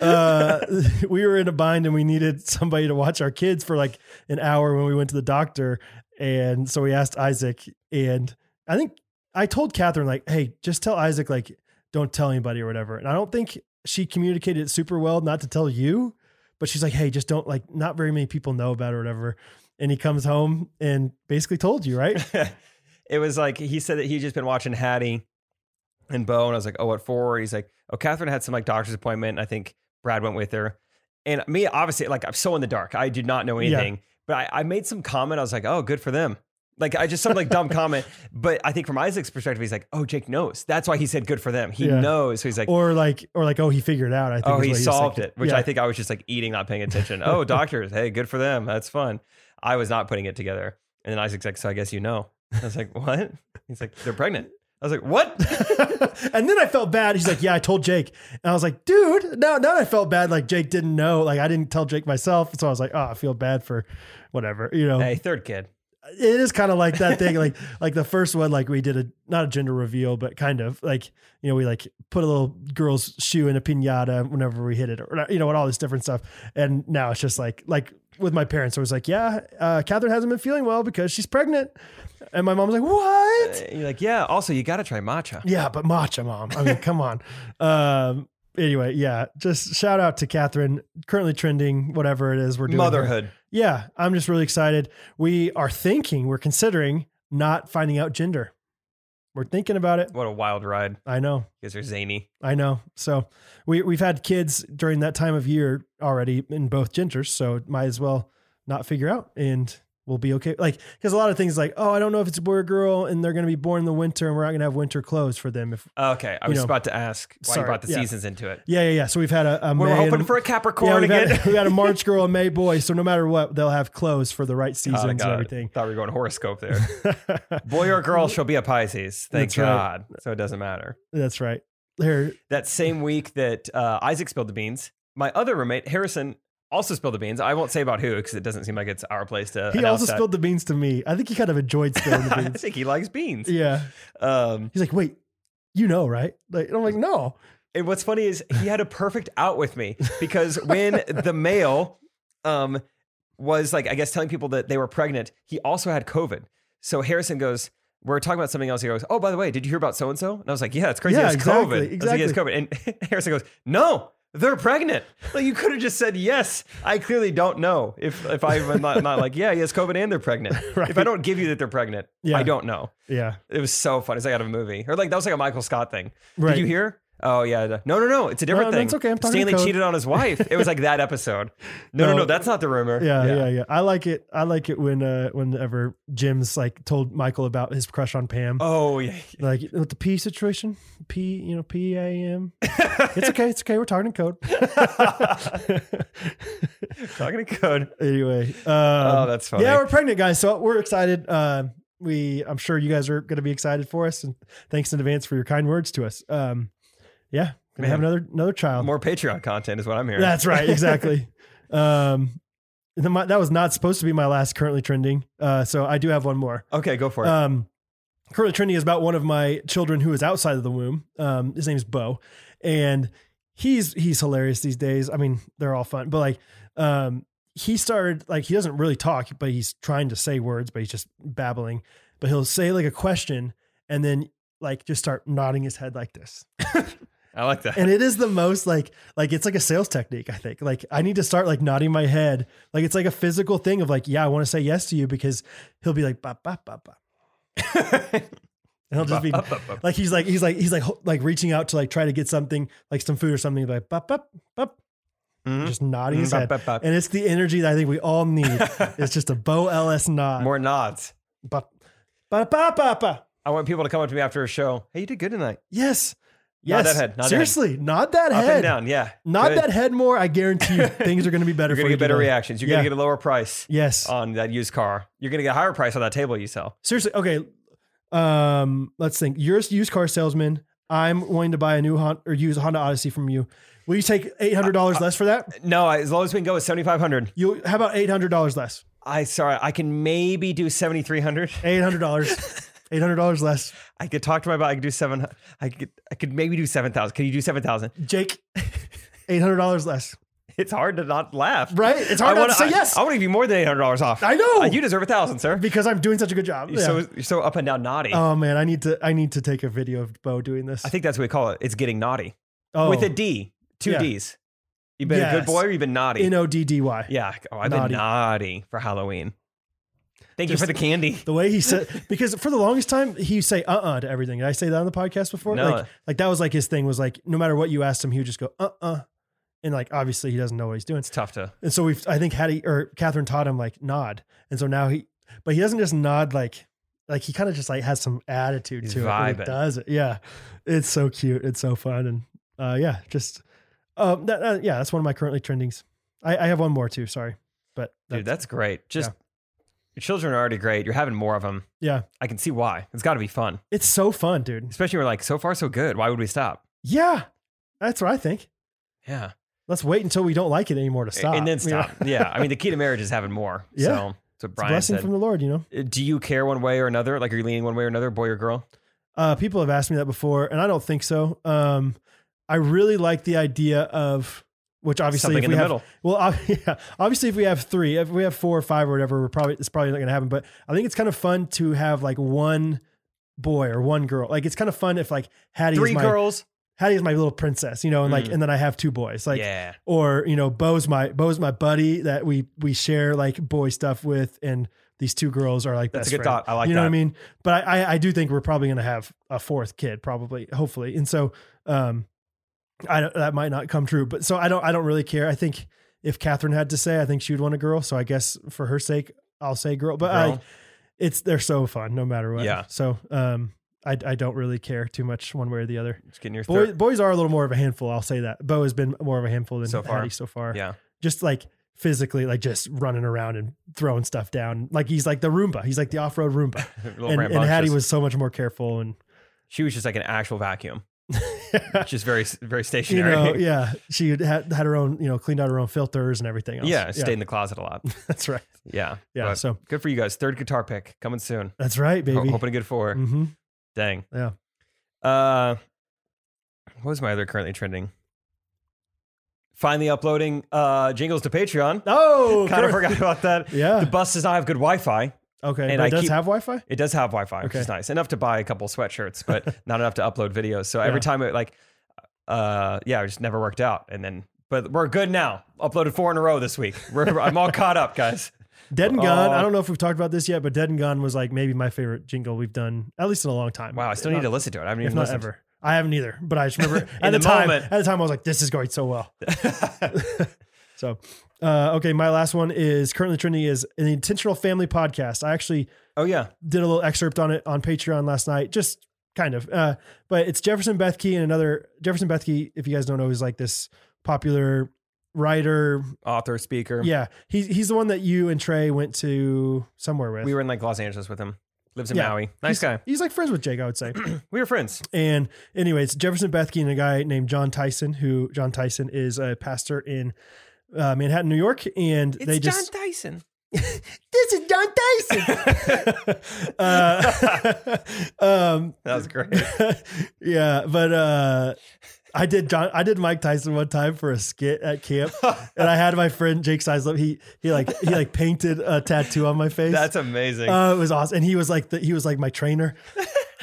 [SPEAKER 1] uh, we were in a bind and we needed somebody to watch our kids for like an hour when we went to the doctor. And so we asked Isaac, and I think I told Catherine, like, hey, just tell Isaac, like, don't tell anybody or whatever. And I don't think she communicated it super well not to tell you, but she's like, hey, just don't, like, not very many people know about it or whatever. And he comes home and basically told you, right?
[SPEAKER 2] it was like he said that he'd just been watching Hattie and Bo, and I was like, "Oh, what for?" He's like, "Oh, Catherine had some like doctor's appointment. And I think Brad went with her." And me, obviously, like I'm so in the dark. I did not know
[SPEAKER 1] Yeah.
[SPEAKER 2] anything, but I, I made some comment. I was like, "Oh, good for them." Like I just some like dumb comment, but I think from Isaac's perspective, he's like, "Oh, Jake knows." That's why he said good for them. He
[SPEAKER 1] Yeah.
[SPEAKER 2] knows. So he's like,
[SPEAKER 1] Or like, or like, oh, he figured out. I think
[SPEAKER 2] oh,
[SPEAKER 1] is
[SPEAKER 2] he
[SPEAKER 1] what was
[SPEAKER 2] solved
[SPEAKER 1] thinking.
[SPEAKER 2] it, which
[SPEAKER 1] Yeah.
[SPEAKER 2] I think I was just like eating, not paying attention. oh, doctors, hey, good for them. That's fun. I was not putting it together. And then Isaac's like, so I guess you know. I was like, what? He's like, they're pregnant. I was like, what?
[SPEAKER 1] and then I felt bad. He's like, "Yeah, I told Jake," and I was like, "Dude, no, now I felt bad. Like Jake didn't know. Like I didn't tell Jake myself, so I was like, oh, I feel bad for whatever. You know,
[SPEAKER 2] hey, third kid.
[SPEAKER 1] it is kind of like that thing. like like the first one, like we did a not a gender reveal, but kind of like you know we like put a little girl's shoe in a pinata whenever we hit it, or you know, and all this different stuff. And now it's just like like with my parents, I was like, "Yeah, uh, Catherine hasn't been feeling well because she's pregnant," and my mom's like, "What?"
[SPEAKER 2] And Uh, You're like, yeah. Also, you got to try matcha.
[SPEAKER 1] Yeah, but matcha mom. I mean, come on. Um, anyway, yeah. Just shout out to Catherine. Currently trending, whatever it is we're doing. here.
[SPEAKER 2] Motherhood.
[SPEAKER 1] Yeah, I'm just really excited. We are thinking, we're considering not finding out gender. We're thinking about it.
[SPEAKER 2] What a wild ride. You
[SPEAKER 1] I know.
[SPEAKER 2] guys are zany.
[SPEAKER 1] I know. So we we've had kids during that time of year already in both genders, so might as well not figure out and we'll be okay. Like because a lot of things like, oh, I don't know if it's a boy or girl, and they're gonna be born in the winter and we're not gonna have winter clothes for them if
[SPEAKER 2] Okay. I
[SPEAKER 1] You
[SPEAKER 2] was
[SPEAKER 1] know,
[SPEAKER 2] about to ask why
[SPEAKER 1] sorry,
[SPEAKER 2] you brought the
[SPEAKER 1] yeah.
[SPEAKER 2] seasons into it.
[SPEAKER 1] Yeah, yeah, yeah. So we've had a, a
[SPEAKER 2] We're
[SPEAKER 1] May and
[SPEAKER 2] hoping
[SPEAKER 1] a-
[SPEAKER 2] for a Capricorn
[SPEAKER 1] yeah, we've
[SPEAKER 2] again.
[SPEAKER 1] Had, we had a March girl and May boy. So no matter what, they'll have clothes for the right
[SPEAKER 2] God,
[SPEAKER 1] seasons
[SPEAKER 2] Oh, God,
[SPEAKER 1] and everything.
[SPEAKER 2] Thought we were going horoscope there. Boy or girl, she'll be a Pisces. Thank
[SPEAKER 1] That's right.
[SPEAKER 2] God. So it doesn't matter.
[SPEAKER 1] That's right. There,
[SPEAKER 2] that same week that uh, Isaac spilled the beans, my other roommate Harrison also spilled the beans. I won't say about who because it doesn't seem like it's our place to.
[SPEAKER 1] he
[SPEAKER 2] announce
[SPEAKER 1] also
[SPEAKER 2] that.
[SPEAKER 1] spilled the beans to me. I think he kind of enjoyed spilling the
[SPEAKER 2] I
[SPEAKER 1] beans.
[SPEAKER 2] think he likes beans.
[SPEAKER 1] yeah,
[SPEAKER 2] Um,
[SPEAKER 1] he's like, wait, you know, right? Like, and I'm like, no.
[SPEAKER 2] and what's funny is he had a perfect out with me because when the male um, was like, I guess telling people that they were pregnant, he also had COVID. So Harrison goes. We're talking about something else. He goes, "Oh, by the way, did you hear about so and so?" And I was like, "Yeah, it's crazy.
[SPEAKER 1] Yeah,
[SPEAKER 2] it's
[SPEAKER 1] exactly,
[SPEAKER 2] COVID. I was like, "Yeah, it's COVID." And Harrison goes, "No, they're pregnant. Like you could have just said yes. I clearly don't know if if I'm not, not like, yeah, yes, COVID and they're pregnant. If I don't give you that they're pregnant,
[SPEAKER 1] Yeah.
[SPEAKER 2] I don't know.
[SPEAKER 1] Yeah,
[SPEAKER 2] It was so funny. It's like out of a movie, or like that was like a Michael Scott thing.
[SPEAKER 1] Right.
[SPEAKER 2] Did you hear? Oh yeah, no, no, no. It's a different
[SPEAKER 1] No, no,
[SPEAKER 2] thing.
[SPEAKER 1] it's okay. I'm talking
[SPEAKER 2] Stanley
[SPEAKER 1] code.
[SPEAKER 2] cheated on his wife. It was like that episode. No, no,
[SPEAKER 1] No.
[SPEAKER 2] no. that's not the rumor.
[SPEAKER 1] yeah, yeah, yeah, I like it. I like it when uh whenever Jim's like told Michael about his crush on Pam.
[SPEAKER 2] Oh yeah.
[SPEAKER 1] Like with the P situation, P you know P A M. It's okay, it's okay. We're talking in code.
[SPEAKER 2] Talking to code.
[SPEAKER 1] anyway. Um,
[SPEAKER 2] Oh, that's funny.
[SPEAKER 1] Yeah, we're pregnant, guys. So we're excited. Um, we, I'm sure you guys are going to be excited for us, and thanks in advance for your kind words to us. Um, yeah, gonna
[SPEAKER 2] Man.
[SPEAKER 1] have another another child.
[SPEAKER 2] More Patreon content is what I'm hearing.
[SPEAKER 1] That's right, exactly. um, and then my, that was not supposed to be my last currently trending. Uh, so I do have one more.
[SPEAKER 2] okay. Go for it.
[SPEAKER 1] Um, currently trending is about one of my children who is outside of the womb. Um, his name is Bo, and he's he's hilarious these days. I mean, they're all fun, but like, um, he started like he doesn't really talk, but he's trying to say words, but he's just babbling. But he'll say like a question, and then like just start nodding his head like this
[SPEAKER 2] I like that.
[SPEAKER 1] and it is the most like like it's like a sales technique i think like i need to start like nodding my head like it's like a physical thing of like yeah i want to say yes to you because he'll be like ba ba ba ba and he'll just be
[SPEAKER 2] Up, up, up.
[SPEAKER 1] like he's like he's like he's like ho- like reaching out to like try to get something like some food or something like bop bop bop
[SPEAKER 2] Mhm.
[SPEAKER 1] just nodding his
[SPEAKER 2] Bop,
[SPEAKER 1] head
[SPEAKER 2] bop, bop.
[SPEAKER 1] and it's the energy that i think we all need it's just a bo ls nod
[SPEAKER 2] More nods.
[SPEAKER 1] bop bop bop bop bop
[SPEAKER 2] I want people to come up to me after a show. Hey, you did good tonight.
[SPEAKER 1] yes
[SPEAKER 2] Nod
[SPEAKER 1] yes
[SPEAKER 2] that head, nod that head.
[SPEAKER 1] seriously nod that
[SPEAKER 2] Up
[SPEAKER 1] head
[SPEAKER 2] and down. Yeah.
[SPEAKER 1] Nod
[SPEAKER 2] Good.
[SPEAKER 1] that head more. I guarantee you things are going to be better
[SPEAKER 2] You're
[SPEAKER 1] for
[SPEAKER 2] gonna
[SPEAKER 1] you.
[SPEAKER 2] get better Uh,
[SPEAKER 1] today.
[SPEAKER 2] reactions. You're
[SPEAKER 1] Yeah.
[SPEAKER 2] gonna get a lower price
[SPEAKER 1] Yes.
[SPEAKER 2] on that used car. You're gonna get a higher price on that table you sell.
[SPEAKER 1] Seriously. Okay. Um, let's think. You're a used car salesman. I'm wanting to buy a new Honda or use a Honda Odyssey from you. Will you take eight hundred dollars less for that?
[SPEAKER 2] No, I- as low as we can go is seventy five hundred.
[SPEAKER 1] You how about eight hundred dollars less?
[SPEAKER 2] I sorry, I can maybe do seventy three hundred.
[SPEAKER 1] Eight hundred dollars. Eight hundred dollars less.
[SPEAKER 2] I could talk to my bot. I could do seven. I could. I could maybe do seven thousand. Can you do seven thousand?
[SPEAKER 1] Jake. Eight hundred dollars less.
[SPEAKER 2] It's hard to not laugh.
[SPEAKER 1] Right? It's hard
[SPEAKER 2] I
[SPEAKER 1] not
[SPEAKER 2] wanna,
[SPEAKER 1] to say
[SPEAKER 2] I-
[SPEAKER 1] yes.
[SPEAKER 2] I want to give you more than eight hundred dollars off.
[SPEAKER 1] I know.
[SPEAKER 2] Uh, you deserve a thousand, sir.
[SPEAKER 1] because I'm doing such a good job.
[SPEAKER 2] You're
[SPEAKER 1] Yeah.
[SPEAKER 2] so you're so up and down naughty.
[SPEAKER 1] oh man, I need to I need to take a video of Bo doing this.
[SPEAKER 2] I think that's what we call it. It's getting naughty
[SPEAKER 1] oh,
[SPEAKER 2] with a D, two
[SPEAKER 1] Yeah.
[SPEAKER 2] D's. You've been a
[SPEAKER 1] Yes.
[SPEAKER 2] good boy, or you've been naughty.
[SPEAKER 1] N O D D Y.
[SPEAKER 2] yeah. Oh, I've
[SPEAKER 1] Naughty.
[SPEAKER 2] been naughty for Halloween. Thank
[SPEAKER 1] Just-
[SPEAKER 2] you for the candy.
[SPEAKER 1] The way he said because for the longest time he would say uh uh to everything. Did I say that on the podcast before?
[SPEAKER 2] No.
[SPEAKER 1] Like like that was like his thing was like no matter what you asked him, he would just go uh uh. And like obviously he doesn't know what he's doing.
[SPEAKER 2] It's tough to.
[SPEAKER 1] And so we've, I think Hattie or Catherine taught him like nod. And so now he, but he doesn't just nod like, like he kind of just like has some attitude
[SPEAKER 2] He's
[SPEAKER 1] to it. when he
[SPEAKER 2] vibing.
[SPEAKER 1] does it. Yeah. It's so cute. It's so fun. And uh, yeah, just, um, that, uh, yeah, that's one of my currently trendings. I, I have one more too. Sorry. But
[SPEAKER 2] Dude, that's great. Just your children are already great. You're having more of them.
[SPEAKER 1] yeah,
[SPEAKER 2] I can see why. It's got to be fun,
[SPEAKER 1] it's so fun, dude.
[SPEAKER 2] especially when we're like so far so good. Why would we stop?
[SPEAKER 1] Yeah. That's what I think.
[SPEAKER 2] Yeah,
[SPEAKER 1] Let's wait until we don't like it anymore to stop.
[SPEAKER 2] and then
[SPEAKER 1] You know?
[SPEAKER 2] stop. Yeah. I mean the key to marriage is having more.
[SPEAKER 1] Yeah.
[SPEAKER 2] so that's what
[SPEAKER 1] It's a
[SPEAKER 2] Brian
[SPEAKER 1] blessing
[SPEAKER 2] said.
[SPEAKER 1] from the Lord, you know?
[SPEAKER 2] Uh, Do you care one way or another? Like, are you leaning one way or another, boy or girl?
[SPEAKER 1] Uh, people have asked me that before, and I don't think so. Um, I really like the idea of which obviously
[SPEAKER 2] Something
[SPEAKER 1] if
[SPEAKER 2] in
[SPEAKER 1] we
[SPEAKER 2] the
[SPEAKER 1] have,
[SPEAKER 2] middle.
[SPEAKER 1] Well, ob- yeah, obviously if we have three, if we have four or five or whatever, we're probably it's probably not going to happen. But I think it's kind of fun to have like one boy or one girl. Like it's kind of fun if like Hattie
[SPEAKER 2] Three
[SPEAKER 1] is my
[SPEAKER 2] girls.
[SPEAKER 1] Hattie is my little princess, you know, and like
[SPEAKER 2] Mm.
[SPEAKER 1] and then I have two boys. Like
[SPEAKER 2] yeah.
[SPEAKER 1] or you know Bo's my Bo's my buddy that we we share like boy stuff with, and these two girls are like
[SPEAKER 2] That's
[SPEAKER 1] best
[SPEAKER 2] a good
[SPEAKER 1] friend.
[SPEAKER 2] thought. I like
[SPEAKER 1] you know
[SPEAKER 2] that.
[SPEAKER 1] what I mean. But I, I I do think we're probably gonna have a fourth kid, probably hopefully, and so um, I don't, that might not come true. But so I don't I don't really care. I think if Catherine had to say, I think she would want a girl. So I guess for her sake, I'll say girl. But I,
[SPEAKER 2] Girl.
[SPEAKER 1] it's they're so fun no matter what.
[SPEAKER 2] Yeah.
[SPEAKER 1] So um, I I don't really care too much one way or the other.
[SPEAKER 2] Just getting your
[SPEAKER 1] Boy,
[SPEAKER 2] third.
[SPEAKER 1] boys are a little more of a handful. I'll say that. Bo has been more of a handful than
[SPEAKER 2] So far.
[SPEAKER 1] Hattie so far.
[SPEAKER 2] Yeah.
[SPEAKER 1] Just like physically, like just running around and throwing stuff down. Like he's like the Roomba. He's like the off road Roomba.
[SPEAKER 2] A little
[SPEAKER 1] and, and
[SPEAKER 2] rambunctious.
[SPEAKER 1] Hattie was so much more careful and,
[SPEAKER 2] She was just like an actual vacuum, just very very
[SPEAKER 1] you
[SPEAKER 2] stationary.
[SPEAKER 1] know, yeah, she had had her own, you know, cleaned out her own filters and everything else.
[SPEAKER 2] yeah, stay in the closet a lot.
[SPEAKER 1] that's right.
[SPEAKER 2] Yeah.
[SPEAKER 1] Yeah.
[SPEAKER 2] But
[SPEAKER 1] so
[SPEAKER 2] good for you guys. Third guitar pick coming soon.
[SPEAKER 1] that's right,
[SPEAKER 2] Ho-
[SPEAKER 1] baby.
[SPEAKER 2] hoping to get four.
[SPEAKER 1] hmm
[SPEAKER 2] Dang.
[SPEAKER 1] Yeah.
[SPEAKER 2] Uh, what was my other currently trending? Finally uploading uh jingles to Patreon.
[SPEAKER 1] Oh,
[SPEAKER 2] kind of
[SPEAKER 1] correct.
[SPEAKER 2] forgot about that.
[SPEAKER 1] Yeah.
[SPEAKER 2] The bus does not have good Wi-Fi.
[SPEAKER 1] Okay.
[SPEAKER 2] And
[SPEAKER 1] but it
[SPEAKER 2] I
[SPEAKER 1] does
[SPEAKER 2] keep-
[SPEAKER 1] have Wi Fi?
[SPEAKER 2] It does have Wi-Fi, which is
[SPEAKER 1] Okay.
[SPEAKER 2] nice. Enough to buy a couple sweatshirts, but not enough to upload videos. So every
[SPEAKER 1] Yeah.
[SPEAKER 2] time it like, uh, yeah, it just never worked out. And then, but we're good now. Uploaded four in a row this week. We're, I'm all caught up, guys.
[SPEAKER 1] Dead and Gone.
[SPEAKER 2] Oh.
[SPEAKER 1] I don't know if we've talked about this yet, but Dead and Gone was like maybe my favorite jingle we've done, at least in a long time.
[SPEAKER 2] Wow, I still need to listen to it. I haven't
[SPEAKER 1] if
[SPEAKER 2] even
[SPEAKER 1] not
[SPEAKER 2] listened.
[SPEAKER 1] ever. I haven't either, but I just remember at
[SPEAKER 2] In
[SPEAKER 1] the,
[SPEAKER 2] the
[SPEAKER 1] time.
[SPEAKER 2] moment.
[SPEAKER 1] At the time, I was like, "This is going so well." So, uh, okay, my last one is currently trending is an intentional family podcast. I actually
[SPEAKER 2] oh yeah,
[SPEAKER 1] did a little excerpt on it on Patreon last night, just kind of. Uh, but it's Jefferson Bethke and another Jefferson Bethke. If you guys don't know, is like this popular writer.
[SPEAKER 2] author, speaker.
[SPEAKER 1] Yeah, he's he's the one that you and Trey went to somewhere with.
[SPEAKER 2] we were in like Los Angeles with him. Lives in
[SPEAKER 1] Yeah.
[SPEAKER 2] Maui. Nice guy.
[SPEAKER 1] He's like friends with Jake, I would say.
[SPEAKER 2] We were friends.
[SPEAKER 1] And anyways, Jefferson Bethke and a guy named John Tyson, who John Tyson is a pastor in uh, Manhattan, New York, and they just
[SPEAKER 2] Tyson.
[SPEAKER 1] this is John Tyson. uh, um,
[SPEAKER 2] That was great.
[SPEAKER 1] yeah, but uh, I did John. I did Mike Tyson one time for a skit at camp, and I had my friend Jake Sizlip. He he like he like painted a tattoo on my face.
[SPEAKER 2] That's amazing.
[SPEAKER 1] Oh, it was awesome. And he was like the, he was like my trainer.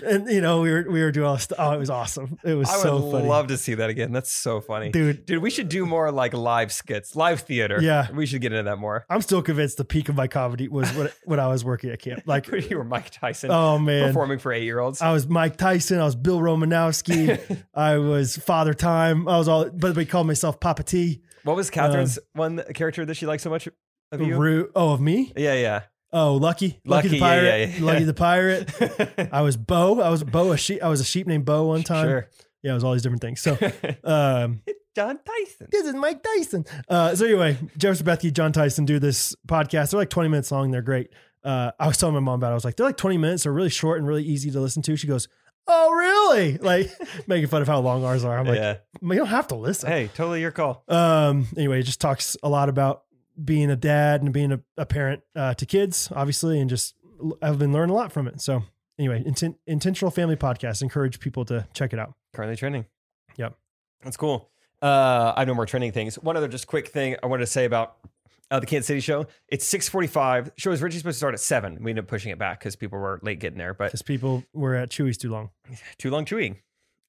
[SPEAKER 1] and you know, we were we were doing all stuff. Oh, it was awesome. It was
[SPEAKER 2] I would
[SPEAKER 1] so funny.
[SPEAKER 2] love to see that again. That's so funny,
[SPEAKER 1] Dude.
[SPEAKER 2] Dude, we should do more like live skits, live theater.
[SPEAKER 1] Yeah.
[SPEAKER 2] we should get into that more.
[SPEAKER 1] I'm still convinced the peak of my comedy was when, when I was working at camp. Like,
[SPEAKER 2] you were Mike Tyson
[SPEAKER 1] oh man. Uh,
[SPEAKER 2] performing for eight year olds.
[SPEAKER 1] I was Mike Tyson. I was Bill Romanowski. I was Father Time. I was all, but they called myself Papa T.
[SPEAKER 2] what was Catherine's
[SPEAKER 1] uh,
[SPEAKER 2] one character that she liked so much of you?
[SPEAKER 1] Ru- oh, of me?
[SPEAKER 2] yeah, yeah.
[SPEAKER 1] Oh, Lucky. Lucky, the
[SPEAKER 2] Lucky, yeah,
[SPEAKER 1] Pirate.
[SPEAKER 2] yeah, yeah.
[SPEAKER 1] Lucky the Pirate. I was Bo. I was Bo, a sheep. I was a sheep named Bo one time.
[SPEAKER 2] Sure.
[SPEAKER 1] Yeah, it was all these different things. So, um,
[SPEAKER 2] John Tyson.
[SPEAKER 1] this is Mike Tyson. Uh, so anyway, Jefferson Bethke, John Tyson do this podcast. They're like 20 minutes long. They're great. Uh, I was telling my mom about it. I was like, they're like 20 minutes. They're really short and really easy to listen to. She goes, oh, really? Like making fun of how long ours are. I'm like,
[SPEAKER 2] yeah.
[SPEAKER 1] you don't have to listen.
[SPEAKER 2] Hey, totally your call.
[SPEAKER 1] Um, anyway, it just talks a lot about being a dad and being a, a parent uh, to kids, obviously, and just l- I've been learning a lot from it. So anyway, inten- intentional family podcast. Encourage people to check it out.
[SPEAKER 2] currently trending.
[SPEAKER 1] Yep.
[SPEAKER 2] That's cool. Uh, I have no more trending things. One other just quick thing I wanted to say about uh, the Kansas City show. It's 645. The show is originally supposed to start at 7. We ended up pushing it back because people were late getting there, but
[SPEAKER 1] Because people were at Chewy's too long.
[SPEAKER 2] too long chewing.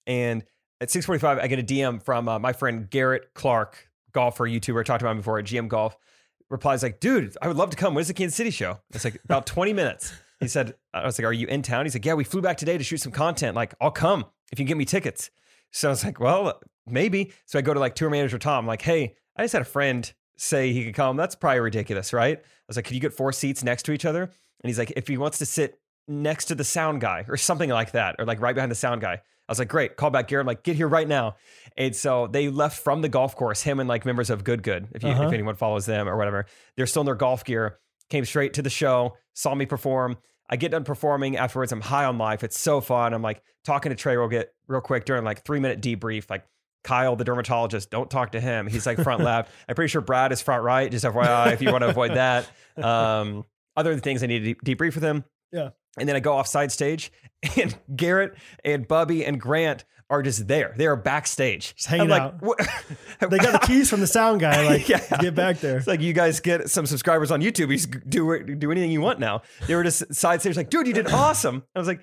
[SPEAKER 2] And at 6:45, I get a DM from uh, my friend Garrett Clark, golfer, YouTuber, I talked about him before at GM Golf. Replies like, "Dude, I would love to come. When's the Kansas City show?" It's like about 20 minutes. He said, "I was like, are you in town?" He's like, "Yeah, we flew back today to shoot some content. Like, I'll come if you can get me tickets." So I was like, "Well, maybe." So I go to like tour manager Tom, like, "Hey, I just had a friend say he could come. That's probably ridiculous, right?" I was like, "Could you get four seats next to each other?" And he's like, "If he wants to sit next to the sound guy or something like that, or like right behind the sound guy. I was like, great, call back Garrett. I'm like, get here right now. And so they left from the golf course, him and like members of Good Good, if, you,
[SPEAKER 1] Uh-huh.
[SPEAKER 2] if anyone follows them or whatever. They're still in their golf gear, came straight to the show, saw me perform. I get done performing afterwards. I'm high on life. It's so fun. I'm like talking to Trey real, get, real quick during like three minute debrief, like Kyle, the dermatologist, don't talk to him. He's like front left. I'm pretty sure Brad is front right, just FYI, if you want to avoid that. Um, other things I need to de- debrief with him.
[SPEAKER 1] Yeah.
[SPEAKER 2] And then I go off side stage, and Garrett and Bubby and Grant are just there. They are backstage.
[SPEAKER 1] Just hanging
[SPEAKER 2] I'm like,
[SPEAKER 1] out.
[SPEAKER 2] What?
[SPEAKER 1] They got the keys from the sound guy. Like,
[SPEAKER 2] Yeah.
[SPEAKER 1] to get back there.
[SPEAKER 2] It's like you guys get some subscribers on YouTube. You just do it- do anything you want now. They were just side stage, like, dude, you did awesome. I was like,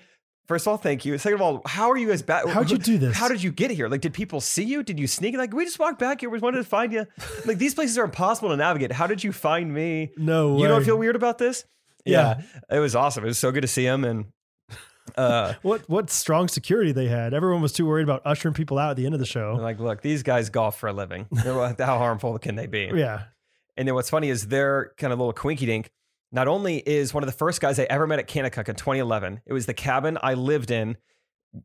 [SPEAKER 2] first of all, thank you. Second of all, how are you guys back?
[SPEAKER 1] How'd you do this?
[SPEAKER 2] How did you get here? Like, did people see you? Did you sneak? Like, we just walked back here. We wanted to find you. Like, these places are impossible to navigate. How did you find me?
[SPEAKER 1] No way.
[SPEAKER 2] You don't feel weird about this?
[SPEAKER 1] Yeah.
[SPEAKER 2] It was awesome. It was so good to see him. And uh,
[SPEAKER 1] What what strong security they had. Everyone was too worried about ushering people out at the end of the show.
[SPEAKER 2] like, look, these guys golf for a living. How harmful can they be?
[SPEAKER 1] Yeah.
[SPEAKER 2] And then what's funny is their kind of little quinky dink. Not only is one of the first guys I ever met at Kanakuk in 2011, it was the cabin I lived in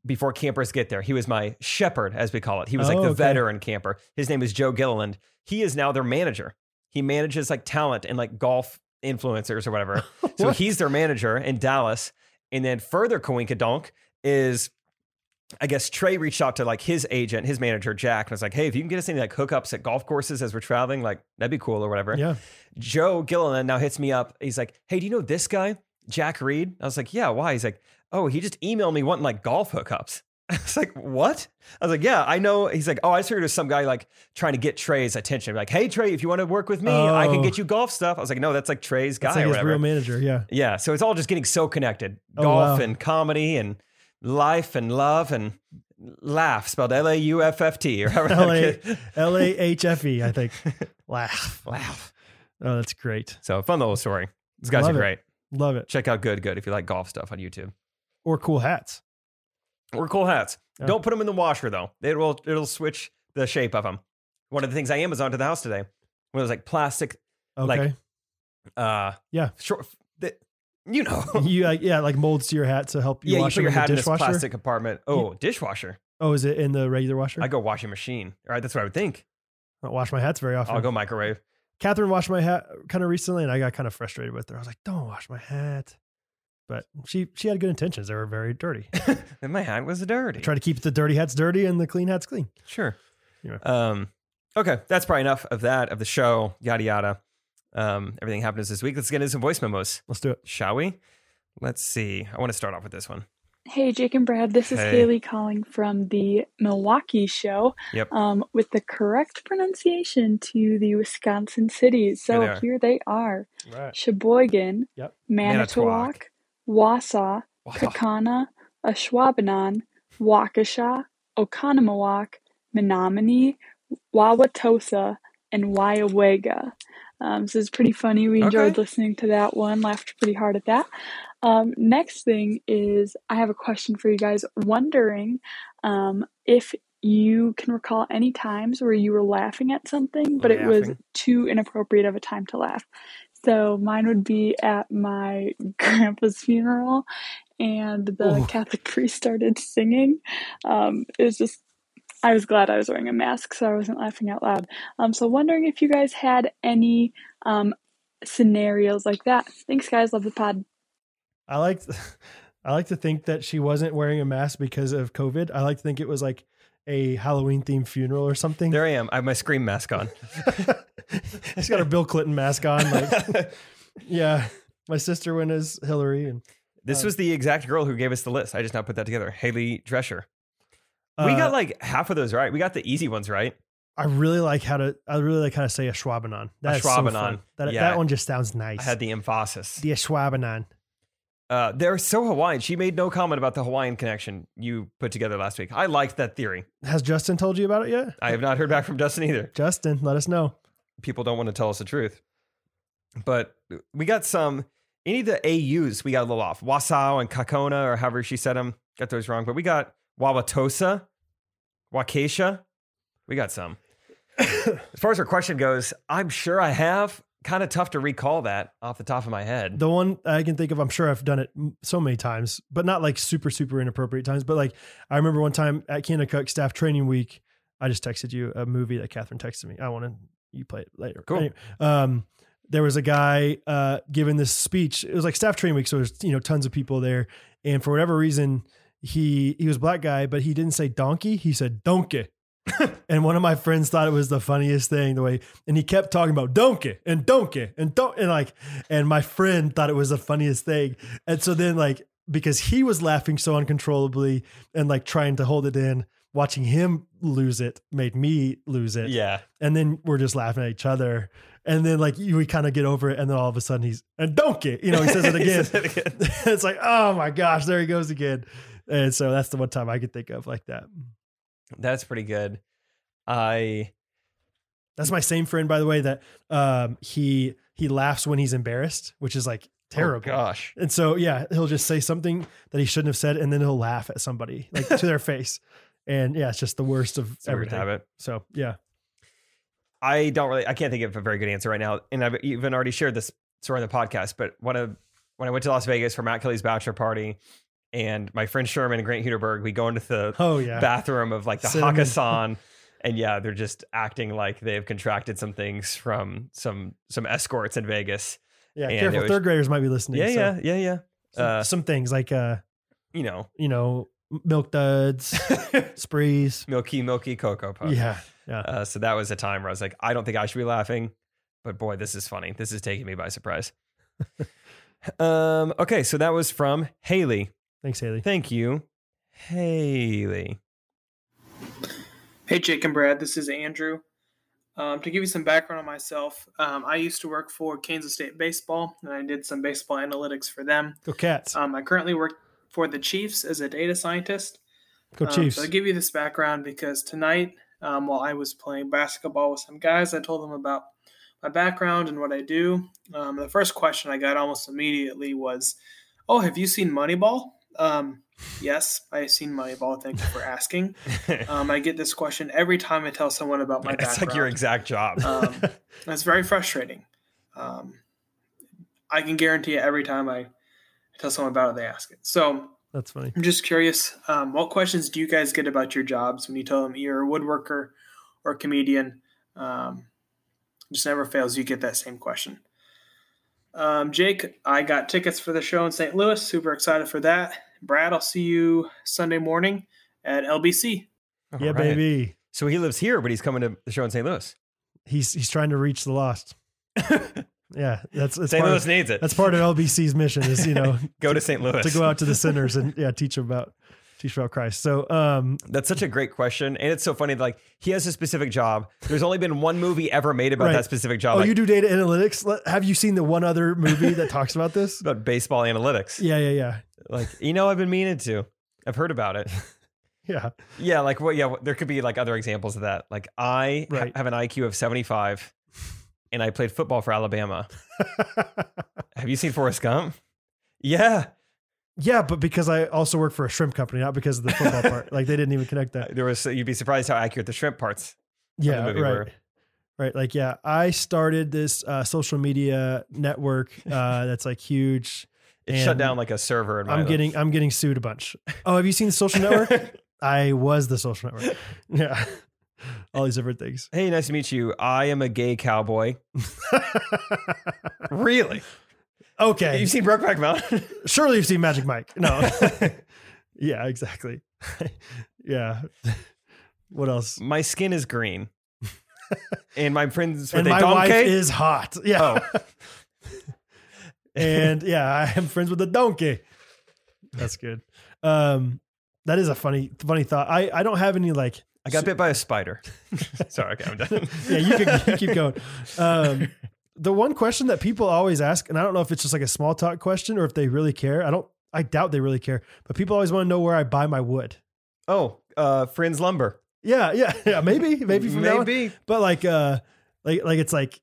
[SPEAKER 2] before campers get there. He was my shepherd, as we call it. He was like
[SPEAKER 1] Oh,
[SPEAKER 2] the
[SPEAKER 1] okay.
[SPEAKER 2] veteran camper. His name is Joe Gilliland. He is now their manager. He manages like talent and like golf influencers or whatever. so
[SPEAKER 1] What?
[SPEAKER 2] he's their manager in Dallas. And then further coinkadonk is I guess Trey reached out to like his agent, his manager, Jack, and was like, hey, if you can get us any like hookups at golf courses as we're traveling, like that'd be cool or whatever.
[SPEAKER 1] Yeah.
[SPEAKER 2] Joe Gilliland now hits me up. He's like, hey, do you know this guy, Jack Reed? I was like, yeah, why? He's like, oh, he just emailed me wanting like golf hookups. I was like, what? I was like, yeah, I know. He's like, oh, I just heard it was some guy like trying to get Trey's attention. Like, hey, Trey, if you want to work with me, I can
[SPEAKER 1] Oh.
[SPEAKER 2] get you golf stuff. I was like, no, that's like Trey's guy
[SPEAKER 1] It's like
[SPEAKER 2] or
[SPEAKER 1] his
[SPEAKER 2] whatever.
[SPEAKER 1] real manager. Yeah.
[SPEAKER 2] yeah. So it's all just getting so connected
[SPEAKER 1] Oh,
[SPEAKER 2] golf
[SPEAKER 1] wow.
[SPEAKER 2] and comedy and life and love and laugh spelled L A U F F T or however
[SPEAKER 1] L
[SPEAKER 2] that
[SPEAKER 1] A
[SPEAKER 2] kid-
[SPEAKER 1] L A H F E, I think. Laugh.
[SPEAKER 2] laugh.
[SPEAKER 1] Oh, that's great.
[SPEAKER 2] So fun little story. These guys
[SPEAKER 1] Love
[SPEAKER 2] are
[SPEAKER 1] it.
[SPEAKER 2] great.
[SPEAKER 1] Love it.
[SPEAKER 2] check out Good Good if you like golf stuff on YouTube.
[SPEAKER 1] Or cool hats.
[SPEAKER 2] Or cool hats.
[SPEAKER 1] Yeah.
[SPEAKER 2] Don't put them in the washer though. It will it'll switch the shape of them. One of the things I Amazoned to the house today one of those like plastic,
[SPEAKER 1] Okay.
[SPEAKER 2] Like- uh,
[SPEAKER 1] Yeah.
[SPEAKER 2] short. That, you know,
[SPEAKER 1] you like yeah, like molds to your hat to help you
[SPEAKER 2] yeah. You
[SPEAKER 1] wash
[SPEAKER 2] put your
[SPEAKER 1] them in
[SPEAKER 2] hat
[SPEAKER 1] the
[SPEAKER 2] in this
[SPEAKER 1] dishwasher.
[SPEAKER 2] plastic compartment. Oh, dishwasher.
[SPEAKER 1] Oh, is it in the regular washer?
[SPEAKER 2] I
[SPEAKER 1] I
[SPEAKER 2] go washing machine. All right, that's what I would think.
[SPEAKER 1] don't wash my hats very often.
[SPEAKER 2] I'll go microwave.
[SPEAKER 1] Catherine washed my hat kind of recently, and I got kind of frustrated with her. I was like, "Don't wash my hat," but she she had good intentions. They were very dirty.
[SPEAKER 2] And my hat was
[SPEAKER 1] I
[SPEAKER 2] dirty.
[SPEAKER 1] try to keep the dirty hats dirty and the clean hats clean.
[SPEAKER 2] Sure.
[SPEAKER 1] Yeah.
[SPEAKER 2] Um, okay, that's probably enough of that of the show. Yada yada. Um, everything happens this week. Let's get into some voice memos.
[SPEAKER 1] Let's do it.
[SPEAKER 2] shall we? Let's see. I want to start off with this one.
[SPEAKER 4] Hey, Jake and Brad. This is
[SPEAKER 2] Hey.
[SPEAKER 4] Haley calling from the Milwaukee show.
[SPEAKER 2] Yep.
[SPEAKER 4] Um, with the correct pronunciation to the Wisconsin cities. So
[SPEAKER 2] Here they are.
[SPEAKER 4] here they are:
[SPEAKER 1] Right.
[SPEAKER 4] Sheboygan,
[SPEAKER 1] Yep.
[SPEAKER 4] Manitowoc, Wausau, Kakana, Ashwaubenon, Waukesha, Oconomowoc, Menominee, Wauwatosa, and Wyawega. Um, so it's pretty funny. We enjoyed
[SPEAKER 2] Okay.
[SPEAKER 4] listening to that one, laughed pretty hard at that. Um, next thing is I have a question for you guys, wondering um, if you can recall any times where you were laughing at something, but it was
[SPEAKER 2] Laughing.
[SPEAKER 4] too inappropriate of a time to laugh. So mine would be at my grandpa's funeral, and the
[SPEAKER 1] Ooh.
[SPEAKER 4] Catholic priest started singing. Um, it was just, I was glad I was wearing a mask, so I wasn't laughing out loud. Um, so wondering if you guys had any um, scenarios like that. Thanks, guys. Love the pod.
[SPEAKER 1] I liked. I like to think that she wasn't wearing a mask because of COVID. I like to think it was like a Halloween themed funeral or something.
[SPEAKER 2] There I am. I have my scream mask on.
[SPEAKER 1] She's got her Bill Clinton mask on. Like, yeah, my sister went as Hillary, and
[SPEAKER 2] This
[SPEAKER 1] Um,
[SPEAKER 2] was the exact girl who gave us the list. I just now put that together. Haley Drescher. we
[SPEAKER 1] uh,
[SPEAKER 2] got like half of those right. We got the easy ones right.
[SPEAKER 1] I really like how to. I really like how to say a Schwabanon. That's so fun.
[SPEAKER 2] Schwabanon.
[SPEAKER 1] That
[SPEAKER 2] Yeah.
[SPEAKER 1] that one just sounds nice.
[SPEAKER 2] I had the emphasis.
[SPEAKER 1] the Schwabanon.
[SPEAKER 2] Uh, they're so Hawaiian. She made no comment about the Hawaiian connection you put together last week. I liked that theory.
[SPEAKER 1] Has Justin told you about it yet?
[SPEAKER 2] I have not heard back from Dustin either.
[SPEAKER 1] Justin, let us know.
[SPEAKER 2] People don't want to tell us the truth. But we got some, any of the AUs we got a little off. Wasau and Kakona, or however she said them, got those wrong. But we got Wawatosa, Wakesha. We got some. as far as our question goes, I'm sure I have. Kind of tough to recall that off the top of my head.
[SPEAKER 1] The one I can think of, I'm sure I've done it m- so many times, but not like super, super inappropriate times. But like, I remember one time at Cook staff training week, I just texted you a movie that Catherine texted me. I want to, you play it later.
[SPEAKER 2] Cool.
[SPEAKER 1] um, there was a guy uh, giving this speech. It was like staff training week. So there's, you know, tons of people there. And for whatever reason, he, he was a black guy, but he didn't say donkey. He said donkey. and one of my friends thought it was the funniest thing the way and he kept talking about donkey and donkey and don't and like and my friend thought it was the funniest thing and so then like because he was laughing so uncontrollably and like trying to hold it in watching him lose it made me lose it
[SPEAKER 2] yeah.
[SPEAKER 1] and then we're just laughing at each other and then like you, we kind of get over it and then all of a sudden he's and donkey you know he says it
[SPEAKER 2] He
[SPEAKER 1] again
[SPEAKER 2] says it again.
[SPEAKER 1] it's like oh my gosh there he goes again and so that's the one time i could think of like that
[SPEAKER 2] That's pretty good. I oh
[SPEAKER 1] That's my same friend, by the way, that um, he he laughs when he's embarrassed, which is like terrible.
[SPEAKER 2] Oh, gosh.
[SPEAKER 1] and so yeah, he'll just say something that he shouldn't have said, and then he'll laugh at somebody like to their face, and yeah, it's just the worst of
[SPEAKER 2] It's a weird
[SPEAKER 1] everything.
[SPEAKER 2] habit.
[SPEAKER 1] So yeah,
[SPEAKER 2] I don't really I can't think of a very good answer right now. And I've even already shared this story on the podcast, but one of when I went to Las Vegas for Matt Kelly's bachelor party and my friend Sherman and Grant Huderberg, we go into the
[SPEAKER 1] oh yeah,
[SPEAKER 2] bathroom of like the
[SPEAKER 1] Cinnamon.
[SPEAKER 2] Hakkasan. And yeah, they're just acting like they have contracted some things from some some escorts in Vegas.
[SPEAKER 1] yeah.
[SPEAKER 2] and
[SPEAKER 1] Careful,
[SPEAKER 2] it was-
[SPEAKER 1] third graders might be listening.
[SPEAKER 2] Yeah,
[SPEAKER 1] so
[SPEAKER 2] yeah, yeah, yeah.
[SPEAKER 1] some,
[SPEAKER 2] Uh,
[SPEAKER 1] some things like uh,
[SPEAKER 2] you know,
[SPEAKER 1] you know, milk duds, sprees.
[SPEAKER 2] milky, milky cocoa puff.
[SPEAKER 1] Yeah, yeah.
[SPEAKER 2] Uh, so that was a time where I was like, I don't think I should be laughing, but boy, this is funny. This is taking me by surprise. um, okay, so that was from Haley.
[SPEAKER 1] Thanks, Haley.
[SPEAKER 2] Thank you, Haley.
[SPEAKER 5] Hey, Jake and Brad, this is Andrew. Um, to give you some background on myself, um, I used to work for Kansas State Baseball, and I did some baseball analytics for them.
[SPEAKER 1] Go Cats.
[SPEAKER 5] Um, I currently work for the Chiefs as a data scientist.
[SPEAKER 1] Go
[SPEAKER 5] Um,
[SPEAKER 1] Chiefs.
[SPEAKER 5] So I give you this background because tonight, um, while I was playing basketball with some guys, I told them about my background and what I do. Um, the first question I got almost immediately was, "Oh, have you seen Moneyball?" Um, yes, I've seen Moneyball. Thank you for asking. Um, I get this question every time I tell someone about my
[SPEAKER 2] That's
[SPEAKER 5] background.
[SPEAKER 2] like your exact job.
[SPEAKER 1] Uh,
[SPEAKER 5] um, That's very frustrating. Um, I can guarantee it every time I tell someone about it, they ask it. So
[SPEAKER 1] That's funny.
[SPEAKER 5] I'm just curious, um, what questions do you guys get about your jobs when you tell them you're a woodworker or comedian? Um, just never fails. You get that same question. Um, Jake, I got tickets for the show in St. Louis. Super excited for that. Brad, I'll see you Sunday morning at LBC.
[SPEAKER 2] All
[SPEAKER 1] Yeah,
[SPEAKER 2] right.
[SPEAKER 1] baby.
[SPEAKER 2] So he lives here, but he's coming to the show in St. Louis.
[SPEAKER 1] He's he's trying to reach the lost. yeah, that's that's
[SPEAKER 2] St.
[SPEAKER 1] part
[SPEAKER 2] Louis
[SPEAKER 1] of-
[SPEAKER 2] needs it.
[SPEAKER 1] That's part of LBC's mission is, you know,
[SPEAKER 2] go to St. Louis.
[SPEAKER 1] to go out to the sinners and yeah, teach them about teach about Christ. So um
[SPEAKER 2] That's such a great question, and it's so funny. Like he has a specific job. There's only been one movie ever made about
[SPEAKER 1] Right.
[SPEAKER 2] that specific job.
[SPEAKER 1] oh,
[SPEAKER 2] like,
[SPEAKER 1] you do data analytics? Let- Have you seen the one other movie that talks about this?
[SPEAKER 2] about baseball analytics.
[SPEAKER 1] Yeah, yeah, yeah.
[SPEAKER 2] Like you know, I've been meaning to. I've heard about it.
[SPEAKER 1] Yeah.
[SPEAKER 2] Yeah, like well, yeah, what- there could be like other examples of that. Like I ha-
[SPEAKER 1] Right.
[SPEAKER 2] have an IQ of 75 and I played football for Alabama. have you seen Forrest Gump? Yeah.
[SPEAKER 1] yeah, but because I also work for a shrimp company, not because of the football part. Like they didn't even connect that.
[SPEAKER 2] There was you'd be surprised how accurate the shrimp parts.
[SPEAKER 1] Yeah,
[SPEAKER 2] movie
[SPEAKER 1] right.
[SPEAKER 2] were.
[SPEAKER 1] Right. Like, yeah, I started this uh, social media network uh, that's like huge.
[SPEAKER 2] It
[SPEAKER 1] And
[SPEAKER 2] shut down like a server in my
[SPEAKER 1] I'm getting I'm getting sued a bunch. Oh, have you seen the social network? I was the social network. Yeah. All these different things.
[SPEAKER 2] Hey, nice to meet you. I am a gay cowboy. Really?
[SPEAKER 1] Okay.
[SPEAKER 2] You've seen Brokeback Mountain?
[SPEAKER 1] Surely you've seen Magic Mike. No. yeah, exactly. yeah. What else?
[SPEAKER 2] my skin is green. and my friends were
[SPEAKER 1] and
[SPEAKER 2] they
[SPEAKER 1] my wife
[SPEAKER 2] donkey? Oh.
[SPEAKER 1] is hot. Yeah. and yeah, I am friends with the donkey. That's good. Um, that is a funny, funny thought. I, I don't have any like.
[SPEAKER 2] I got bit by a spider. Sorry, okay, I'm done.
[SPEAKER 1] yeah, you can you keep going. Um, the one question that people always ask, and I don't know if it's just like a small talk question or if they really care. I don't. I doubt they really care, but people always want to know where I buy my wood.
[SPEAKER 2] Oh, uh, friends lumber.
[SPEAKER 1] Yeah, yeah, yeah. Maybe, maybe from now on.
[SPEAKER 2] maybe.
[SPEAKER 1] But like, uh, like, like it's like,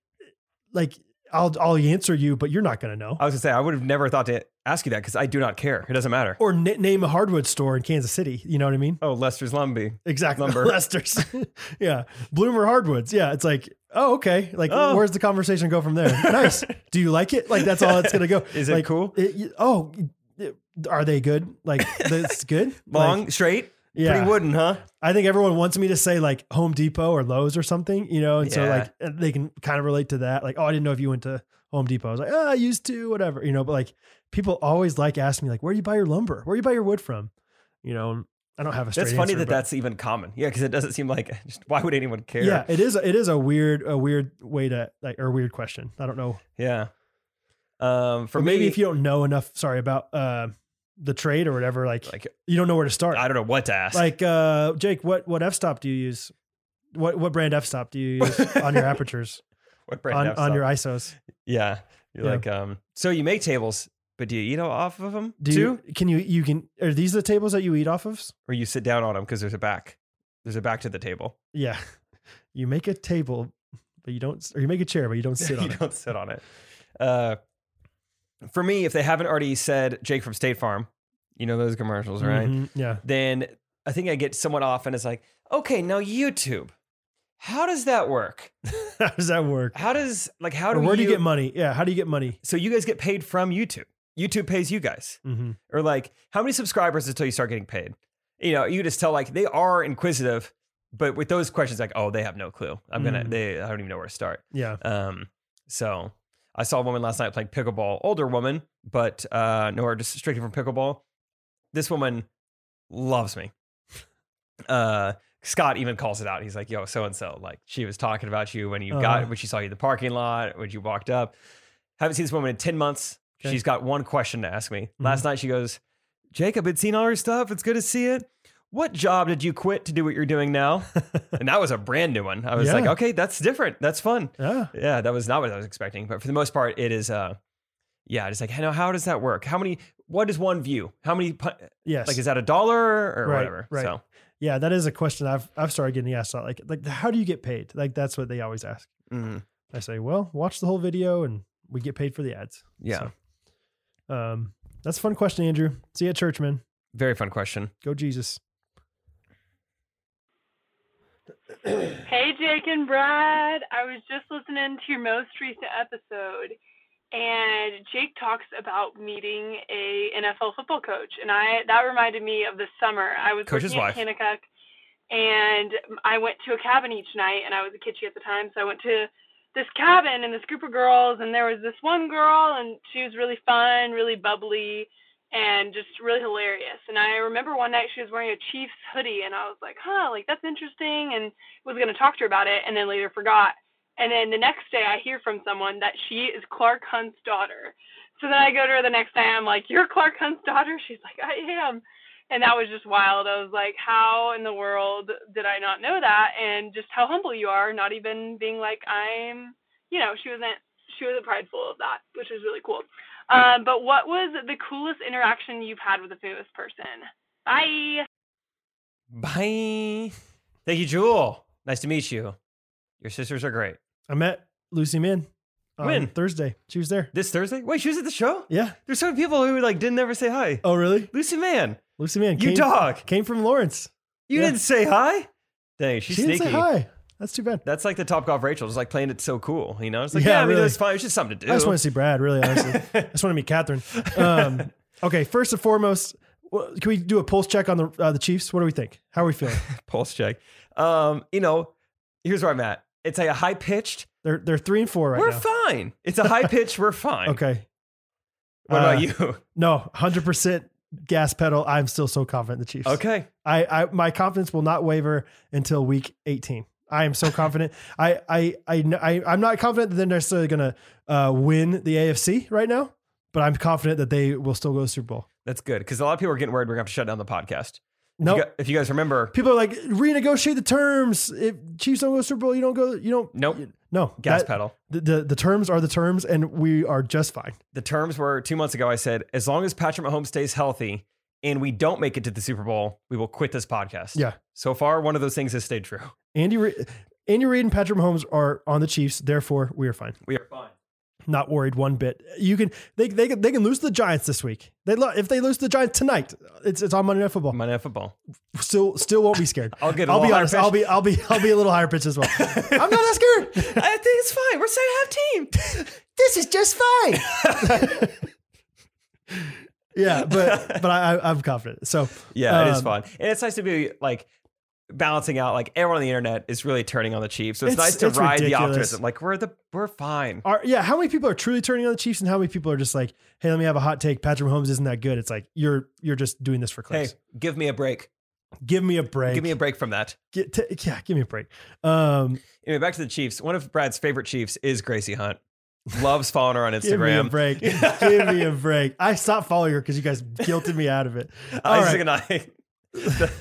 [SPEAKER 1] like I'll I'll answer you, but you're not gonna know.
[SPEAKER 2] I was gonna say I would have never thought to ask you that because I do not care. It doesn't matter.
[SPEAKER 1] Or n- name a hardwood store in Kansas City. You know what I mean?
[SPEAKER 2] Oh, Lester's Lumby.
[SPEAKER 1] Exactly.
[SPEAKER 2] Lumber.
[SPEAKER 1] Lester's. yeah. Bloomer Hardwoods. Yeah. It's like, oh, okay. Like,
[SPEAKER 2] Oh.
[SPEAKER 1] where's the conversation go from there? nice. Do you like it? Like, that's all it's going to go.
[SPEAKER 2] Is it
[SPEAKER 1] Like,
[SPEAKER 2] cool?
[SPEAKER 1] it- you- oh, it- are they good? Like, that's good.
[SPEAKER 2] Long,
[SPEAKER 1] Like,
[SPEAKER 2] straight,
[SPEAKER 1] yeah.
[SPEAKER 2] pretty wooden, huh?
[SPEAKER 1] I think everyone wants me to say like Home Depot or Lowe's or something, you know? And so,
[SPEAKER 2] Yeah.
[SPEAKER 1] like, they can kind of relate to that. Like, oh, I didn't know if you went to Home Depot. I was like, oh, I used to, whatever, you know? But like, people always like ask me, like, where do you buy your lumber? Where do you buy your wood from? You know, and I don't have a straight
[SPEAKER 2] That's funny
[SPEAKER 1] answer,
[SPEAKER 2] that
[SPEAKER 1] but-
[SPEAKER 2] that's even common. Yeah, because it doesn't seem like just why would anyone care?
[SPEAKER 1] Yeah, it is. It is a weird, a weird way to like, or a weird question. I don't know.
[SPEAKER 2] yeah. Um, for
[SPEAKER 1] Or maybe
[SPEAKER 2] me,
[SPEAKER 1] if you don't know enough, sorry about uh, the trade or whatever. Like,
[SPEAKER 2] like,
[SPEAKER 1] you don't know where to start.
[SPEAKER 2] I don't know what to ask.
[SPEAKER 1] Like, uh, Jake, what what f stop do you use? What what brand f stop do you use on your apertures
[SPEAKER 2] what brand
[SPEAKER 1] on
[SPEAKER 2] have
[SPEAKER 1] on
[SPEAKER 2] stuff?
[SPEAKER 1] your ISOs?
[SPEAKER 2] Yeah. You're
[SPEAKER 1] Yeah.
[SPEAKER 2] like, um, so you make tables, but do you eat off of them
[SPEAKER 1] Do
[SPEAKER 2] too?
[SPEAKER 1] you, can you you can are these the tables that you eat off of?
[SPEAKER 2] Or you sit down on them because there's a back. There's a back to the table.
[SPEAKER 1] Yeah, you make a table, but you don't, or you make a chair, but you don't sit
[SPEAKER 2] you
[SPEAKER 1] on it.
[SPEAKER 2] don't sit on it. Uh, for me, if they haven't already said Jake from State Farm, you know those commercials, right?
[SPEAKER 1] Mhm, Yeah.
[SPEAKER 2] Then I think I get somewhat often it's like, okay, now YouTube, how does that work?
[SPEAKER 1] How does that work?
[SPEAKER 2] How does like how
[SPEAKER 1] Or
[SPEAKER 2] do
[SPEAKER 1] where
[SPEAKER 2] you,
[SPEAKER 1] do you get money? Yeah. How do you get money?
[SPEAKER 2] So you guys get paid from YouTube. YouTube pays you guys.
[SPEAKER 1] Mm-hmm.
[SPEAKER 2] or like how many subscribers until you start getting paid you know you just tell like they are inquisitive but with those questions like oh they have no clue i'm gonna
[SPEAKER 1] Mm.
[SPEAKER 2] they i don't even know where to start
[SPEAKER 1] Yeah.
[SPEAKER 2] um so i saw a woman last night playing pickleball older woman but uh no her just strictly from pickleball this woman loves me uh Scott even calls it out. He's like, "Yo, so and so, like she was talking about you when you
[SPEAKER 1] Uh-huh.
[SPEAKER 2] got when she saw you in the parking lot when you walked up. Haven't seen this woman in ten months.
[SPEAKER 1] Okay. Mm-hmm.
[SPEAKER 2] She's got one question to ask me. Last night she goes, "Jake, I've been seeing all your stuff. It's good to see it. What job did you quit to do what you're doing now?" and that was a brand new one. I was
[SPEAKER 1] Yeah.
[SPEAKER 2] like, "Okay, that's different. That's fun."
[SPEAKER 1] Yeah.
[SPEAKER 2] Yeah, that was not what I was expecting. But for the most part, it is. uh Yeah, just like, "Hey, now how does that work? How many? What is one view? How many? pu-
[SPEAKER 1] Yes.
[SPEAKER 2] Like, is that a dollar or
[SPEAKER 1] Right,
[SPEAKER 2] whatever?"
[SPEAKER 1] right.
[SPEAKER 2] So.
[SPEAKER 1] yeah, that is a question I've I've started getting asked a lot. Like like how do you get paid? Like that's what they always ask.
[SPEAKER 2] mm.
[SPEAKER 1] I say, well, watch the whole video and we get paid for the ads.
[SPEAKER 2] Yeah.
[SPEAKER 1] So, um, that's a fun question, Andrew. See you at church, man.
[SPEAKER 2] Very fun question.
[SPEAKER 1] Go Jesus.
[SPEAKER 6] Hey, Jake and Brad. I was just listening to your most recent episode, and Jake talks about meeting a NFL football coach, and I that reminded me of the summer I was
[SPEAKER 2] Coach's
[SPEAKER 6] working
[SPEAKER 2] wife.
[SPEAKER 6] at Kennecuck, and I went to a cabin each night, and I was a kitschy at the time, so I went to this cabin and this group of girls, and there was this one girl, and she was really fun, really bubbly, and just really hilarious. And I remember one night she was wearing a Chiefs hoodie, and I was like, huh, like that's interesting, and was going to talk to her about it, and then later forgot. And then the next day, I hear from someone that she is Clark Hunt's daughter. So then I go to her the next day, I'm like, You're Clark Hunt's daughter? She's like, I am. And that was just wild. I was like, How in the world did I not know that? And just how humble you are, not even being like, I'm, you know, she wasn't. She wasn't prideful of that, which was really cool. Um, but what was the coolest interaction you've had with a famous person? Bye.
[SPEAKER 2] Bye. Thank you, Jewel. Nice to meet you. Your sisters are great.
[SPEAKER 1] I met Lucy Min on
[SPEAKER 2] When?
[SPEAKER 1] Thursday. She was there.
[SPEAKER 2] This Thursday? Wait, she was at the show?
[SPEAKER 1] Yeah.
[SPEAKER 2] There's so many people who like didn't ever say hi.
[SPEAKER 1] Oh, really?
[SPEAKER 2] Lucy Mann,
[SPEAKER 1] Lucy Min.
[SPEAKER 2] you
[SPEAKER 1] came,
[SPEAKER 2] dog.
[SPEAKER 1] Came from Lawrence.
[SPEAKER 2] You
[SPEAKER 1] Yeah.
[SPEAKER 2] didn't say hi? Dang, she's
[SPEAKER 1] she
[SPEAKER 2] sneaky.
[SPEAKER 1] didn't say hi. That's too bad.
[SPEAKER 2] That's like the Top Golf Rachel, just like playing it so cool, you know? It's like,
[SPEAKER 1] Yeah,
[SPEAKER 2] yeah, I mean,
[SPEAKER 1] really.
[SPEAKER 2] it's fine. It's just something to do.
[SPEAKER 1] I just want to see Brad. Really, honestly, I just want to meet Catherine. Um, okay. First and foremost, wh- can we do a pulse check on the uh, the Chiefs? What do we think? How are we feeling?
[SPEAKER 2] Pulse check. Um, you know, here's where I'm at. It's like a high pitched,
[SPEAKER 1] They're they're three and four right
[SPEAKER 2] we're
[SPEAKER 1] now.
[SPEAKER 2] fine. It's a high pitch, we're fine.
[SPEAKER 1] Okay.
[SPEAKER 2] What
[SPEAKER 1] Uh,
[SPEAKER 2] about you?
[SPEAKER 1] No, hundred percent gas pedal. I'm still so confident in the Chiefs.
[SPEAKER 2] okay.
[SPEAKER 1] I, I my confidence will not waver until week 18. I am so confident. I, I I kn- I I'm not confident that they're necessarily going to uh, win the AFC right now, but I'm confident that they will still go to the Super Bowl.
[SPEAKER 2] That's good because a lot of people are getting worried we're going to have to shut down the podcast. If
[SPEAKER 1] No,
[SPEAKER 2] You guys, if you guys remember,
[SPEAKER 1] people are like renegotiate the terms. If Chiefs don't go to the Super Bowl, you don't go. You don't.
[SPEAKER 2] Nope.
[SPEAKER 1] you- no
[SPEAKER 2] gas
[SPEAKER 1] that-
[SPEAKER 2] pedal.
[SPEAKER 1] The, the the terms are the terms, and we are just fine.
[SPEAKER 2] The terms were two months ago. I said, as long as Patrick Mahomes stays healthy and we don't make it to the Super Bowl, we will quit this podcast.
[SPEAKER 1] Yeah.
[SPEAKER 2] So far, one of those things has stayed true.
[SPEAKER 1] Andy Re- Andy Reid and Patrick Mahomes are on the Chiefs. Therefore, we are fine.
[SPEAKER 2] We are fine.
[SPEAKER 1] not worried one bit. You can they they can, they can lose to the Giants this week. They lo- if they lose to the Giants tonight, it's it's on Monday Night Football.
[SPEAKER 2] Monday Night Football.
[SPEAKER 1] Still still won't be scared.
[SPEAKER 2] I'll get. a
[SPEAKER 1] I'll be
[SPEAKER 2] little higher
[SPEAKER 1] honest.
[SPEAKER 2] pitch.
[SPEAKER 1] I'll be I'll be I'll be a little higher pitched as well. I'm not that scared.
[SPEAKER 2] I think it's fine. We're second half team.
[SPEAKER 1] This is just fine. yeah, but but I, I I'm confident. So
[SPEAKER 2] Yeah, it is
[SPEAKER 1] Um,
[SPEAKER 2] fun. And it's nice to be like balancing out like everyone on the internet is really turning on the Chiefs. So it's,
[SPEAKER 1] It's-
[SPEAKER 2] nice to
[SPEAKER 1] it's
[SPEAKER 2] ride the
[SPEAKER 1] ridiculous. Oh,
[SPEAKER 2] optimism. Like we're the we're fine.
[SPEAKER 1] are yeah, how many people are truly turning on the Chiefs and how many people are just like, hey, let me have a hot take. Patrick Mahomes isn't that good. It's like you're you're just doing this for
[SPEAKER 2] Hey,
[SPEAKER 1] clicks.
[SPEAKER 2] give me a break.
[SPEAKER 1] give me a break.
[SPEAKER 2] Give me a break from that.
[SPEAKER 1] Get- t- yeah, give me a break. Um
[SPEAKER 2] Anyway, back to the Chiefs. One of Brad's favorite Chiefs is Gracie Hunt. Loves following her on
[SPEAKER 1] Give me a
[SPEAKER 2] Instagram.
[SPEAKER 1] break. Give me a break. I stopped following her because you guys guilted me out of it. All right.
[SPEAKER 2] Isaac and I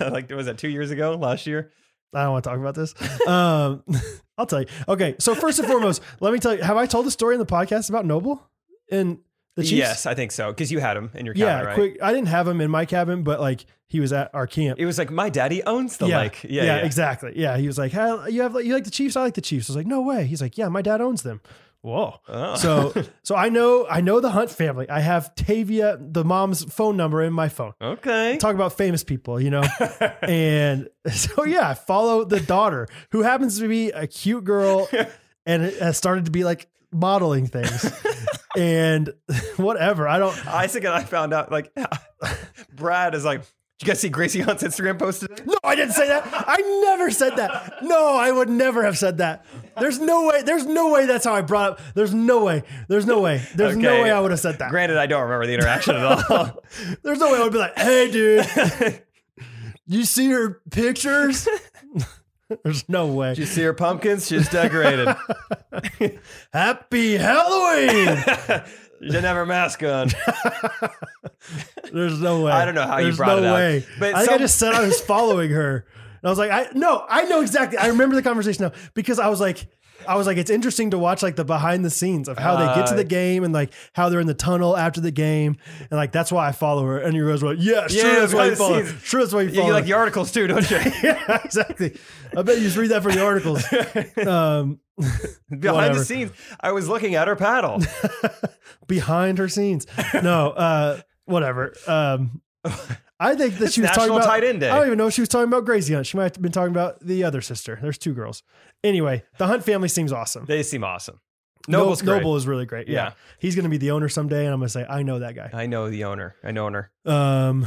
[SPEAKER 2] like was that two years ago, last year?
[SPEAKER 1] I don't want to talk about this. Um, I'll tell you. Okay. So first and foremost, let me tell you. Have I told the story in the podcast about Noble and the Chiefs?
[SPEAKER 2] Yes, I think so. Because you had him in your
[SPEAKER 1] Yeah.
[SPEAKER 2] cabin, right?
[SPEAKER 1] Quick. I didn't have him in my cabin, but like he was at our camp.
[SPEAKER 2] It was like my daddy owns the lake. Yeah, yeah.
[SPEAKER 1] exactly. Yeah. He was like, hey, "You have you like the Chiefs? I like the Chiefs." I was like, "No way." He's like, "Yeah, my dad owns them." Whoa.
[SPEAKER 2] Oh.
[SPEAKER 1] So so I know I know the Hunt family. I have Tavia, the mom's phone number in my phone.
[SPEAKER 2] okay.
[SPEAKER 1] talk about famous people, you know? and so, yeah, I follow the daughter who happens to be a cute girl and has started to be like modeling things and whatever. I don't,
[SPEAKER 2] Isaac and I found out like Brad is like, did you guys see Gracie Hunt's Instagram post today?
[SPEAKER 1] no, I didn't say that. I never said that. No, I would never have said that. There's no way. There's no way that's how I brought up. There's no way. There's no way. There's no
[SPEAKER 2] Okay.
[SPEAKER 1] way I would have said that.
[SPEAKER 2] Granted, I don't remember the interaction at all.
[SPEAKER 1] There's no way I would be like, hey, dude, you see her pictures? There's no way.
[SPEAKER 2] you see her pumpkins? She's decorated.
[SPEAKER 1] Happy Halloween.
[SPEAKER 2] she didn't have her mask on.
[SPEAKER 1] There's no way.
[SPEAKER 2] I don't know how you
[SPEAKER 1] There's
[SPEAKER 2] brought
[SPEAKER 1] no
[SPEAKER 2] it up.
[SPEAKER 1] way.
[SPEAKER 2] But
[SPEAKER 1] I think I
[SPEAKER 2] some-
[SPEAKER 1] just said I was following her. And I was like, I no, I know exactly. I remember the conversation now because I was like, I was like, it's interesting to watch like the behind the scenes of how they get to
[SPEAKER 2] Uh,
[SPEAKER 1] the game and like how they're in the tunnel after the game. And like that's why I follow her. And you guys were like, yeah, sure
[SPEAKER 2] Yeah,
[SPEAKER 1] that's why you
[SPEAKER 2] behind the
[SPEAKER 1] follow her.
[SPEAKER 2] scenes.
[SPEAKER 1] Sure that's why you
[SPEAKER 2] You
[SPEAKER 1] follow
[SPEAKER 2] like
[SPEAKER 1] her.
[SPEAKER 2] the articles too, don't you?
[SPEAKER 1] yeah, exactly. I bet you just read that from the articles. Um,
[SPEAKER 2] Behind
[SPEAKER 1] Whatever.
[SPEAKER 2] the scenes, I was looking at her paddle.
[SPEAKER 1] behind her scenes. No, uh, whatever. Um, I think that
[SPEAKER 2] It's
[SPEAKER 1] she was talking
[SPEAKER 2] National
[SPEAKER 1] about
[SPEAKER 2] Tight End Day.
[SPEAKER 1] I don't even know if she was talking about Gracie Hunt. She might have been talking about the other sister. There's two girls. Anyway, the Hunt family seems awesome.
[SPEAKER 2] They seem awesome.
[SPEAKER 1] No-
[SPEAKER 2] Noble's great.
[SPEAKER 1] Noble is really great. Yeah.
[SPEAKER 2] Yeah.
[SPEAKER 1] He's going to be the owner someday. And I'm going to say, I know that guy.
[SPEAKER 2] I know the owner. I know her.
[SPEAKER 1] Um,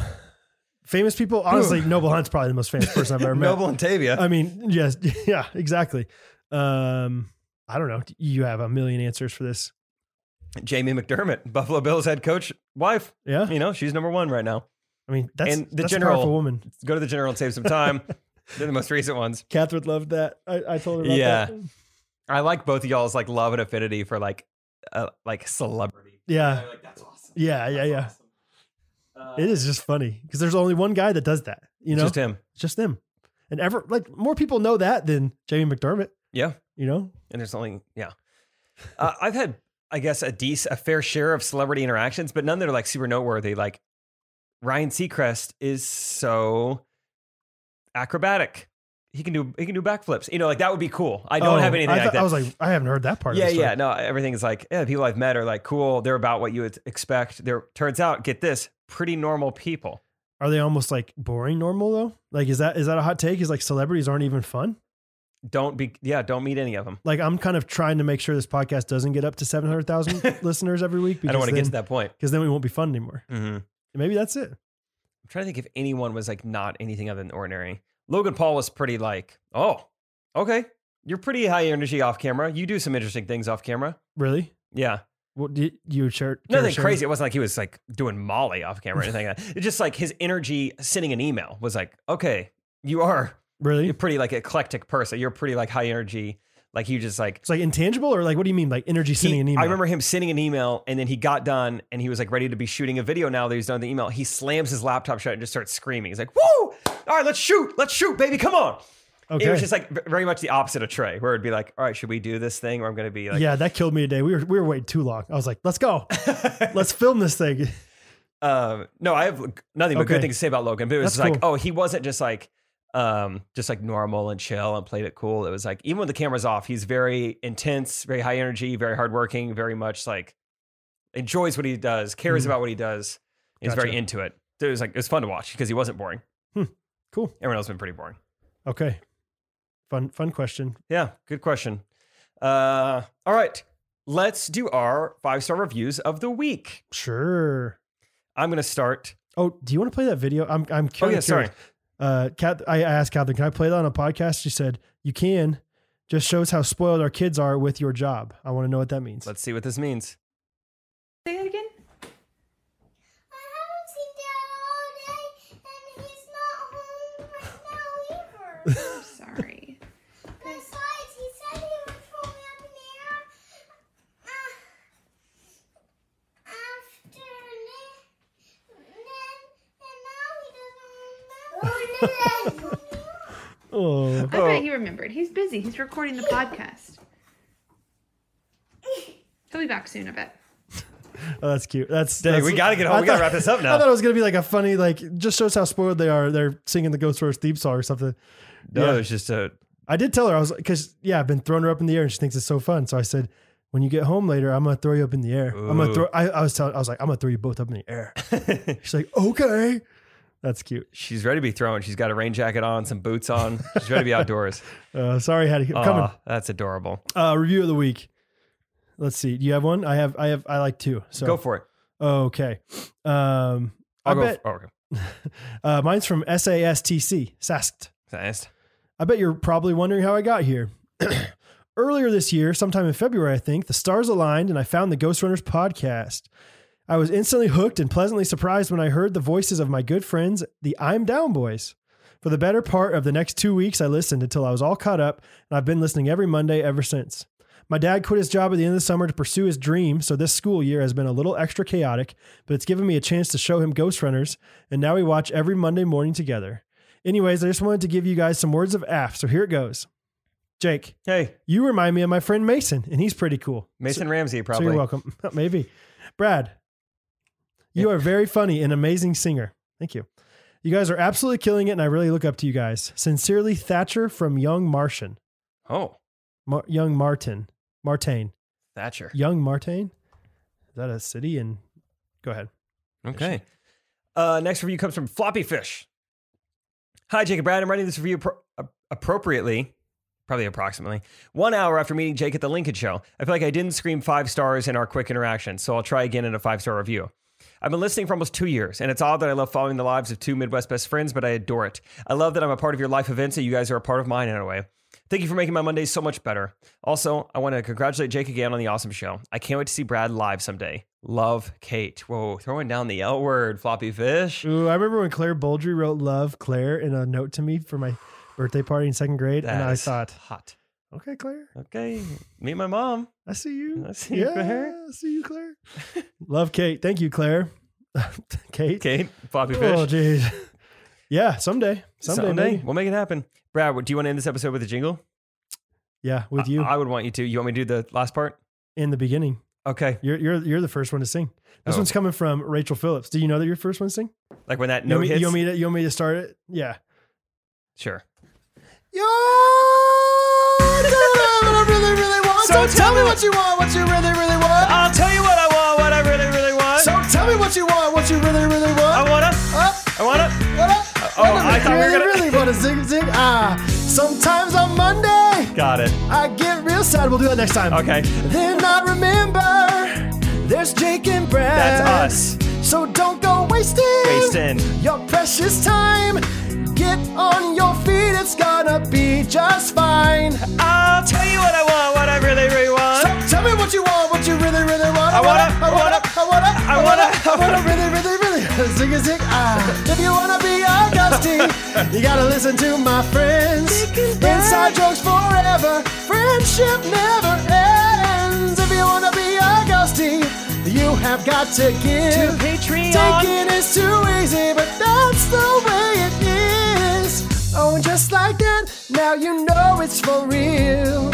[SPEAKER 1] famous people. Honestly, Noble Hunt's probably the most famous person I've ever met.
[SPEAKER 2] Noble and Tavia.
[SPEAKER 1] I mean, yes. Yeah, exactly. Um, I don't know. You have a million answers for this.
[SPEAKER 2] Jamie McDermott, Buffalo Bills head coach, wife.
[SPEAKER 1] Yeah.
[SPEAKER 2] You know, she's number one right now.
[SPEAKER 1] I mean, that's,
[SPEAKER 2] And the
[SPEAKER 1] that's
[SPEAKER 2] general-
[SPEAKER 1] a powerful woman.
[SPEAKER 2] Go to the general and save some time. They're the most recent ones.
[SPEAKER 1] Catherine loved that. I, I told her about
[SPEAKER 2] Yeah.
[SPEAKER 1] that.
[SPEAKER 2] I like both of y'all's like love and affinity for like uh, like celebrity.
[SPEAKER 1] Yeah.
[SPEAKER 2] Like, that's awesome.
[SPEAKER 1] Uh, Yeah, yeah,
[SPEAKER 2] That's
[SPEAKER 1] yeah.
[SPEAKER 2] awesome. Uh,
[SPEAKER 1] It is just funny because there's only one guy that does that, you
[SPEAKER 2] it's
[SPEAKER 1] know,
[SPEAKER 2] just him.
[SPEAKER 1] just them. And ever like more people know that than Jamie McDermott,
[SPEAKER 2] Yeah,
[SPEAKER 1] you know?
[SPEAKER 2] and there's only yeah. Uh, I've had I guess a decent a fair share of celebrity interactions, but none that are like super noteworthy. Like Ryan Seacrest is so acrobatic. He can do he can do backflips. You know, like that would be cool. I don't
[SPEAKER 1] Oh,
[SPEAKER 2] have anything
[SPEAKER 1] I,
[SPEAKER 2] like
[SPEAKER 1] thought-
[SPEAKER 2] that.
[SPEAKER 1] I was like, I haven't heard that part.
[SPEAKER 2] yeah,
[SPEAKER 1] of the story.
[SPEAKER 2] yeah. No, everything is like yeah, the people I've met are like cool. They're about what you would expect. They're turns out get this pretty normal people.
[SPEAKER 1] Are they almost like boring normal though? Like, is that is that a hot take? Is like celebrities aren't even fun?
[SPEAKER 2] Don't be yeah. Don't meet any of them.
[SPEAKER 1] Like, I'm kind of trying to make sure this podcast doesn't get up to seven hundred thousand listeners every week.
[SPEAKER 2] I don't want to get to that point.
[SPEAKER 1] because then we won't be fun anymore.
[SPEAKER 2] Mm-hmm.
[SPEAKER 1] Maybe that's it.
[SPEAKER 2] I'm trying to think if anyone was like not anything other than ordinary. Logan Paul was pretty like, oh, okay, you're pretty high energy off camera. You do some interesting things off camera.
[SPEAKER 1] Really?
[SPEAKER 2] Yeah,
[SPEAKER 1] What did you shirt?
[SPEAKER 2] Nothing
[SPEAKER 1] shirt?
[SPEAKER 2] crazy. It wasn't like he was like doing Molly off camera or anything like that. It's just like his energy sending an email was like, okay, you are
[SPEAKER 1] Really?
[SPEAKER 2] you're pretty like eclectic person. You're pretty like high energy. Like you just like
[SPEAKER 1] It's like intangible, or like what do you mean? Like energy sending
[SPEAKER 2] he-
[SPEAKER 1] an email?
[SPEAKER 2] I remember him sending an email and then he got done and he was like ready to be shooting a video now that he's done with the email. He slams his laptop shut and just starts screaming. He's like, Woo! All right, let's shoot. Let's shoot, baby. Come on.
[SPEAKER 1] Okay.
[SPEAKER 2] It was just like v- very much the opposite of Trey, where it'd be like, All right, should we do this thing? Or I'm gonna be like
[SPEAKER 1] yeah, that killed me today. We were we were waiting too long. I was like, let's go, let's film this thing.
[SPEAKER 2] um no i have nothing but
[SPEAKER 1] Okay.
[SPEAKER 2] good things to say about logan but it was
[SPEAKER 1] That's
[SPEAKER 2] just like oh he wasn't just like um just like normal and chill and played it cool it was like even when the camera's off he's very intense very high energy very hardworking very much like enjoys what he does cares
[SPEAKER 1] Mhm.
[SPEAKER 2] about what he does and he's very
[SPEAKER 1] Gotcha. Hmm,
[SPEAKER 2] into it so it was like it was fun to watch because he wasn't boring
[SPEAKER 1] Cool.
[SPEAKER 2] everyone else has been pretty boring
[SPEAKER 1] Okay. Fun fun question.
[SPEAKER 2] yeah good question uh all right let's do our five star reviews of the week
[SPEAKER 1] Sure.
[SPEAKER 2] i'm gonna start
[SPEAKER 1] Oh, do you want to play that video? I'm I'm
[SPEAKER 2] oh yeah
[SPEAKER 1] curious.
[SPEAKER 2] sorry
[SPEAKER 1] Uh, Kat, I I asked Catherine, can I play that on a podcast? She said, you can. Just shows how spoiled our kids are with your job. I want to know what that means.
[SPEAKER 2] let's see what this means
[SPEAKER 7] Say that again?
[SPEAKER 8] I haven't seen Dad all day, and he's not home right now either.
[SPEAKER 7] I'm sorry.
[SPEAKER 8] Besides, he said he would pull me up in the air uh, after Nick, then, and now he doesn't remember.
[SPEAKER 1] Oh,
[SPEAKER 7] I bet he remembered. He's busy. He's recording the podcast. He'll be back soon, I bet.
[SPEAKER 1] oh, that's cute. That's,
[SPEAKER 2] Dang,
[SPEAKER 1] that's
[SPEAKER 2] we gotta get home.
[SPEAKER 1] I
[SPEAKER 2] We gotta
[SPEAKER 1] thought-
[SPEAKER 2] wrap this up now.
[SPEAKER 1] I thought it was gonna be like a funny, like just shows how spoiled they are. They're singing the Ghost Horse theme song or something.
[SPEAKER 2] No,
[SPEAKER 1] Yeah.
[SPEAKER 2] it's just a
[SPEAKER 1] I did tell her I was because yeah, I've been throwing her up in the air and she thinks it's so fun. So I said, when you get home later, I'm gonna throw you up in the air. I'm gonna
[SPEAKER 2] Ooh.
[SPEAKER 1] throw. I, I was telling. I was like, I'm gonna throw you both up in the air. She's like, okay, that's cute.
[SPEAKER 2] she's ready to be thrown. She's got a rain jacket on, some boots on. She's ready to be outdoors.
[SPEAKER 1] Uh, sorry, Hattie. I'm coming.
[SPEAKER 2] Aw, that's adorable.
[SPEAKER 1] Uh, review of the week. Let's see. Do you have one? I have. I have. I like two. So
[SPEAKER 2] Go for it.
[SPEAKER 1] okay. Um, I
[SPEAKER 2] I'll go.
[SPEAKER 1] bet.
[SPEAKER 2] oh, okay.
[SPEAKER 1] Uh, mine's from SASTC. Sasked.
[SPEAKER 2] Nice.
[SPEAKER 1] I bet you're probably wondering how I got here. Earlier this year, sometime in February, I think, the stars aligned and I found the Ghost Runners podcast. I was instantly hooked and pleasantly surprised when I heard the voices of my good friends, the I'm Down Boys. For the better part of the next two weeks, I listened until I was all caught up, and I've been listening every Monday ever since. My dad quit his job at the end of the summer to pursue his dream, so this school year has been a little extra chaotic, but it's given me a chance to show him Ghost Runners, and now we watch every Monday morning together. Anyways, I just wanted to give you guys some words of aff, so here it goes. Jake,
[SPEAKER 2] Hey,
[SPEAKER 1] you remind me of my friend Mason, and he's pretty cool.
[SPEAKER 2] Mason Ramsey,
[SPEAKER 1] So
[SPEAKER 2] probably.
[SPEAKER 1] you're welcome. Maybe. Brad, you are very funny and amazing singer. Thank you. You guys are absolutely killing it, and I really look up to you guys. Sincerely, Thatcher from Young Martian.
[SPEAKER 2] Oh,
[SPEAKER 1] Mar- Young Martin. Martain.
[SPEAKER 2] Thatcher.
[SPEAKER 1] Young Martain? Is that a city? And go ahead.
[SPEAKER 2] Okay. Uh, next review comes from Floppy Fish. Hi, Jacob Brad. I'm writing this review appro- ap- appropriately, probably approximately, one hour after meeting Jake at the Lincoln Show. I feel like I didn't scream five stars in our quick interaction, so I'll try again in a five star review. I've been listening for almost two years, and it's odd that I love following the lives of two Midwest best friends, but I adore it. I love that I'm a part of your life events, and you guys are a part of mine in a way. Thank you for making my Mondays so much better. Also, I want to congratulate Jake again on the awesome show. I can't wait to see Brad live someday. Love, Kate. Whoa, throwing down the L word, floppy fish.
[SPEAKER 1] Ooh, I remember when Claire Boldry wrote Love Claire in a note to me for my birthday party in second grade, and
[SPEAKER 2] That
[SPEAKER 1] I
[SPEAKER 2] is
[SPEAKER 1] thought,
[SPEAKER 2] hot.
[SPEAKER 1] okay, Claire,
[SPEAKER 2] Okay, meet my mom.
[SPEAKER 1] I see you.
[SPEAKER 2] I see you, Claire.
[SPEAKER 1] I see you, Claire. Love Kate. Thank you, Claire. Kate.
[SPEAKER 2] Kate, floppy
[SPEAKER 1] Oh,
[SPEAKER 2] fish.
[SPEAKER 1] jeez. Yeah, someday. Someday. maybe.
[SPEAKER 2] we'll make it happen. Brad, what- do you want to end this episode with a jingle?
[SPEAKER 1] Yeah, with you
[SPEAKER 2] I, I would want you to. You want me to do the last part?
[SPEAKER 1] in the beginning.
[SPEAKER 2] Okay,
[SPEAKER 1] You're you're you're the first one to sing. This
[SPEAKER 2] Oh.
[SPEAKER 1] one's coming from Rachel Phillips. Do you know that you're the first one to sing?
[SPEAKER 2] like when that
[SPEAKER 1] You
[SPEAKER 2] note
[SPEAKER 1] want, me,
[SPEAKER 2] hits.
[SPEAKER 1] you want me to you want me to start it? Yeah.
[SPEAKER 2] sure.
[SPEAKER 3] I really, really want.
[SPEAKER 2] So tell me Oh. what
[SPEAKER 3] you want, what you really, really want.
[SPEAKER 2] I'll tell you what I want. What I really, really want.
[SPEAKER 3] So tell me what you want, what you really, really
[SPEAKER 2] I
[SPEAKER 3] want.
[SPEAKER 2] wanna.
[SPEAKER 3] Up,
[SPEAKER 2] I wanna.
[SPEAKER 3] what up?
[SPEAKER 2] Oh, I thought we were
[SPEAKER 3] really,
[SPEAKER 2] gonna.
[SPEAKER 3] really want to zig zig ah. Sometimes on Monday
[SPEAKER 2] Got it.
[SPEAKER 3] I get real sad,
[SPEAKER 1] Sad, we'll do that next time.
[SPEAKER 2] Okay,
[SPEAKER 3] then I remember there's Jake and Brad.
[SPEAKER 2] that's us.
[SPEAKER 3] So don't go wasting,
[SPEAKER 2] Wasting.
[SPEAKER 3] your precious time. Get on your feet, it's gonna be just fine.
[SPEAKER 2] I'll tell you what I want. What I really, really want.
[SPEAKER 3] So tell me what you want, what you really, really want.
[SPEAKER 2] I wanna-
[SPEAKER 1] I wanna really, really, really zig a zig ah. If you wanna be Augustine, you gotta listen to my friends. Inside jokes forever, friendship never ends. If you wanna be Augustine, you have got to give. To Patreon. Taking is too easy, but that's the way it is. Oh, and just like that, now you know it's for real.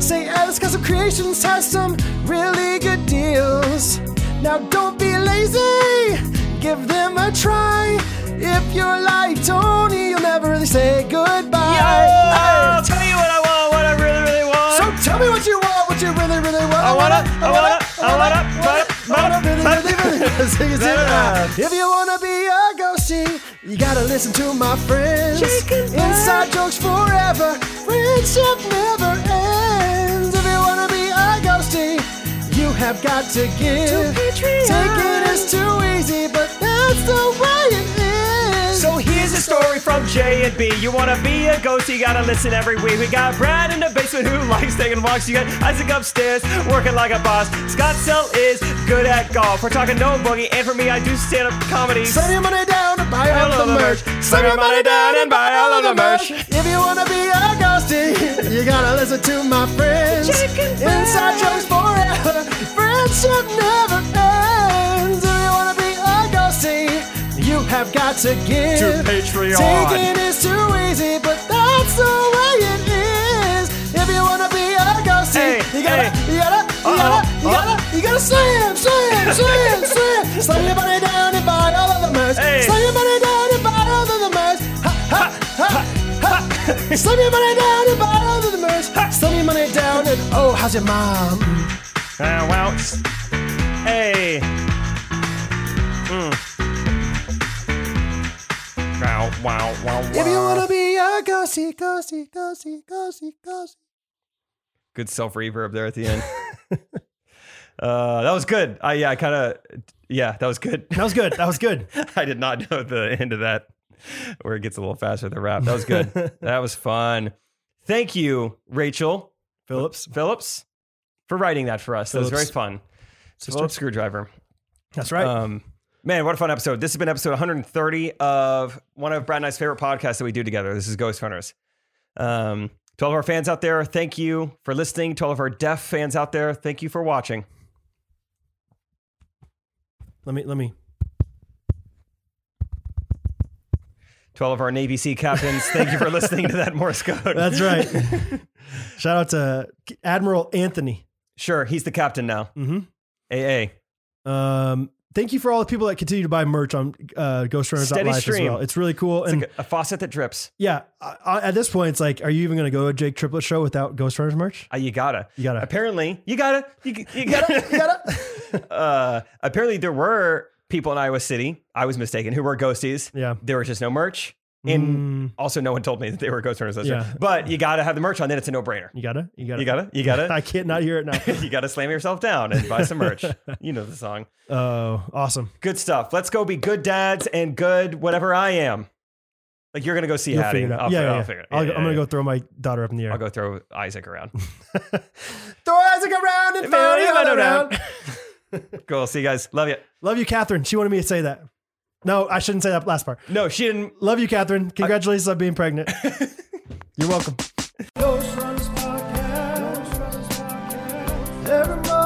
[SPEAKER 1] Say Alice Custom Creations has some really good deals. Now don't be lazy, give them a try. If you're like Tony, you'll never really say goodbye.
[SPEAKER 2] I'll tell you what I want, what I really, really want.
[SPEAKER 1] So tell me what you want, what you really, really want.
[SPEAKER 2] I wanna, I wanna, I wanna, wanna,
[SPEAKER 1] really,
[SPEAKER 2] wanna,
[SPEAKER 1] really, really sing it
[SPEAKER 2] wanna,
[SPEAKER 1] out.
[SPEAKER 2] wanna.
[SPEAKER 1] If you wanna be a ghosty, you gotta listen to my friends. Inside jokes forever, friendship never ends. If you wanna be a ghosty, you have got to give. Taking is too easy, but that's the way it is.
[SPEAKER 2] So here's a story from J and B. You wanna be a ghost, you gotta listen every week. We got Brad in the basement who likes taking walks. You got Isaac upstairs working like a boss. Scott Sell is good at golf. We're talking no boogie, and for me, I do stand up comedy.
[SPEAKER 1] Send your money down and buy all of the merch.
[SPEAKER 2] Send your money down and buy all of the merch.
[SPEAKER 1] If you wanna be a ghosty, you gotta listen to my friends. Inside jokes forever. Friendship never ends. If you wanna be a ghosty, you have got to give.
[SPEAKER 2] To Patreon.
[SPEAKER 1] Taking is too easy, but that's the way it is. If you wanna be a ghosty,
[SPEAKER 2] Hey,
[SPEAKER 1] you gotta,
[SPEAKER 2] hey.
[SPEAKER 1] you gotta, you gotta, you gotta, you gotta slam, slam, slam, slam. Slam your money down and buy all of the merch.
[SPEAKER 2] Hey.
[SPEAKER 1] Slam your money down and buy all of the merch. Ha, ha, ha, ha. Slam your money down and buy all of the merch. Slam your money down and oh, how's your mom?
[SPEAKER 2] Ah, wow. Hey. Mm. Wow, wow, wow, wow.
[SPEAKER 1] If you wanna be a ghosty, ghosty, ghosty, ghosty, ghosty.
[SPEAKER 2] good self reverb there at the end. uh, that was good. I yeah, I kind of yeah, that was good.
[SPEAKER 7] That was good. That was good.
[SPEAKER 2] I did not know the end of that, where it gets a little faster the rap. That was good. that was fun. Thank you, Rachel
[SPEAKER 7] Phillips.
[SPEAKER 2] Phillips, for writing that for us. That was
[SPEAKER 7] Phillips.
[SPEAKER 2] very fun. Phillips screwdriver.
[SPEAKER 7] That's right.
[SPEAKER 2] Um, man, what a fun episode. This has been episode 130 of one of Brad and I's favorite podcasts that we do together. This is Ghost Hunters. Um, to all of our fans out there, thank you for listening. To all of our deaf fans out there, thank you for watching.
[SPEAKER 7] let me let me
[SPEAKER 2] To all of our Navy Sea captains, thank you for listening to that Morse code.
[SPEAKER 7] That's right. Shout out to Admiral Anthony.
[SPEAKER 2] sure, he's the captain now.
[SPEAKER 7] Mhm.
[SPEAKER 2] AA.
[SPEAKER 7] Um, thank you for all the people that continue to buy merch on uh,
[SPEAKER 2] Steady
[SPEAKER 7] GhostRunners.life as
[SPEAKER 2] stream.
[SPEAKER 7] well. It's really cool.
[SPEAKER 2] It's
[SPEAKER 7] and
[SPEAKER 2] like a, a faucet that drips.
[SPEAKER 7] yeah, I, I, at this point, it's like, are you even going to go to Jake Triplet show without Ghost Runners merch?
[SPEAKER 2] Uh, you gotta.
[SPEAKER 7] You gotta.
[SPEAKER 2] Apparently, you gotta. You, g- you gotta. you gotta. uh, apparently, there were people in Iowa City, I was mistaken, who were ghosties.
[SPEAKER 7] Yeah.
[SPEAKER 2] There was just no merch. And
[SPEAKER 7] Mm,
[SPEAKER 2] also, no one told me that they were ghost runners.
[SPEAKER 7] Yeah.
[SPEAKER 2] Yeah. But you gotta have the merch on, then it's a no brainer.
[SPEAKER 7] you gotta, you gotta,
[SPEAKER 2] You gotta. You gotta.
[SPEAKER 7] I can't not hear it now.
[SPEAKER 2] you gotta slam yourself down and buy some merch. you know the song.
[SPEAKER 7] Oh, awesome.
[SPEAKER 2] Good stuff. Let's go be good dads and good whatever I am. Like you're gonna go see
[SPEAKER 7] You'll
[SPEAKER 2] Hattie.
[SPEAKER 7] figure it out.
[SPEAKER 2] I'll,
[SPEAKER 7] yeah, yeah,
[SPEAKER 2] I'll
[SPEAKER 7] yeah.
[SPEAKER 2] figure it.
[SPEAKER 7] I'll
[SPEAKER 2] Yeah,
[SPEAKER 7] go- I'm going
[SPEAKER 2] yeah,
[SPEAKER 7] to go throw my daughter up in the
[SPEAKER 2] yeah.
[SPEAKER 7] air.
[SPEAKER 2] I'll go throw Isaac around.
[SPEAKER 1] Throw Isaac around and throw him around.
[SPEAKER 2] cool. See you guys. Love you.
[SPEAKER 7] Love you, Catherine. She wanted me to say that. No, I shouldn't say that last part.
[SPEAKER 2] No, she didn't.
[SPEAKER 7] Love you, Catherine. Congratulations on being pregnant. You're welcome.
[SPEAKER 1] Ghost Runners Podcast. Every Monday.